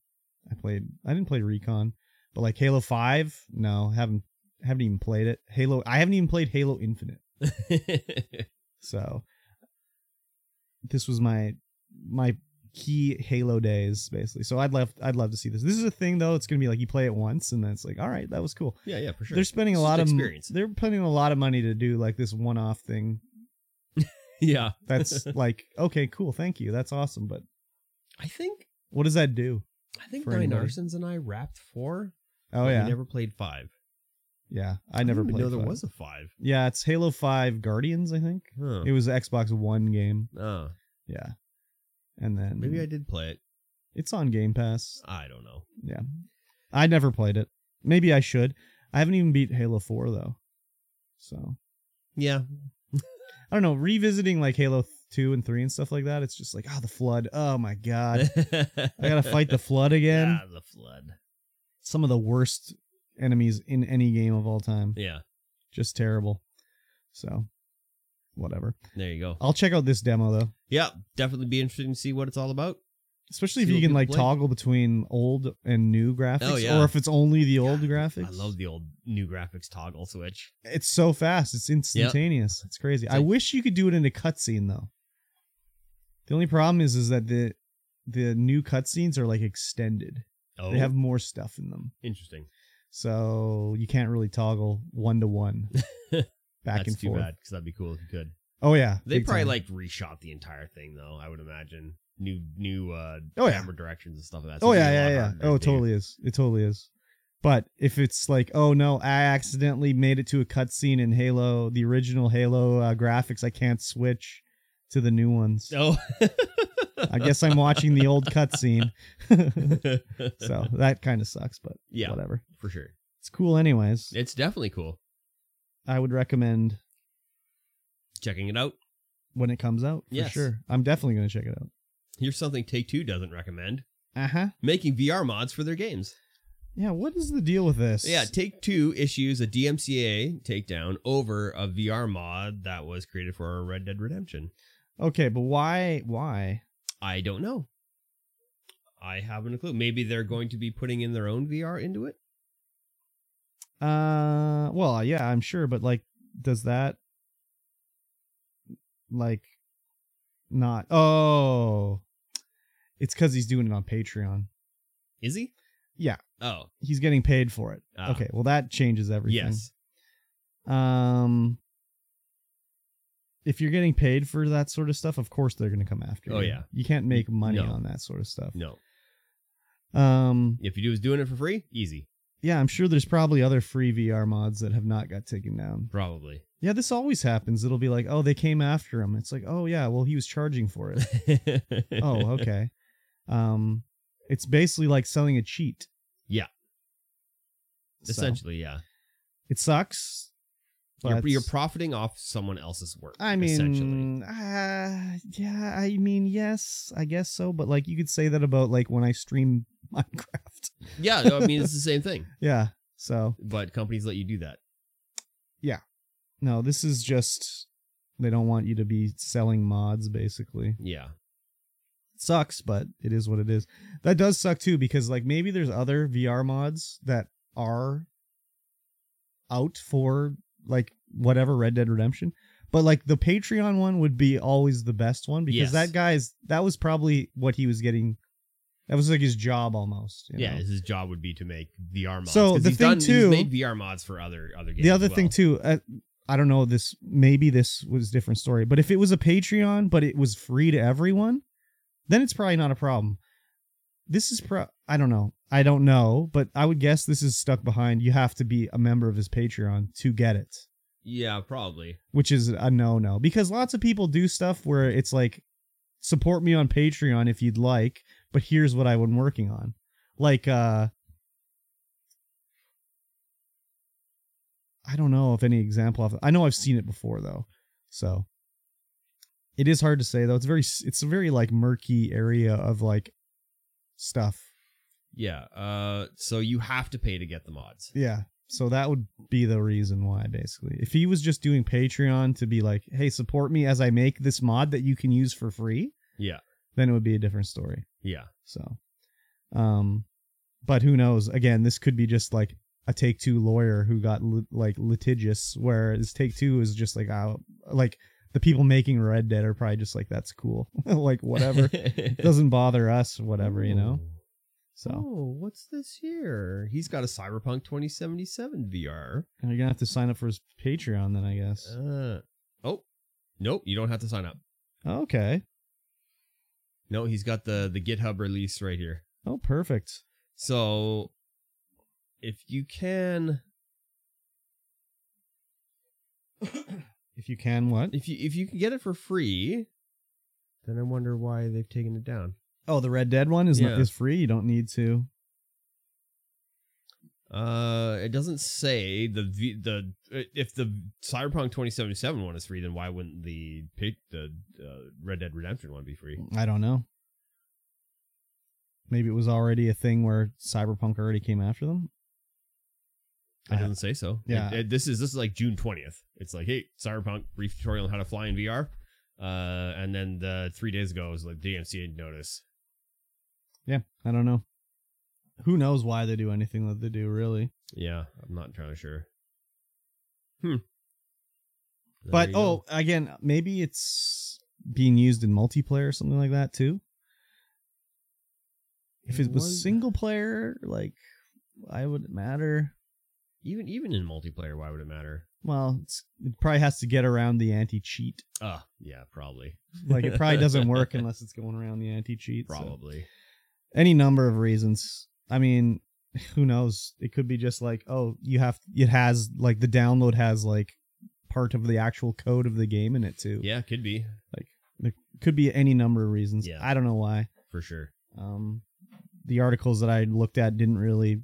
Speaker 1: I played. I didn't play Recon, but like Halo 5, no, haven't haven't even played it. Halo, I haven't even played Halo Infinite. So this was my my key Halo days basically. So I'd love I'd love to see this. This is a thing though. It's gonna be like you play it once and then it's like, all right, that was cool.
Speaker 2: yeah, yeah, for sure.
Speaker 1: They're spending a
Speaker 2: It's just
Speaker 1: lot of
Speaker 2: experience.
Speaker 1: They're putting a lot of money to do like this one off thing.
Speaker 2: yeah.
Speaker 1: That's like okay, cool, thank you, that's awesome. But
Speaker 2: I think
Speaker 1: what does that do?
Speaker 2: I think
Speaker 1: For
Speaker 2: Brian
Speaker 1: anybody.
Speaker 2: Arsons and I wrapped 4.
Speaker 1: Oh
Speaker 2: but
Speaker 1: yeah,
Speaker 2: We never played 5.
Speaker 1: yeah. I never
Speaker 2: didn't even
Speaker 1: played.
Speaker 2: know there
Speaker 1: five.
Speaker 2: was a 5.
Speaker 1: Yeah, it's Halo Five Guardians. I think
Speaker 2: Huh.
Speaker 1: it was an Xbox One game.
Speaker 2: Oh,
Speaker 1: Yeah, and then
Speaker 2: maybe I did play it.
Speaker 1: it's on Game Pass.
Speaker 2: I don't know.
Speaker 1: Yeah. I never played it. Maybe I should. I haven't even beat Halo 4 though. So,
Speaker 2: Yeah.
Speaker 1: I don't know, revisiting like Halo 2 and 3 and stuff like that, it's just like, oh, the flood. Oh my god. I got to fight the flood again.
Speaker 2: Yeah, the flood.
Speaker 1: Some of the worst enemies in any game of all time.
Speaker 2: Yeah.
Speaker 1: Just terrible. So, whatever.
Speaker 2: There you go.
Speaker 1: I'll check out this demo though.
Speaker 2: Yeah, definitely be interesting to see what it's all about.
Speaker 1: Especially
Speaker 2: See
Speaker 1: if
Speaker 2: what
Speaker 1: you can
Speaker 2: people
Speaker 1: like
Speaker 2: play.
Speaker 1: toggle between old and new graphics
Speaker 2: Oh, yeah.
Speaker 1: or if it's only the old
Speaker 2: God,
Speaker 1: graphics.
Speaker 2: I love the old new graphics toggle switch.
Speaker 1: It's so fast. It's instantaneous. It's crazy.
Speaker 2: It's
Speaker 1: I
Speaker 2: like-
Speaker 1: wish you could do it in a cutscene though. The only problem is, is that the the new cutscenes are like extended.
Speaker 2: Oh,
Speaker 1: They have more stuff in them,
Speaker 2: interesting.
Speaker 1: so you can't really toggle one to one back
Speaker 2: That's
Speaker 1: and
Speaker 2: too
Speaker 1: forth.
Speaker 2: bad because that'd be cool if you could.
Speaker 1: Oh yeah,
Speaker 2: They
Speaker 1: big
Speaker 2: probably
Speaker 1: time.
Speaker 2: like reshot the entire thing though. I would imagine new new uh
Speaker 1: Oh, yeah.
Speaker 2: camera directions and stuff like that. so
Speaker 1: Oh
Speaker 2: it'd
Speaker 1: yeah,
Speaker 2: be a
Speaker 1: yeah,
Speaker 2: lot
Speaker 1: yeah.
Speaker 2: harder to
Speaker 1: Oh,
Speaker 2: do.
Speaker 1: totally is. It totally is. But if it's like, oh no, I accidentally made it to a cutscene in Halo, the original Halo uh, graphics, I can't switch to the new ones.
Speaker 2: Oh,
Speaker 1: I guess I'm watching the old cutscene. so that kind of sucks, but
Speaker 2: Oh. yeah,
Speaker 1: whatever.
Speaker 2: for sure.
Speaker 1: It's cool, anyways.
Speaker 2: It's definitely cool.
Speaker 1: I would recommend
Speaker 2: Checking it out.
Speaker 1: when it comes out for
Speaker 2: Yes.
Speaker 1: sure. I'm definitely going to check it out.
Speaker 2: Here's something Take Two doesn't recommend:
Speaker 1: Uh huh.
Speaker 2: making VR mods for their games.
Speaker 1: Yeah. What is the deal with this?
Speaker 2: Yeah, Take Two issues a DMCA takedown over a VR mod that was created for Red Dead Redemption.
Speaker 1: okay, but why? Why?
Speaker 2: I don't know. I haven't a clue. Maybe they're going to be putting in their own VR into it.
Speaker 1: Uh. Well, yeah, I'm sure, but like, does that like not? Oh, it's because he's doing it on Patreon.
Speaker 2: Is he?
Speaker 1: Yeah.
Speaker 2: Oh,
Speaker 1: He's getting paid for it.
Speaker 2: Ah.
Speaker 1: okay. Well, that changes everything.
Speaker 2: yes.
Speaker 1: Um, if you're getting paid for that sort of stuff, of course they're going to come after you.
Speaker 2: Oh, yeah.
Speaker 1: you can't make money
Speaker 2: No.
Speaker 1: on that sort of stuff.
Speaker 2: No.
Speaker 1: Um,
Speaker 2: If you do is doing it for free, easy.
Speaker 1: yeah, I'm sure there's probably other free VR mods that have not got taken down.
Speaker 2: Probably.
Speaker 1: Yeah, this always happens. It'll be like, oh, they came after him. It's like, oh yeah, well he was charging for it. oh, okay. Um, it's basically like selling a cheat.
Speaker 2: Yeah.
Speaker 1: So,
Speaker 2: Essentially, yeah.
Speaker 1: it sucks.
Speaker 2: You're,
Speaker 1: but-
Speaker 2: you're profiting off someone else's work.
Speaker 1: I
Speaker 2: essentially.
Speaker 1: mean, uh, yeah, I mean, yes, I guess so. But like, you could say that about like when I stream Minecraft.
Speaker 2: yeah. No, I mean, it's the same thing,
Speaker 1: Yeah. So
Speaker 2: but companies let you do that.
Speaker 1: no, this is just they don't want you to be selling mods. Basically,
Speaker 2: Yeah.
Speaker 1: sucks, but it is what it is. That does suck too because like maybe there's other VR mods that are out for like whatever Red Dead Redemption. But like the Patreon one would be always the best one because
Speaker 2: Yes.
Speaker 1: that guy's that was probably what he was getting that was like his job almost. you
Speaker 2: yeah.
Speaker 1: know?
Speaker 2: His job would be to make VR mods.
Speaker 1: So
Speaker 2: 'cause
Speaker 1: the
Speaker 2: he's
Speaker 1: thing
Speaker 2: done,
Speaker 1: too-
Speaker 2: he's made VR mods for other other games.
Speaker 1: The other
Speaker 2: as
Speaker 1: thing
Speaker 2: well.
Speaker 1: too, uh, I don't know this maybe this was a different story, but if it was a Patreon but it was free to everyone, then it's probably not a problem. This is pro I don't know. I don't know, but I would guess this is stuck behind you have to be a member of his Patreon to get it,
Speaker 2: Yeah, probably.
Speaker 1: which is a no-no because lots of people do stuff where it's like support me on Patreon if you'd like, but here's what I've been working on. Like uh I don't know if any example of I know I've seen it before though. So it is hard to say though. It's very it's a very like murky area of like stuff.
Speaker 2: Yeah. Uh, so you have to pay to get the mods.
Speaker 1: Yeah. So that would be the reason why, basically. If he was just doing Patreon to be like, hey, support me as I make this mod that you can use for free,
Speaker 2: Yeah.
Speaker 1: then it would be a different story.
Speaker 2: Yeah.
Speaker 1: So, um, but who knows? Again, this could be just like a Take Two lawyer who got li- like litigious, whereas Take Two is just like, oh, like the people making Red Dead are probably just like, that's cool. like, whatever. Doesn't bother us, whatever, you know?
Speaker 2: Ooh.
Speaker 1: So,
Speaker 2: Oh, what's this here? He's got a Cyberpunk 2077 VR.
Speaker 1: you're going to have to sign up for his Patreon then, I guess.
Speaker 2: Uh, oh, nope. You don't have to sign up.
Speaker 1: Okay.
Speaker 2: No, he's got the the GitHub release right here.
Speaker 1: Oh, perfect.
Speaker 2: So, if you can,
Speaker 1: If you can, what?
Speaker 2: if you if you can get it for free, then I wonder why they've taken it down.
Speaker 1: Oh, the Red Dead one is
Speaker 2: Yeah.
Speaker 1: not is free. You don't need to.
Speaker 2: Uh, it doesn't say the V- the uh, if the Cyberpunk 2077 one is free, then why wouldn't the pick the uh, Red Dead Redemption one be free?
Speaker 1: I don't know. Maybe it was already a thing where Cyberpunk already came after them.
Speaker 2: It
Speaker 1: I-
Speaker 2: doesn't say so. It-
Speaker 1: yeah.
Speaker 2: it- this is this is like June 20th. It's like, hey, Cyberpunk brief tutorial on how to fly in VR. Uh, and then the three days ago was like DMCA notice.
Speaker 1: I don't know. Who knows why they do anything that they do? Really,
Speaker 2: Yeah, I'm not entirely sure. Hmm. There
Speaker 1: but
Speaker 2: you
Speaker 1: oh,
Speaker 2: go.
Speaker 1: again, maybe it's being used in multiplayer or something like that too. If it was single player, like, why would it matter?
Speaker 2: even even in multiplayer, why would it matter?
Speaker 1: Well, it's, it probably has to get around the anti-cheat
Speaker 2: Uh yeah, probably,
Speaker 1: Like it probably doesn't work unless it's going around the anti cheat.
Speaker 2: probably.
Speaker 1: Any number of reasons. I mean, who knows? It could be just like, oh, you have it has like the download has like part of the actual code of the game in it too.
Speaker 2: Yeah, could be
Speaker 1: Could be any number of reasons.
Speaker 2: Yeah.
Speaker 1: I don't know why.
Speaker 2: for sure.
Speaker 1: Um the articles that I looked at didn't really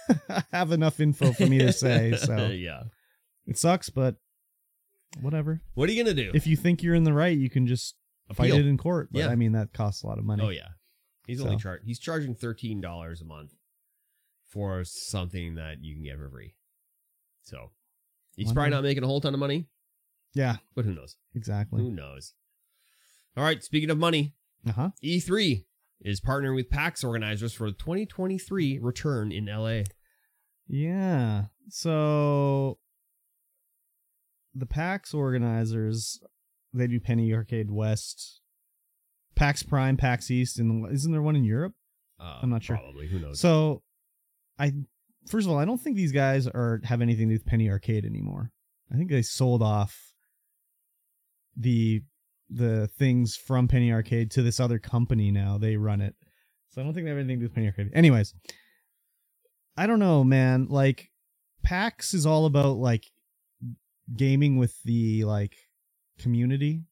Speaker 1: have enough info for me to say. So
Speaker 2: yeah,
Speaker 1: it sucks, but whatever.
Speaker 2: what are you gonna do?
Speaker 1: If you think you're in the right, you can just fight
Speaker 2: Appeal.
Speaker 1: it in court. But
Speaker 2: Yeah.
Speaker 1: I mean that costs a lot of money.
Speaker 2: Oh yeah, he's only
Speaker 1: So.
Speaker 2: char- he's charging thirteen dollars a month for something that you can get for free. So he's
Speaker 1: Wonder-
Speaker 2: probably not making a whole ton of money,
Speaker 1: Yeah,
Speaker 2: but who knows?
Speaker 1: exactly.
Speaker 2: Who knows? All right. Speaking of money,
Speaker 1: Uh huh.
Speaker 2: E3 is partnering with PAX organizers for the 2023 return in LA.
Speaker 1: Yeah. So the PAX organizers, they do Penny Arcade West, PAX Prime, PAX East, and isn't there one in Europe?
Speaker 2: Uh,
Speaker 1: I'm not sure.
Speaker 2: Probably. Who knows?
Speaker 1: So I first of all, I don't think these guys are have anything to do with Penny Arcade anymore. I think they sold off the the things from Penny Arcade to this other company now. They run it. So I don't think they have anything to do with Penny Arcade. Anyways, I don't know, man. Like PAX is all about like gaming with the like community,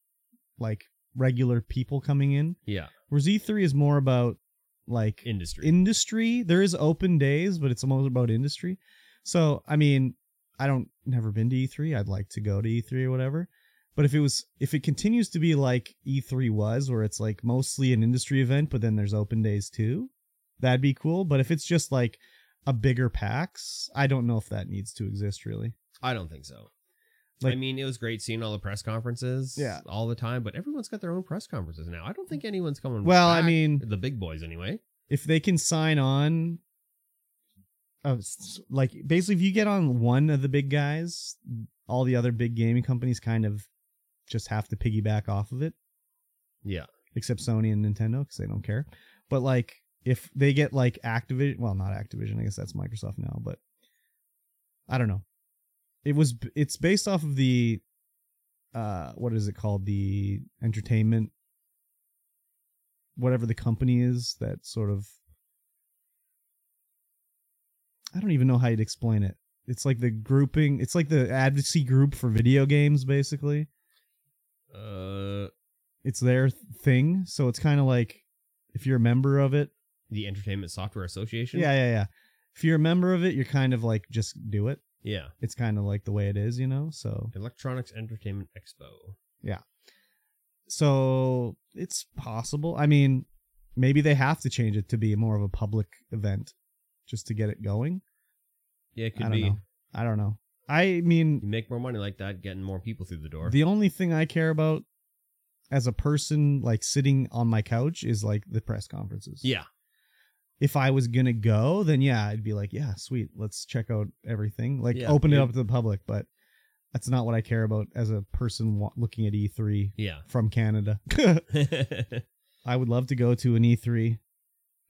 Speaker 1: like regular people coming in.
Speaker 2: yeah.
Speaker 1: Whereas E3 is more about like
Speaker 2: Industry.
Speaker 1: industry. There is open days, but it's almost about industry. So I mean, I don't never been to E3. I'd like to go to E3 or whatever. But if it was if it continues to be like E3 was, where it's like mostly an industry event, but then there's open days too, that'd be cool. But if it's just like a bigger PAX, I don't know if that needs to exist really.
Speaker 2: I don't think so. I
Speaker 1: Like-
Speaker 2: mean, it was great seeing all the press conferences
Speaker 1: Yeah.
Speaker 2: all the time, but everyone's got their own press conferences now. I don't think anyone's coming.
Speaker 1: Well, I
Speaker 2: back-
Speaker 1: mean-
Speaker 2: the big boys anyway.
Speaker 1: if they can sign on uh, s- like basically if you get on one of the big guys all the other big gaming companies kind of just have to piggyback off of it
Speaker 2: Yeah.
Speaker 1: except sony and nintendo because they don't care but like if they get like activision well not activision i guess that's microsoft now but i don't know it was b- it's based off of the uh what is it called the entertainment whatever the company is that sort of I don't even know how you'd explain it. It's like the grouping, it's like the advocacy group for video games basically.
Speaker 2: Uh,
Speaker 1: It's their thing, so it's kind of like if you're a member of it,
Speaker 2: The Entertainment Software Association.
Speaker 1: yeah, yeah, yeah. If you're a member of it, you're kind of like just do it.
Speaker 2: Yeah.
Speaker 1: It's kind of like the way it is, you know. So
Speaker 2: Electronics Entertainment Expo.
Speaker 1: so it's possible. I mean, maybe they have to change it to be more of a public event just to get it going.
Speaker 2: Yeah, it could
Speaker 1: I don't
Speaker 2: be.
Speaker 1: know. I don't know. I mean,
Speaker 2: You make more money like that, getting more people through the door.
Speaker 1: The only thing I care about as a person, like sitting on my couch, is like the press conferences.
Speaker 2: yeah.
Speaker 1: If I was gonna go, then yeah, I'd be like, yeah, sweet, let's check out everything, like
Speaker 2: Yeah,
Speaker 1: open it
Speaker 2: you-
Speaker 1: up to the public. But that's not what I care about as a person wa- looking at E3
Speaker 2: Yeah.
Speaker 1: from Canada. I would love to go to an E3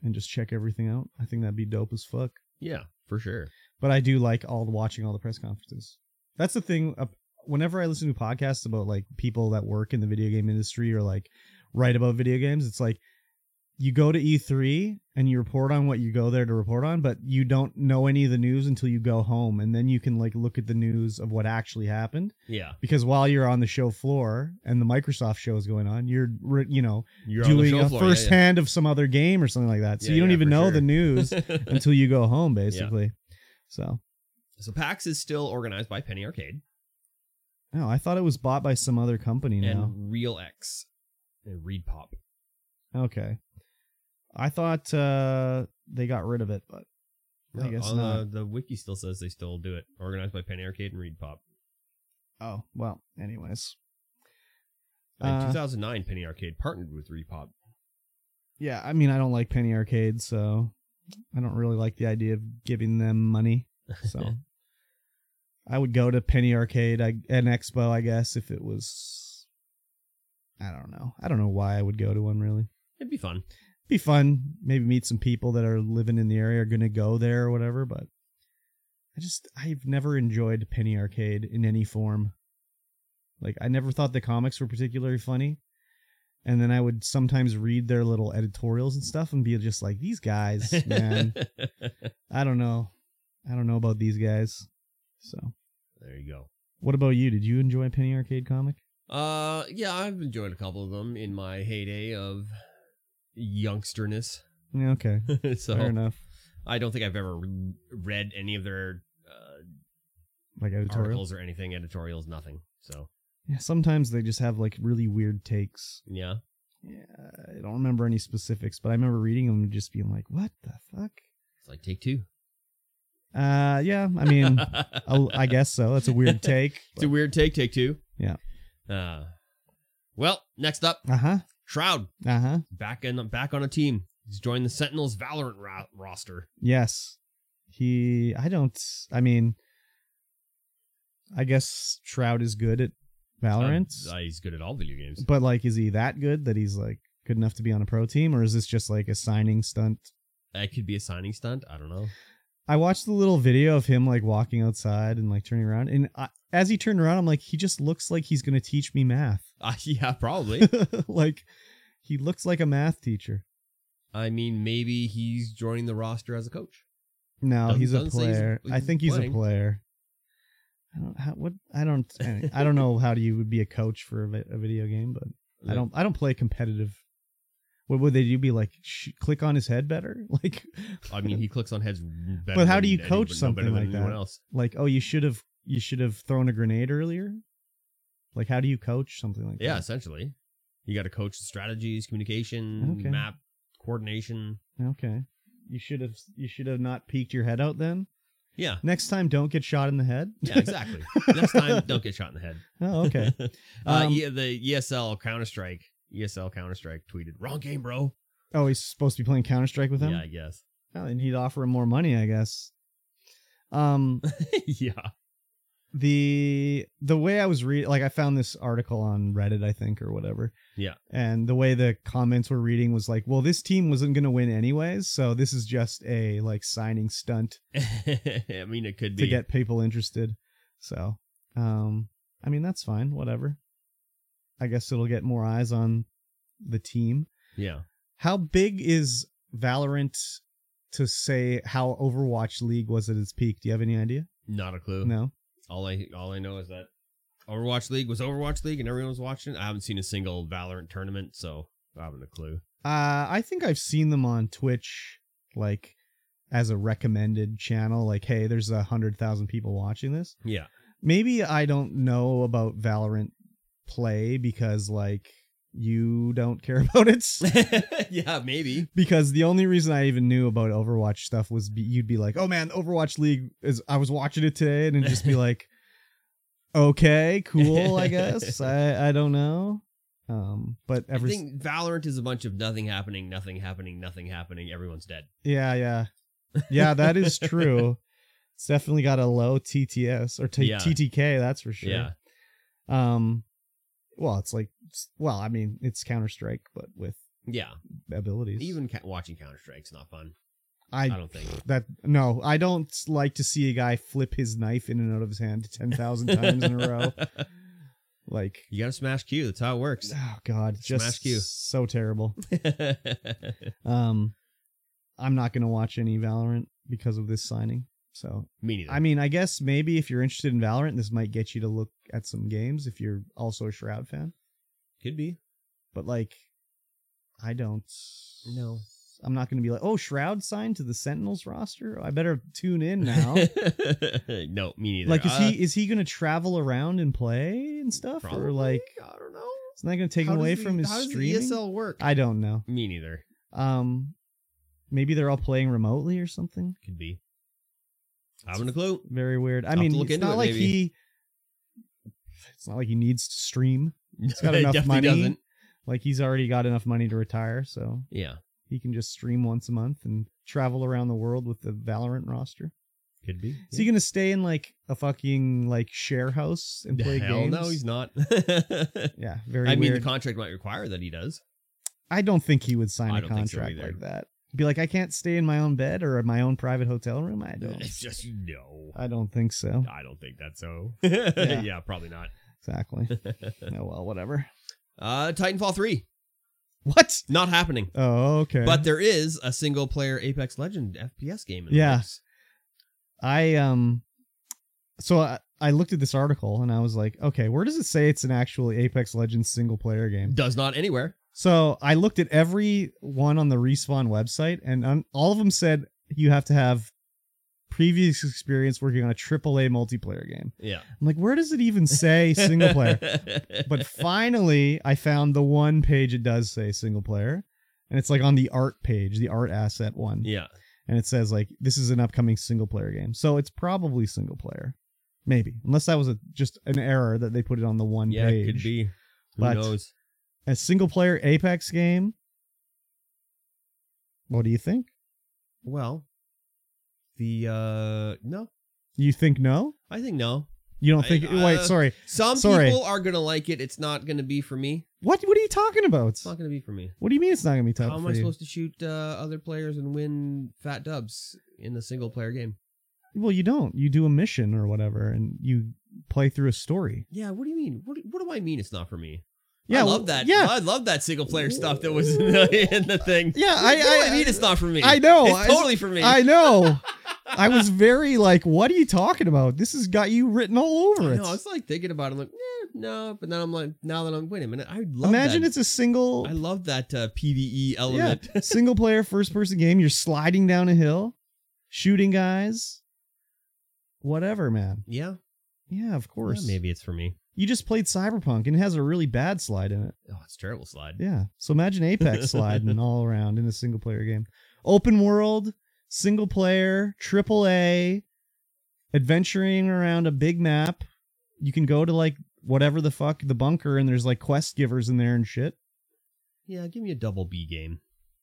Speaker 1: and just check everything out. I think that'd be dope as fuck.
Speaker 2: yeah, for sure.
Speaker 1: but I do like all the watching all the press conferences. That's the thing. Uh, whenever I listen to podcasts about like people that work in the video game industry or like write about video games, it's like you go to E3 and you report on what you go there to report on, but you don't know any of the news until you go home, and then you can like look at the news of what actually happened.
Speaker 2: Yeah.
Speaker 1: Because while you're on the show floor and the Microsoft show is going on, you're re- you know
Speaker 2: You're
Speaker 1: doing a
Speaker 2: floor, yeah,
Speaker 1: first hand of some other game or something like that, so
Speaker 2: Yeah,
Speaker 1: you don't
Speaker 2: yeah,
Speaker 1: even
Speaker 2: for
Speaker 1: know
Speaker 2: sure.
Speaker 1: the news
Speaker 2: yeah.
Speaker 1: until you go home, basically. So
Speaker 2: so PAX is still organized by Penny Arcade
Speaker 1: No, I thought it was bought by some other company now.
Speaker 2: and Real X and Reed Pop.
Speaker 1: Okay. I thought uh they got rid of it, but I
Speaker 2: No,
Speaker 1: guess
Speaker 2: on the-
Speaker 1: not.
Speaker 2: uh, The, wiki still says they still do it. Organized by Penny Arcade and Reed Pop.
Speaker 1: oh well, anyways.
Speaker 2: In
Speaker 1: Uh,
Speaker 2: 2009, Penny Arcade partnered with Reed Pop.
Speaker 1: Yeah, I mean I don't like penny arcade, so I don't really like the idea of giving them money. So I would go to Penny Arcade I, an expo, I guess, if it was I don't know. I don't know why I would go to one really.
Speaker 2: It'd be fun.
Speaker 1: be fun. Maybe meet some people that are living in the area, are going to go there or whatever. But I just, I've never enjoyed Penny Arcade in any form. Like, I never thought the comics were particularly funny. And then I would sometimes read their little editorials and stuff and be just like, these guys, man, I don't know. I don't know about these guys. So,
Speaker 2: there you go.
Speaker 1: what about you? Did you enjoy Penny Arcade comic?
Speaker 2: Uh, yeah, I've enjoyed a couple of them in my heyday of youngsterness.
Speaker 1: Yeah, okay.
Speaker 2: so
Speaker 1: Fair enough.
Speaker 2: I don't think I've ever re- read any of their uh,
Speaker 1: Like, editorials.
Speaker 2: articles or anything, editorials, nothing. So
Speaker 1: Yeah, sometimes they just have like really weird takes.
Speaker 2: yeah,
Speaker 1: Yeah, I don't remember any specifics, but I remember reading them and just being like, "What the fuck?"
Speaker 2: it's like take two.
Speaker 1: Uh, yeah, I mean, I, I guess so. That's a weird take.
Speaker 2: it's a weird take. Take two.
Speaker 1: uh, Yeah.
Speaker 2: Uh, well, next up,
Speaker 1: Uh huh.
Speaker 2: Shroud
Speaker 1: Uh huh.
Speaker 2: back in back on a team. He's joined the Sentinels Valorant ro- roster.
Speaker 1: Yes, he. I don't. I mean, I guess Shroud is good at Valorant,
Speaker 2: Uh, he's good at all video games.
Speaker 1: but like, is he that good that he's like good enough to be on a pro team, or is this just like a signing stunt?
Speaker 2: That could be a signing stunt. I don't know.
Speaker 1: I watched the little video of him like walking outside and like turning around, and I, as he turned around, I'm like, he just looks like he's gonna teach me math.
Speaker 2: Uh, yeah, probably.
Speaker 1: like he looks like a math teacher.
Speaker 2: I mean, maybe he's joining the roster as a coach.
Speaker 1: No,
Speaker 2: Doesn't-
Speaker 1: he's a
Speaker 2: doesn't say he's-
Speaker 1: player. I
Speaker 2: he's
Speaker 1: think he's a
Speaker 2: playing.
Speaker 1: player. I don't how, what I don't I I don't know how you would be a coach for a, vi- a video game, but I don't I don't play competitive. What would they do? Be like sh- click on his head better? Like
Speaker 2: I mean, he clicks on heads. Better
Speaker 1: But how
Speaker 2: than
Speaker 1: do you
Speaker 2: anyone-
Speaker 1: coach
Speaker 2: no
Speaker 1: something
Speaker 2: better than
Speaker 1: like that?
Speaker 2: anyone Else.
Speaker 1: like oh you should have you should have thrown a grenade earlier. Like how do you coach something like
Speaker 2: Yeah,
Speaker 1: that?
Speaker 2: essentially, you got to coach the strategies, communication,
Speaker 1: Okay.
Speaker 2: map, coordination.
Speaker 1: Yes. Okay. You should have you should have not peeked your head out then.
Speaker 2: Yeah,
Speaker 1: Next time don't get shot in the head.
Speaker 2: yeah, exactly. Next time, don't get shot in the head.
Speaker 1: oh, okay.
Speaker 2: uh,
Speaker 1: Um,
Speaker 2: yeah, the ESL Counter Strike, ESL Counter Strike tweeted, "Wrong game, bro."
Speaker 1: Oh, he's supposed to be playing Counter Strike with him.
Speaker 2: Yeah, I guess.
Speaker 1: Oh, and he'd offer him more money, I guess. Um,
Speaker 2: yeah,
Speaker 1: the the way I was read, like I found this article on Reddit, I think, or whatever.
Speaker 2: Yeah.
Speaker 1: And the way the comments were reading was like, "Well, this team wasn't going to win anyways, so this is just a like signing stunt
Speaker 2: I mean, it could be.
Speaker 1: to get people interested." So, um, I mean, that's fine, whatever. I guess it'll get more eyes on the team.
Speaker 2: yeah,
Speaker 1: How big is Valorant to say how Overwatch League was at its peak? Do you have any idea?
Speaker 2: not a clue.
Speaker 1: No.
Speaker 2: All I all I know is that Overwatch League was Overwatch League, and everyone was watching. I haven't seen a single Valorant tournament, so I haven't a clue.
Speaker 1: Uh, I think I've seen them on Twitch, like as a recommended channel. Like, hey, there's a hundred thousand people watching this.
Speaker 2: Yeah.
Speaker 1: Maybe I don't know about Valorant play because like you don't care about it.
Speaker 2: yeah, maybe.
Speaker 1: because the only reason I even knew about Overwatch stuff was be, you'd be like, "Oh man, Overwatch League is." I was watching it today, and it'd just be like, "Okay, cool, I guess. I I don't know." Um, but
Speaker 2: I
Speaker 1: every
Speaker 2: think Valorant is a bunch of nothing happening, nothing happening, nothing happening. Everyone's dead.
Speaker 1: yeah, yeah, yeah, that is true. It's definitely got a low TTS or t-
Speaker 2: Yeah.
Speaker 1: TTK, that's for sure.
Speaker 2: Yeah.
Speaker 1: Um, well, it's like, well, I mean, it's Counter Strike, but with
Speaker 2: Yeah.
Speaker 1: abilities.
Speaker 2: Even ca- watching Counter Strike's not fun.
Speaker 1: I,
Speaker 2: I don't think.
Speaker 1: That no, I don't like to see a guy flip his knife in and out of his hand ten thousand times in a row. Like,
Speaker 2: You gotta smash Q. That's how it works.
Speaker 1: oh god,
Speaker 2: Smash
Speaker 1: just
Speaker 2: Q.
Speaker 1: so terrible. Um, I'm not gonna watch any Valorant because of this signing. So,
Speaker 2: Me neither.
Speaker 1: I mean, I guess maybe if you're interested in Valorant, this might get you to look at some games if you're also a Shroud fan.
Speaker 2: could be.
Speaker 1: But like, I don't.
Speaker 2: No.
Speaker 1: I'm not gonna be like, oh, Shroud signed to the Sentinels roster. I better tune in now.
Speaker 2: no, me neither.
Speaker 1: Like, is
Speaker 2: Uh,
Speaker 1: he is he gonna travel around and play and stuff, or
Speaker 2: probably?
Speaker 1: like,
Speaker 2: I don't know.
Speaker 1: it's not gonna take
Speaker 2: How
Speaker 1: him
Speaker 2: does
Speaker 1: away
Speaker 2: the-
Speaker 1: from his
Speaker 2: how does the E
Speaker 1: streaming?
Speaker 2: ESL work?
Speaker 1: I don't know.
Speaker 2: me neither.
Speaker 1: Um, maybe they're all playing remotely or something.
Speaker 2: Could be. Having a clue.
Speaker 1: Very weird. I
Speaker 2: I'll have
Speaker 1: mean,
Speaker 2: to look
Speaker 1: it's
Speaker 2: into
Speaker 1: not
Speaker 2: it,
Speaker 1: like
Speaker 2: maybe.
Speaker 1: he. It's not like he needs to stream. got enough
Speaker 2: Definitely
Speaker 1: money.
Speaker 2: doesn't.
Speaker 1: Like he's already got enough money to retire, so
Speaker 2: Yeah,
Speaker 1: he can just stream once a month and travel around the world with the Valorant roster.
Speaker 2: could be.
Speaker 1: Is he gonna stay in like a fucking like share house and play
Speaker 2: Hell
Speaker 1: games?
Speaker 2: no, he's not.
Speaker 1: Yeah, very.
Speaker 2: I mean, the
Speaker 1: weird.
Speaker 2: contract might require that he does.
Speaker 1: I don't think he would sign
Speaker 2: I
Speaker 1: a
Speaker 2: don't think so
Speaker 1: contract
Speaker 2: either.
Speaker 1: like that. Be like, I can't stay in my own bed or my own private hotel room. I don't.
Speaker 2: It's just no.
Speaker 1: I don't think so.
Speaker 2: I don't think that's so. yeah. probably not.
Speaker 1: Exactly. oh well, whatever.
Speaker 2: uh, Titanfall three
Speaker 1: What?
Speaker 2: not happening.
Speaker 1: Oh, okay.
Speaker 2: But there is a single player Apex Legend FPS game. In the
Speaker 1: Yeah.
Speaker 2: works.
Speaker 1: I um, so I, I looked at this article and I was like, okay, where does it say it's an actual Apex Legends single player game?
Speaker 2: does not anywhere.
Speaker 1: So I looked at every one on the respawn website, and um, all of them said you have to have previous experience working on a AAA multiplayer game.
Speaker 2: Yeah,
Speaker 1: I'm like, where does it even say single player? but finally I found the one page it does say single player. And it's like on the art page, the art asset one.
Speaker 2: yeah,
Speaker 1: And it says like this is an upcoming single player game. So it's probably single player. Maybe. Unless that was a, just an error that they put it on the one
Speaker 2: yeah,
Speaker 1: page.
Speaker 2: it could be. Who
Speaker 1: But-
Speaker 2: knows?
Speaker 1: A single player Apex game. What do you think?
Speaker 2: Well, the uh no,
Speaker 1: You think no?
Speaker 2: I think no.
Speaker 1: You don't
Speaker 2: I-
Speaker 1: think wait,
Speaker 2: uh,
Speaker 1: sorry.
Speaker 2: Some
Speaker 1: Sorry.
Speaker 2: people are gonna like it. It's not gonna be for me.
Speaker 1: What what are you talking about?
Speaker 2: It's not gonna be for me.
Speaker 1: What do you mean it's not gonna be tough?
Speaker 2: How am
Speaker 1: for
Speaker 2: I
Speaker 1: you?
Speaker 2: supposed to shoot uh, other players and win fat dubs in a single player game?
Speaker 1: Well, you don't. You do a mission or whatever and you play through a story.
Speaker 2: Yeah, what do you mean? What do, what do I mean? It's not for me.
Speaker 1: Yeah,
Speaker 2: I
Speaker 1: well,
Speaker 2: love that.
Speaker 1: Yeah,
Speaker 2: I love that single player stuff that was in the, in the thing.
Speaker 1: Yeah, I-
Speaker 2: What do
Speaker 1: I-
Speaker 2: I mean, it's not for me.
Speaker 1: I know.
Speaker 2: It's
Speaker 1: I-
Speaker 2: totally for me.
Speaker 1: I know. I was very like, what are you talking about? This has got you written all over
Speaker 2: I
Speaker 1: it.
Speaker 2: know, I was like thinking about it. I'm like, eh, no, but then I'm like, now that I'm, wait a minute, I love
Speaker 1: Imagine
Speaker 2: that.
Speaker 1: it's a single
Speaker 2: I love that uh, PVE
Speaker 1: yeah,
Speaker 2: element.
Speaker 1: single player first person game. You're sliding down a hill, shooting guys. Whatever, man.
Speaker 2: Yeah,
Speaker 1: Yeah, of
Speaker 2: yeah
Speaker 1: course.
Speaker 2: maybe it's for me.
Speaker 1: You just played Cyberpunk and it has a really bad slide in it.
Speaker 2: Oh, it's a terrible slide.
Speaker 1: Yeah. So imagine Apex sliding all around in a single player game. Open world, single player, triple A, adventuring around a big map. You can go to like whatever the fuck the bunker and there's like quest givers in there and shit.
Speaker 2: Yeah, give me a double B game.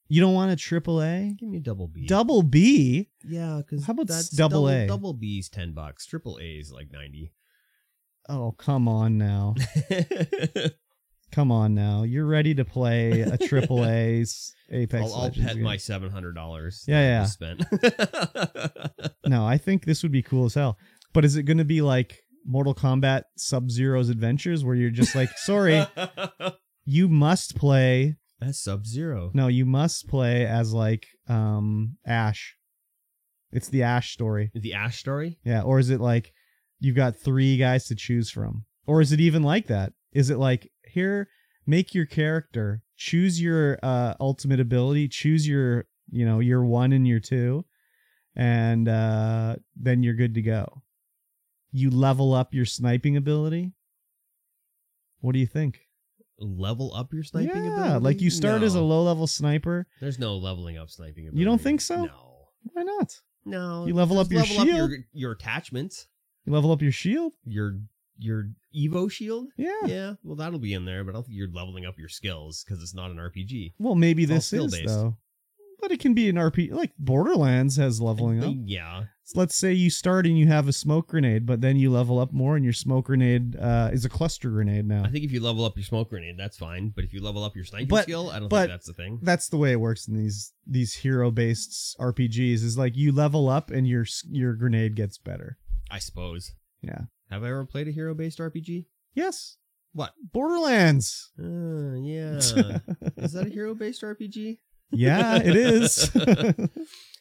Speaker 1: You don't want a triple A?
Speaker 2: Give me a double B.
Speaker 1: Double B?
Speaker 2: Yeah, because
Speaker 1: How about
Speaker 2: that's
Speaker 1: double A?
Speaker 2: Double B's ten bucks. Triple A's like ninety.
Speaker 1: Oh, come on now. Come on now. You're ready to play a triple A s- Apex
Speaker 2: I'll, I'll
Speaker 1: Legends
Speaker 2: pet
Speaker 1: game.
Speaker 2: my seven hundred dollars.
Speaker 1: Yeah, yeah.
Speaker 2: Spent.
Speaker 1: No, I think this would be cool as hell. But is it going to be like Mortal Kombat Sub Zero's Adventures where you're just like, sorry, you must play
Speaker 2: That's Sub Zero.
Speaker 1: no you must play as like um ash it's the ash story
Speaker 2: The Ash story.
Speaker 1: yeah or is it like you've got three guys to choose from or is it even like that is it like here make your character choose your uh, ultimate ability, choose your you know your one and your two, and uh, then you're good to go. You level up your sniping ability. What do you think?
Speaker 2: Level up your sniping
Speaker 1: yeah,
Speaker 2: ability.
Speaker 1: like you start as a
Speaker 2: No.
Speaker 1: low level sniper.
Speaker 2: There's no leveling up sniping ability.
Speaker 1: You don't think so?
Speaker 2: No.
Speaker 1: Why not?
Speaker 2: No.
Speaker 1: You level up
Speaker 2: just
Speaker 1: your
Speaker 2: your-
Speaker 1: shield.
Speaker 2: your, attachments.
Speaker 1: You level up your shield.
Speaker 2: Your your Evo shield.
Speaker 1: Yeah.
Speaker 2: Yeah. Well, that'll be in there, but I don't think you're leveling up your skills because it's not an RPG.
Speaker 1: Well, maybe
Speaker 2: It's all
Speaker 1: this is
Speaker 2: skill-based.
Speaker 1: though. But it can be an RP like Borderlands has leveling up.
Speaker 2: Yeah.
Speaker 1: So let's say you start and you have a smoke grenade, but then you level up more and your smoke grenade uh, is a cluster grenade now.
Speaker 2: I think if you level up your smoke grenade, that's fine. But if you level up your sniping
Speaker 1: But-
Speaker 2: skill, I don't
Speaker 1: but-
Speaker 2: think that's the thing.
Speaker 1: That's the way it works in these these hero based RPGs. Is like you level up and your s- your grenade gets better.
Speaker 2: I suppose.
Speaker 1: Yeah.
Speaker 2: Have I ever played a hero based RPG?
Speaker 1: Yes.
Speaker 2: What?
Speaker 1: Borderlands.
Speaker 2: Uh, yeah. is that a hero based RPG?
Speaker 1: yeah, it is.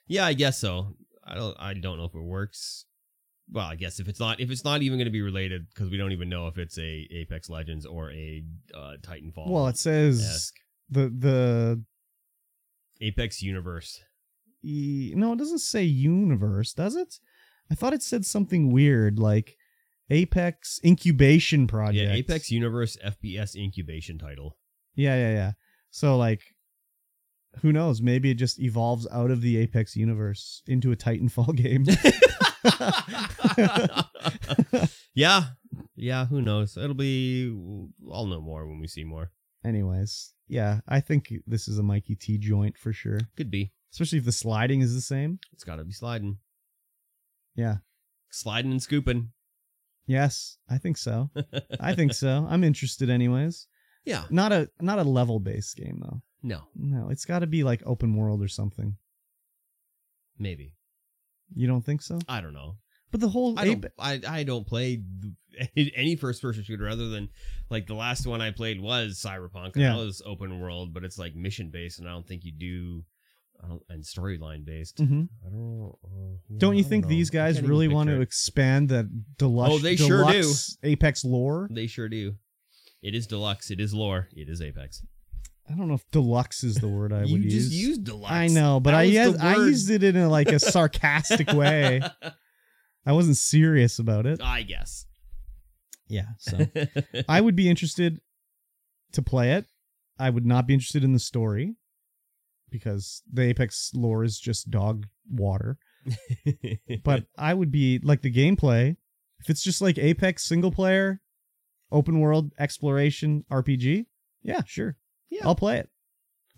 Speaker 2: Yeah, I guess so. I don't. I don't know if it works. Well, I guess if it's not, if it's not even going to be related, because we don't even know if it's a Apex Legends or a uh, Titanfall.
Speaker 1: well, it says
Speaker 2: esque.
Speaker 1: the the
Speaker 2: Apex Universe.
Speaker 1: E- no, it doesn't say universe, does it? I thought it said something weird like Apex Incubation Project.
Speaker 2: Yeah, Apex Universe FBS incubation title.
Speaker 1: Yeah, yeah, yeah. So like, who knows? Maybe it just evolves out of the Apex universe into a Titanfall game.
Speaker 2: yeah, yeah. Who knows? It'll be. I'll know more when we see more.
Speaker 1: Anyways, yeah, I think this is a Mikey T joint for sure.
Speaker 2: Could be.
Speaker 1: Especially if the sliding is the same.
Speaker 2: It's got to be sliding,
Speaker 1: Yeah.
Speaker 2: sliding and scooping.
Speaker 1: Yes, I think so. I think so. I'm interested, anyways.
Speaker 2: yeah.
Speaker 1: Not a not a level based game though.
Speaker 2: No.
Speaker 1: No, it's got to be like open world or something.
Speaker 2: Maybe.
Speaker 1: You don't think so?
Speaker 2: I don't know.
Speaker 1: But the whole
Speaker 2: I don't,
Speaker 1: Ape-
Speaker 2: I, I don't play th- any first person shooter other than like the last one I played was Cyberpunk. and
Speaker 1: Yeah.
Speaker 2: That was open world, but it's like mission based, and I don't think you do, I don't, and storyline based.
Speaker 1: Mhm.
Speaker 2: I don't. Uh, yeah,
Speaker 1: Don't
Speaker 2: I
Speaker 1: you think
Speaker 2: know.
Speaker 1: these
Speaker 2: I
Speaker 1: guys
Speaker 2: can't
Speaker 1: really
Speaker 2: even
Speaker 1: want to
Speaker 2: picture it.
Speaker 1: expand that deluxe,
Speaker 2: Oh, they sure do.
Speaker 1: deluxe Apex lore?
Speaker 2: They sure do. It is deluxe. It is lore. It is Apex.
Speaker 1: I don't know if deluxe is the word I
Speaker 2: you
Speaker 1: would
Speaker 2: just
Speaker 1: use.
Speaker 2: used deluxe.
Speaker 1: I know, but
Speaker 2: That
Speaker 1: I
Speaker 2: was the
Speaker 1: yes, I
Speaker 2: word.
Speaker 1: used it in a, like a sarcastic way. I wasn't serious about it.
Speaker 2: I guess.
Speaker 1: Yeah, so I would be interested to play it. I would not be interested in the story because the Apex lore is just dog water. But I would be like the gameplay. If it's just like Apex single player, open world exploration RPG, yeah, sure.
Speaker 2: Yeah.
Speaker 1: I'll play it.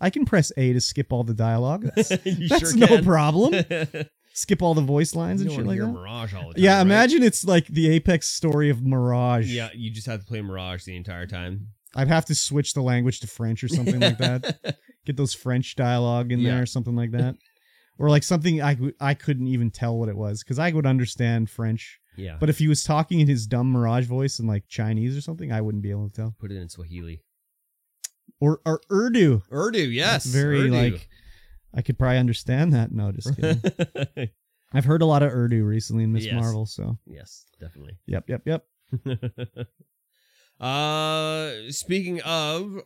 Speaker 1: I can press A to skip all the dialogue. That's,
Speaker 2: You
Speaker 1: that's
Speaker 2: sure
Speaker 1: no
Speaker 2: can.
Speaker 1: problem.
Speaker 2: You
Speaker 1: Skip all the voice lines and
Speaker 2: don't
Speaker 1: shit
Speaker 2: wanna
Speaker 1: like
Speaker 2: hear
Speaker 1: that.
Speaker 2: Mirage all the time,
Speaker 1: yeah,
Speaker 2: right?
Speaker 1: imagine it's like the Apex story of Mirage.
Speaker 2: Yeah, you just have to play Mirage the entire time.
Speaker 1: I'd have to switch the language to French or something like that. Get those French dialogue in there
Speaker 2: Yeah.
Speaker 1: or something like that. Or like something I, cou- I couldn't even tell what it was because I would understand French.
Speaker 2: yeah. But
Speaker 1: But if he was talking in his dumb Mirage voice in like Chinese or something, I wouldn't be able to tell.
Speaker 2: put it in Swahili.
Speaker 1: Or or Urdu.
Speaker 2: Urdu, yes.
Speaker 1: That's very
Speaker 2: Urdu.
Speaker 1: like I could probably understand that. No, just kidding. I've heard a lot of Urdu recently in Miss
Speaker 2: Yes.
Speaker 1: Marvel, so
Speaker 2: yes, definitely.
Speaker 1: yep, yep, yep.
Speaker 2: uh speaking of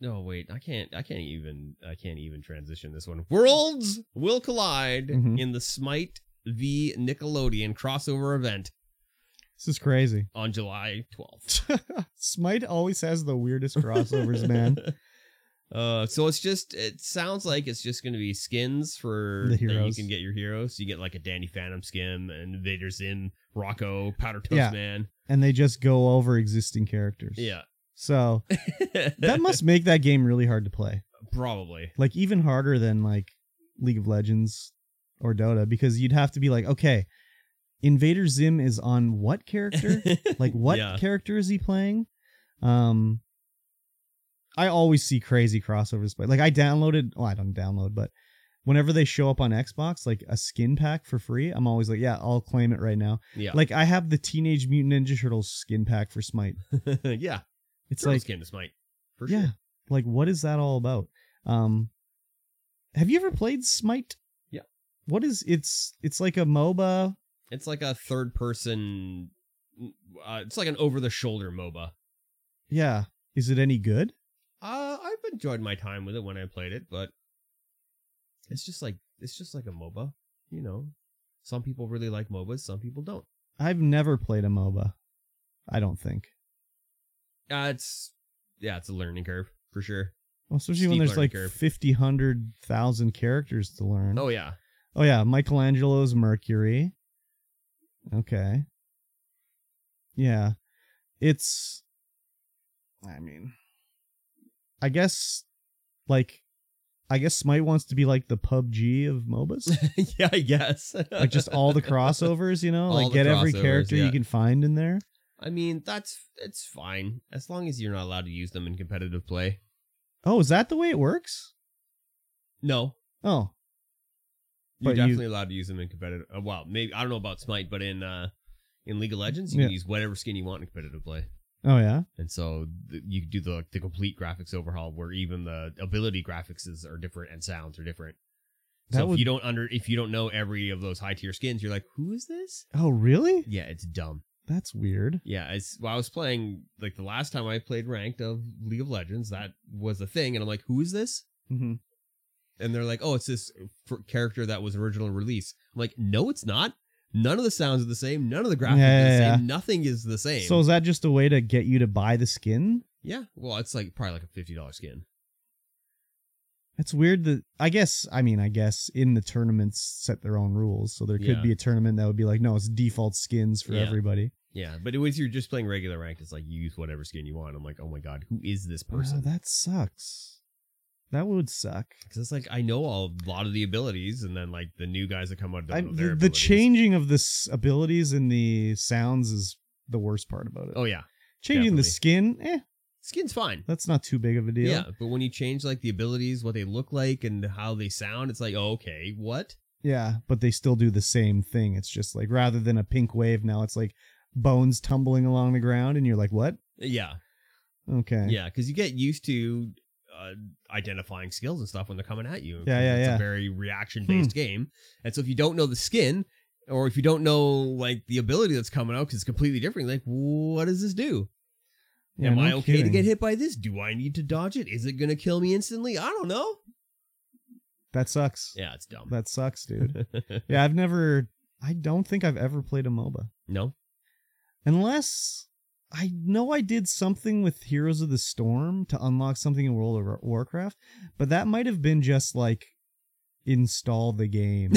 Speaker 2: no wait, I can't I can't even I can't even transition this one. Worlds will collide
Speaker 1: Mhm.
Speaker 2: in the Smite v Nickelodeon crossover event
Speaker 1: This is crazy.
Speaker 2: on July 12th.
Speaker 1: Smite always has the weirdest crossovers, man.
Speaker 2: Uh, so it's just it sounds like it's just going to be skins for
Speaker 1: The
Speaker 2: that
Speaker 1: heroes.
Speaker 2: you can get your heroes. you get like a Danny Phantom skin, and Invader Zim, Rocco, Powder Toast
Speaker 1: Yeah.
Speaker 2: Man.
Speaker 1: And they just go over existing characters.
Speaker 2: Yeah,
Speaker 1: So that must make that game really hard to play.
Speaker 2: probably.
Speaker 1: Like even harder than like League of Legends or Dota, because you'd have to be like, okay, Invader Zim is on what character? like what
Speaker 2: Yeah.
Speaker 1: character is he playing um i always see crazy crossovers but like i downloaded well i don't download but whenever they show up on xbox like a skin pack for free i'm always like yeah i'll claim it right now
Speaker 2: Yeah,
Speaker 1: like i have the teenage mutant ninja turtles skin pack for smite
Speaker 2: yeah.
Speaker 1: it's
Speaker 2: Turtle
Speaker 1: like
Speaker 2: skin is might. For
Speaker 1: yeah
Speaker 2: sure.
Speaker 1: like what is that all about um have you ever played smite
Speaker 2: Yeah.
Speaker 1: what is it's it's like a moba
Speaker 2: It's like a third person. Uh, it's like an over the shoulder MOBA.
Speaker 1: yeah is it any good
Speaker 2: Uh, I've enjoyed my time with it when I played it, but it's just like it's just like a MOBA, you know. Some people really like MOBAs, some people don't.
Speaker 1: I've never played a MOBA. I don't think.
Speaker 2: Uh, it's yeah, it's a learning curve for sure.
Speaker 1: Well, especially when
Speaker 2: Steep
Speaker 1: there's
Speaker 2: learning
Speaker 1: like
Speaker 2: curve.
Speaker 1: fifty, hundred thousand characters to learn.
Speaker 2: Oh yeah,
Speaker 1: Oh yeah, Michelangelo's Mercury. Okay. Yeah. It's I mean I guess like I guess Smite wants to be like the PUBG of MOBAs.
Speaker 2: yeah, I guess.
Speaker 1: like just all the crossovers, you know?
Speaker 2: All
Speaker 1: Like
Speaker 2: the
Speaker 1: get every
Speaker 2: crossovers,
Speaker 1: character
Speaker 2: yeah.
Speaker 1: you can find in there.
Speaker 2: I mean, that's it's fine as long as you're not allowed to use them in competitive play.
Speaker 1: Oh, is that the way it works?
Speaker 2: No,
Speaker 1: Oh. But
Speaker 2: you're
Speaker 1: you-
Speaker 2: definitely allowed to use them in competitive. Uh, well, maybe I don't know about Smite, but in uh, in League of Legends, you
Speaker 1: Yeah.
Speaker 2: can use whatever skin you want in competitive play.
Speaker 1: Oh yeah.
Speaker 2: And so th- you could do the the complete graphics overhaul, where even the ability graphics is, are different and sounds are different.
Speaker 1: That
Speaker 2: so
Speaker 1: would
Speaker 2: if you don't under if you don't know every of those high tier skins, you're like, who is this?
Speaker 1: Oh really?
Speaker 2: Yeah, it's dumb.
Speaker 1: That's weird.
Speaker 2: Yeah, it's well, I was playing like the last time I played ranked of League of Legends, that was a thing, and I'm like, who is this?
Speaker 1: Mm-hmm.
Speaker 2: And they're like, oh, it's this f- character that was original release. I'm like, no, it's not. None of the sounds are the same. None of the graphics
Speaker 1: Yeah,
Speaker 2: are the
Speaker 1: yeah,
Speaker 2: same. Nothing is the same.
Speaker 1: So is that just a way to get you to buy the skin?
Speaker 2: yeah, well, it's like probably like a fifty dollar skin.
Speaker 1: That's weird that I guess I mean I guess in the tournaments set their own rules. So there could
Speaker 2: Yeah.
Speaker 1: be a tournament that would be like, no, it's default skins for
Speaker 2: Yeah.
Speaker 1: everybody.
Speaker 2: Yeah, but it was you're just playing regular ranked. It's like you use whatever skin you want. I'm like, oh my god, who is this
Speaker 1: Wow,
Speaker 2: person?
Speaker 1: Oh, that sucks. That would suck.
Speaker 2: Because it's like I know all, a lot of the abilities, and then like the new guys that come out. Don't
Speaker 1: I,
Speaker 2: know their
Speaker 1: the, the
Speaker 2: abilities.
Speaker 1: changing of the s- abilities and the sounds is the worst part about it.
Speaker 2: Oh yeah,
Speaker 1: changing the
Speaker 2: definitely.
Speaker 1: skin, eh,
Speaker 2: skin's fine.
Speaker 1: that's not too big of a deal.
Speaker 2: Yeah, but when you change like the abilities, what they look like, and how they sound, it's like, oh, okay, what?
Speaker 1: Yeah, but they still do the same thing. It's just like rather than a pink wave, now it's like bones tumbling along the ground, and you're like, what?
Speaker 2: Yeah,
Speaker 1: Okay.
Speaker 2: yeah, because you get used to uh, identifying skills and stuff when they're coming at you.
Speaker 1: Yeah, yeah,
Speaker 2: it's
Speaker 1: yeah. Hmm.
Speaker 2: a very reaction based game, and so if you don't know the skin. Or if you don't know like the ability that's coming out because it's completely different, like what does this do?
Speaker 1: Yeah,
Speaker 2: Am
Speaker 1: no
Speaker 2: I okay to
Speaker 1: kidding.
Speaker 2: get hit by this? Do I need to dodge it? Is it gonna kill me instantly? I don't know.
Speaker 1: That sucks.
Speaker 2: Yeah, it's dumb.
Speaker 1: That sucks, dude. yeah, I've never. I don't think I've ever played a MOBA,
Speaker 2: no.
Speaker 1: unless I know I did something with Heroes of the Storm to unlock something in World of Warcraft, but that might have been just like install the game.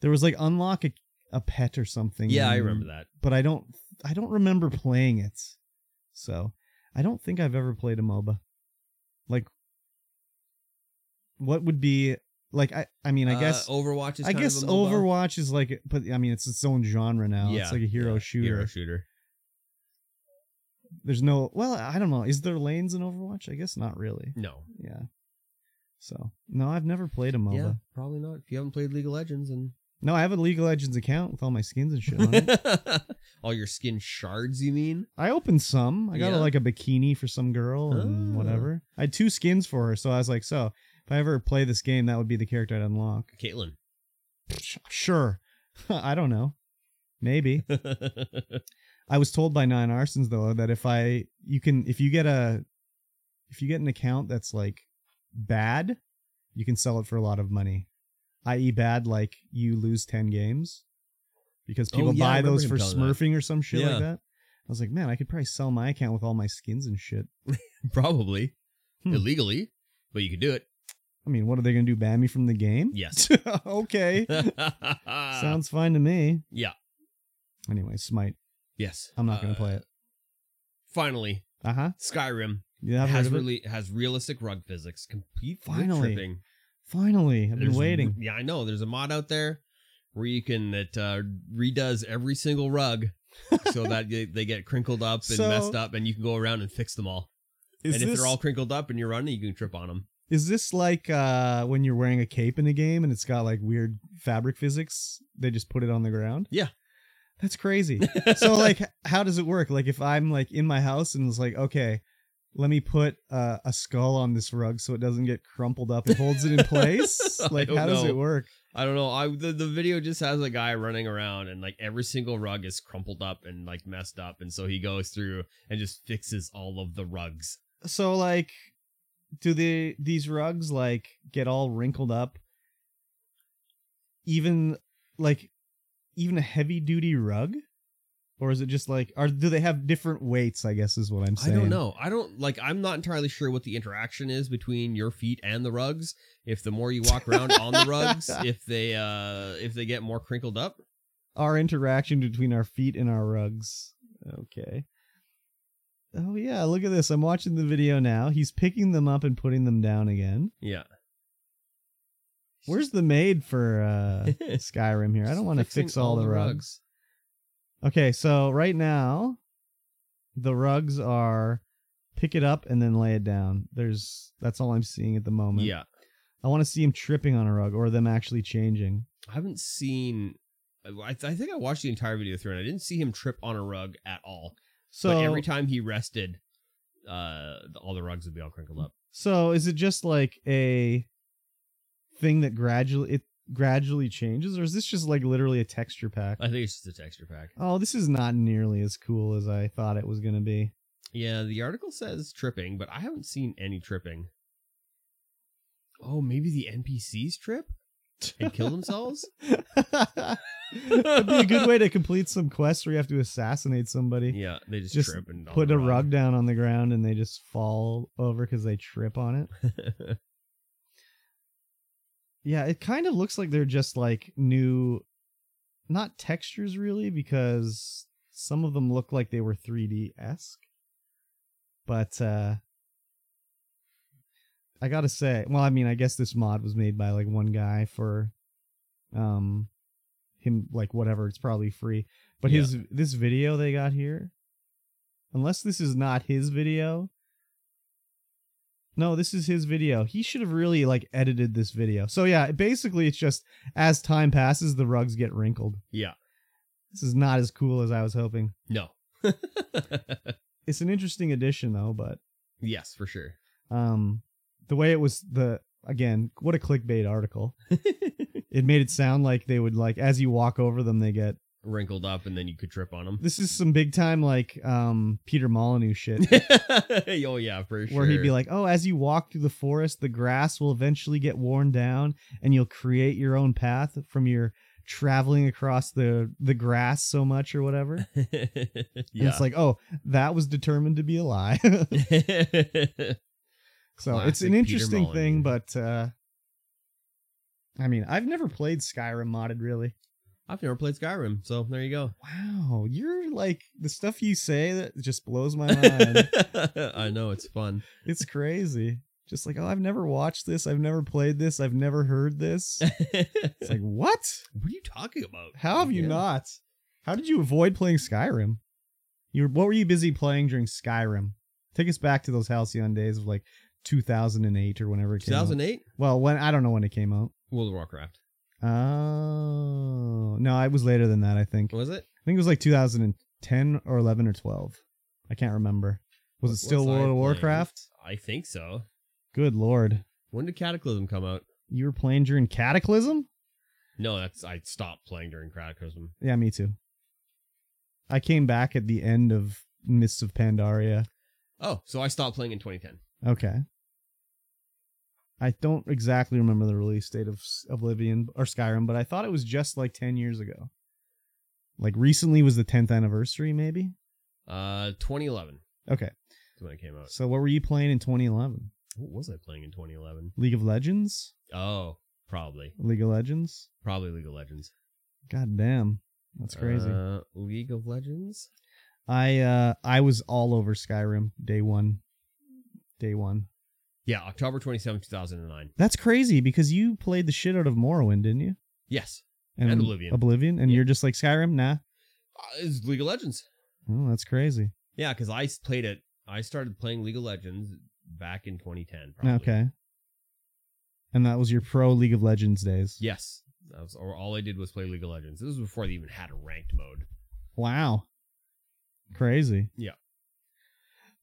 Speaker 1: there was like unlock a, a pet or something.
Speaker 2: yeah, I
Speaker 1: and-
Speaker 2: remember that.
Speaker 1: But I don't. I don't remember playing it, so I don't think I've ever played a MOBA. Like, what would be like? I. I mean, I
Speaker 2: Uh,
Speaker 1: guess
Speaker 2: Overwatch is.
Speaker 1: I
Speaker 2: kind
Speaker 1: guess
Speaker 2: of a MOBA.
Speaker 1: Overwatch is like, but I mean, it's its own genre now.
Speaker 2: Yeah,
Speaker 1: it's like a hero
Speaker 2: yeah,
Speaker 1: shooter.
Speaker 2: Hero shooter.
Speaker 1: There's no, well, I don't know. Is there lanes in Overwatch? I guess not really.
Speaker 2: No.
Speaker 1: Yeah. So no, I've never played a MOBA.
Speaker 2: Yeah, probably not. If you haven't played League of Legends and
Speaker 1: No, I have a League of Legends account with all my skins and shit on it.
Speaker 2: all your skin shards, you mean?
Speaker 1: I opened some. I got
Speaker 2: Yeah.
Speaker 1: like a bikini for some girl and
Speaker 2: Oh.
Speaker 1: whatever. I had two skins for her, so I was like, so if I ever play this game, that would be the character I'd unlock.
Speaker 2: Caitlyn.
Speaker 1: Sure. I don't know. Maybe. I was told by Nine Arsons though that if I you can if you get a if you get an account that's like bad, you can sell it for a lot of money. I.e. bad like you lose ten games because
Speaker 2: Oh,
Speaker 1: people
Speaker 2: yeah, I
Speaker 1: buy those for
Speaker 2: remember him telling that.
Speaker 1: smurfing or some shit
Speaker 2: Yeah.
Speaker 1: like that. I was like, man, I could probably sell my account with all my skins and shit.
Speaker 2: probably
Speaker 1: Hmm.
Speaker 2: illegally, but you could do it.
Speaker 1: I mean, what are they gonna do? Ban me from the game?
Speaker 2: Yes. Ah.
Speaker 1: okay. Sounds fine to me.
Speaker 2: Yeah.
Speaker 1: Anyway, Smite.
Speaker 2: Yes.
Speaker 1: I'm not gonna
Speaker 2: Uh,
Speaker 1: play it.
Speaker 2: Finally,
Speaker 1: Uh huh.
Speaker 2: Skyrim
Speaker 1: You have heard
Speaker 2: has
Speaker 1: of it?
Speaker 2: really has realistic rug physics. Complete
Speaker 1: Finally.
Speaker 2: Finally. tripping.
Speaker 1: Finally, I've been
Speaker 2: There's-
Speaker 1: waiting.
Speaker 2: Yeah, I know. There's a mod out there where you can that uh, redoes every single rug so that they, they get crinkled up and
Speaker 1: So-
Speaker 2: messed up, and you can go around and fix them all.
Speaker 1: Is
Speaker 2: and if
Speaker 1: this-
Speaker 2: they're all crinkled up and you're running, you can trip on them.
Speaker 1: Is this like uh when you're wearing a cape in a game and it's got like weird fabric physics? They just put it on the ground?
Speaker 2: Yeah.
Speaker 1: That's crazy. so like h- how does it work? Like if I'm like in my house and it's like, okay, let me put uh, a skull on this rug so it doesn't get crumpled up and holds it in place.
Speaker 2: I
Speaker 1: like
Speaker 2: don't
Speaker 1: how does
Speaker 2: know.
Speaker 1: it work?
Speaker 2: I don't know. I the, the video just has a guy running around and like every single rug is crumpled up and like messed up, and so he goes through and just fixes all of the rugs.
Speaker 1: so like do the these rugs like get all wrinkled up even like even a heavy duty rug or is it just like are do they have different weights i guess is what i'm
Speaker 2: I
Speaker 1: saying
Speaker 2: don't know. I don't like. I'm not entirely sure what the interaction is between your feet and the rugs. If the more you walk around on the rugs, if they uh if they get more crinkled up,
Speaker 1: our interaction between our feet and our rugs okay oh yeah look at this i'm watching the video now he's picking them up and putting them down again
Speaker 2: yeah.
Speaker 1: where's the maid for uh skyrim here i don't want to
Speaker 2: Fixing
Speaker 1: fix all, the rugs. Okay, so right now, the rugs are pick it up and then lay it down. There's that's all I'm seeing at the moment.
Speaker 2: Yeah,
Speaker 1: I want to see him tripping on a rug or them actually changing.
Speaker 2: I haven't seen. I, I think I watched the entire video through, and I didn't see him trip on a rug at all.
Speaker 1: So
Speaker 2: but every time he rested, uh, all the rugs would be all crinkled up.
Speaker 1: so is it just like a thing that gradually it gradually changes, or is this just like literally a texture pack?
Speaker 2: I think it's just a texture pack.
Speaker 1: oh, this is not nearly as cool as I thought it was gonna be.
Speaker 2: Yeah, the article says tripping, but I haven't seen any tripping. Oh, maybe the NPCs trip and kill themselves?
Speaker 1: That'd be a good way to complete some quests where you have to assassinate somebody.
Speaker 2: yeah, they just,
Speaker 1: Just
Speaker 2: trip and on
Speaker 1: put
Speaker 2: the
Speaker 1: a rug down on the ground and they just fall over because they trip on it. Yeah, it kind of looks like they're just like new, not textures really, because some of them look like they were 3D esque. But uh I gotta say, well, I mean, I guess this mod was made by like one guy for um him like whatever, it's probably free. But his this video they got here, unless this is not his video. No, this is his video. He should have really like edited this video. So yeah, basically it's just as time passes the rugs get wrinkled.
Speaker 2: yeah,
Speaker 1: This is not as cool as I was hoping.
Speaker 2: no.
Speaker 1: It's an interesting addition though, but
Speaker 2: yes, for sure.
Speaker 1: um the way it was the again, what a clickbait article. It made it sound like they would like as you walk over them they get
Speaker 2: Wrinkled up, and then you could trip on them.
Speaker 1: this is some big time like um Peter Molyneux shit.
Speaker 2: oh yeah, for sure.
Speaker 1: where he'd be like, "Oh, as you walk through the forest, the grass will eventually get worn down, and you'll create your own path from your traveling across the the grass so much or whatever." And
Speaker 2: yeah.
Speaker 1: it's like, "Oh, that was determined to be a lie." so it's
Speaker 2: Classic
Speaker 1: an
Speaker 2: Peter
Speaker 1: interesting thing,
Speaker 2: Molyneux.
Speaker 1: but uh I mean, I've never played Skyrim modded really.
Speaker 2: I've never played Skyrim, so there you go.
Speaker 1: Wow, you're like the stuff you say that just blows my mind.
Speaker 2: I know it's fun.
Speaker 1: it's crazy. Just like, "Oh, I've never watched this. I've never played this. I've never heard this." It's
Speaker 2: what
Speaker 1: like, "What?"
Speaker 2: are you talking about?
Speaker 1: How have you
Speaker 2: Yeah.
Speaker 1: not? How did you avoid playing Skyrim? You were, what were you busy playing during Skyrim? Take us back to those halcyon days of like 2008 or whenever it came out.
Speaker 2: 2008
Speaker 1: Well, when I don't know when it came out.
Speaker 2: World of Warcraft
Speaker 1: Oh no, it was later than that. I think. I
Speaker 2: was it?
Speaker 1: think it was like 2010 or 11 or 12. I can't remember. Was it
Speaker 2: What-
Speaker 1: still
Speaker 2: what's I
Speaker 1: World of
Speaker 2: playing?
Speaker 1: Warcraft?
Speaker 2: I think so.
Speaker 1: Good lord,
Speaker 2: When did Cataclysm come out?
Speaker 1: you were playing during Cataclysm?
Speaker 2: No, that's I stopped playing during Cataclysm.
Speaker 1: Yeah, me too. I came back at the end of Mists of Pandaria.
Speaker 2: Oh, so I stopped playing in 2010.
Speaker 1: Okay. I don't exactly remember the release date of S- Oblivion or Skyrim, but I thought it was just like 10 years ago. Like recently was the 10th anniversary, maybe?
Speaker 2: Uh, 2011
Speaker 1: Okay.
Speaker 2: is when it came out.
Speaker 1: So what were you playing in 2011?
Speaker 2: What was I playing in 2011?
Speaker 1: League of Legends?
Speaker 2: Oh, probably,
Speaker 1: League of Legends?
Speaker 2: probably League of Legends.
Speaker 1: God damn. That's crazy.
Speaker 2: Uh, League of Legends.
Speaker 1: I uh I was all over Skyrim day 1. Day 1.
Speaker 2: Yeah, October 27, 2009.
Speaker 1: That's crazy because you played the shit out of Morrowind, didn't you?
Speaker 2: Yes, And Oblivion.
Speaker 1: Oblivion and
Speaker 2: Yeah.
Speaker 1: you're just like Skyrim? Nah.
Speaker 2: uh, it's League of Legends.
Speaker 1: Oh, that's crazy.
Speaker 2: Yeah, because I s- played it. I started playing League of Legends back in 2010. Probably.
Speaker 1: Okay. And that was your pro League of Legends days.
Speaker 2: Yes, that was, or all I did was play League of Legends. This was before they even had a ranked mode.
Speaker 1: Wow. Crazy.
Speaker 2: Yeah.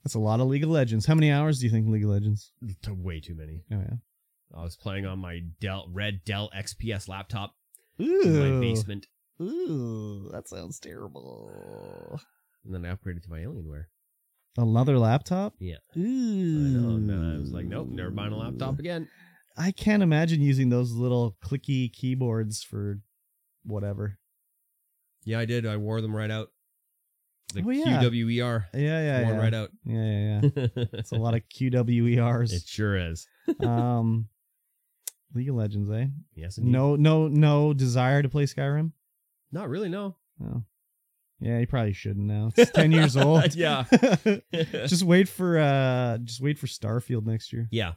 Speaker 1: That's a lot of League of Legends. How many hours do you think League of Legends?
Speaker 2: To way too many.
Speaker 1: Oh yeah.
Speaker 2: I was playing on my Dell red Dell XPS laptop in my
Speaker 1: Ooh.
Speaker 2: basement,
Speaker 1: Ooh, that sounds terrible.
Speaker 2: and then I upgraded to my Alienware.
Speaker 1: Another laptop?
Speaker 2: Yeah.
Speaker 1: Ooh.
Speaker 2: I know. And then I was like, nope, never buying a laptop again.
Speaker 1: I can't imagine using those little clicky keyboards for whatever.
Speaker 2: Yeah, I did. I wore them right out. The E
Speaker 1: Oh, yeah.
Speaker 2: QWER.
Speaker 1: Yeah, yeah,
Speaker 2: worn
Speaker 1: yeah.
Speaker 2: right out.
Speaker 1: yeah, yeah, yeah.
Speaker 2: it's
Speaker 1: It's a lot of E QWERs.
Speaker 2: It sure is.
Speaker 1: um, League of Legends, eh?
Speaker 2: Yes. Indeed.
Speaker 1: No, no, no desire to play Skyrim.
Speaker 2: Not really. No.
Speaker 1: Oh, yeah, you probably shouldn't now. It's ten years old.
Speaker 2: Yeah.
Speaker 1: just wait for uh, just wait for Starfield next year.
Speaker 2: yeah.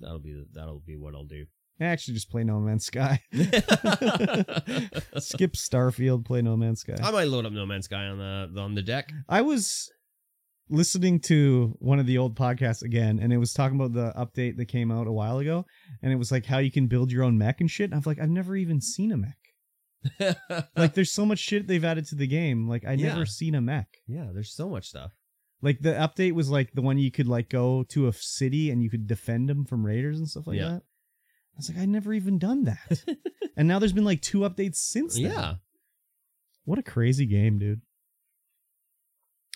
Speaker 2: That'll be the, that'll be what I'll do.
Speaker 1: Actually, just play No Man's Sky.
Speaker 2: I
Speaker 1: Skip Starfield, play No Man's Sky.
Speaker 2: might load up No Man's Sky on the on the deck.
Speaker 1: I was listening to one of the old podcasts again, and it was talking about the update that came out a while ago, and it was like how you can build your own mech and shit. And I'm like, I've never even seen a mech. Like, there's so much shit they've added to the game. Like, I
Speaker 2: Uh. Yeah.
Speaker 1: never seen a mech.
Speaker 2: yeah, there's so much stuff.
Speaker 1: Like the update was like the one you could like go to a city and you could defend them from raiders and stuff like
Speaker 2: Yeah.
Speaker 1: that. I was like, I never even done that. and now there's been like two updates since. then.
Speaker 2: Yeah,
Speaker 1: What a crazy game, dude.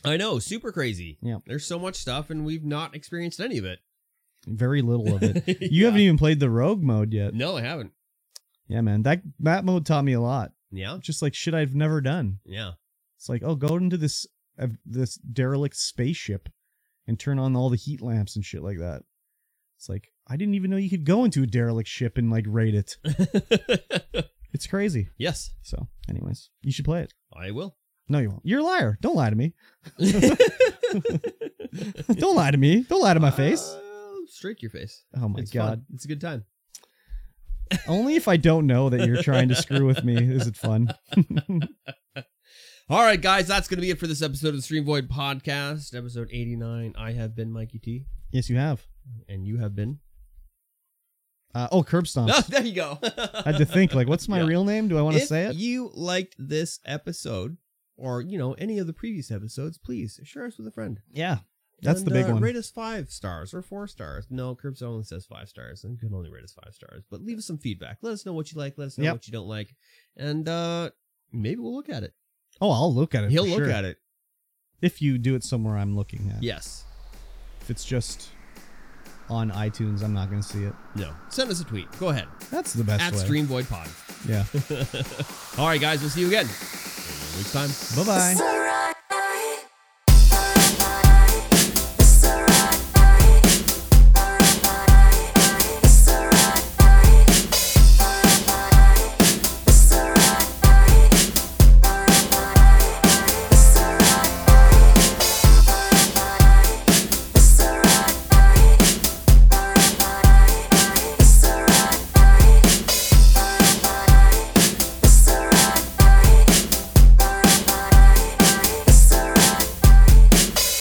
Speaker 2: I know, super crazy.
Speaker 1: Yeah.
Speaker 2: there's so much stuff, and we've not experienced any of it.
Speaker 1: Very little of it. You
Speaker 2: Yeah.
Speaker 1: haven't even played the rogue mode yet.
Speaker 2: No, I haven't.
Speaker 1: Yeah, man. That that mode taught me a lot.
Speaker 2: Yeah,
Speaker 1: Just like shit I've never done.
Speaker 2: yeah,
Speaker 1: It's like, oh, go into this uh, this derelict spaceship and turn on all the heat lamps and shit like that. It's like I didn't even know you could go into a derelict ship and like raid it. It's crazy.
Speaker 2: yes,
Speaker 1: So, anyways, you should play it.
Speaker 2: I will.
Speaker 1: No, you won't. You're a liar. Don't lie to me. Don't lie to me. Don't lie to my face.
Speaker 2: Uh, straight to your face.
Speaker 1: Oh my
Speaker 2: it's
Speaker 1: god.
Speaker 2: fun. it's a good time.
Speaker 1: Only if I don't know that you're trying to screw with me is it fun.
Speaker 2: All right, guys, that's going to be it for this episode of the Stream Void Podcast, episode 89. I have been Mikey T,
Speaker 1: Yes, you have.
Speaker 2: and you have been.
Speaker 1: Uh, oh, curb stomp.
Speaker 2: Oh, there you go.
Speaker 1: I had to think. Like, what's my
Speaker 2: Yeah.
Speaker 1: real name? Do I want to
Speaker 2: if
Speaker 1: say it?
Speaker 2: you liked this episode or you know any of the previous episodes please share us with a friend
Speaker 1: yeah. That's the
Speaker 2: And,
Speaker 1: big
Speaker 2: uh,
Speaker 1: one.
Speaker 2: rate us five stars or four stars no curbside only says five stars and you can only rate us five stars but leave us some feedback let us know what you like let us know
Speaker 1: Yep.
Speaker 2: what you don't like and uh maybe we'll look at it
Speaker 1: Oh, I'll look at it.
Speaker 2: he'll
Speaker 1: for
Speaker 2: look
Speaker 1: sure.
Speaker 2: at it
Speaker 1: If you do it somewhere I'm looking at.
Speaker 2: yes
Speaker 1: If it's just on iTunes, I'm not going to see it.
Speaker 2: no send us a tweet go ahead
Speaker 1: That's the best
Speaker 2: at
Speaker 1: way.
Speaker 2: stream void pod
Speaker 1: Yeah.
Speaker 2: all right guys we'll see you again in a week's time
Speaker 1: Bye-bye.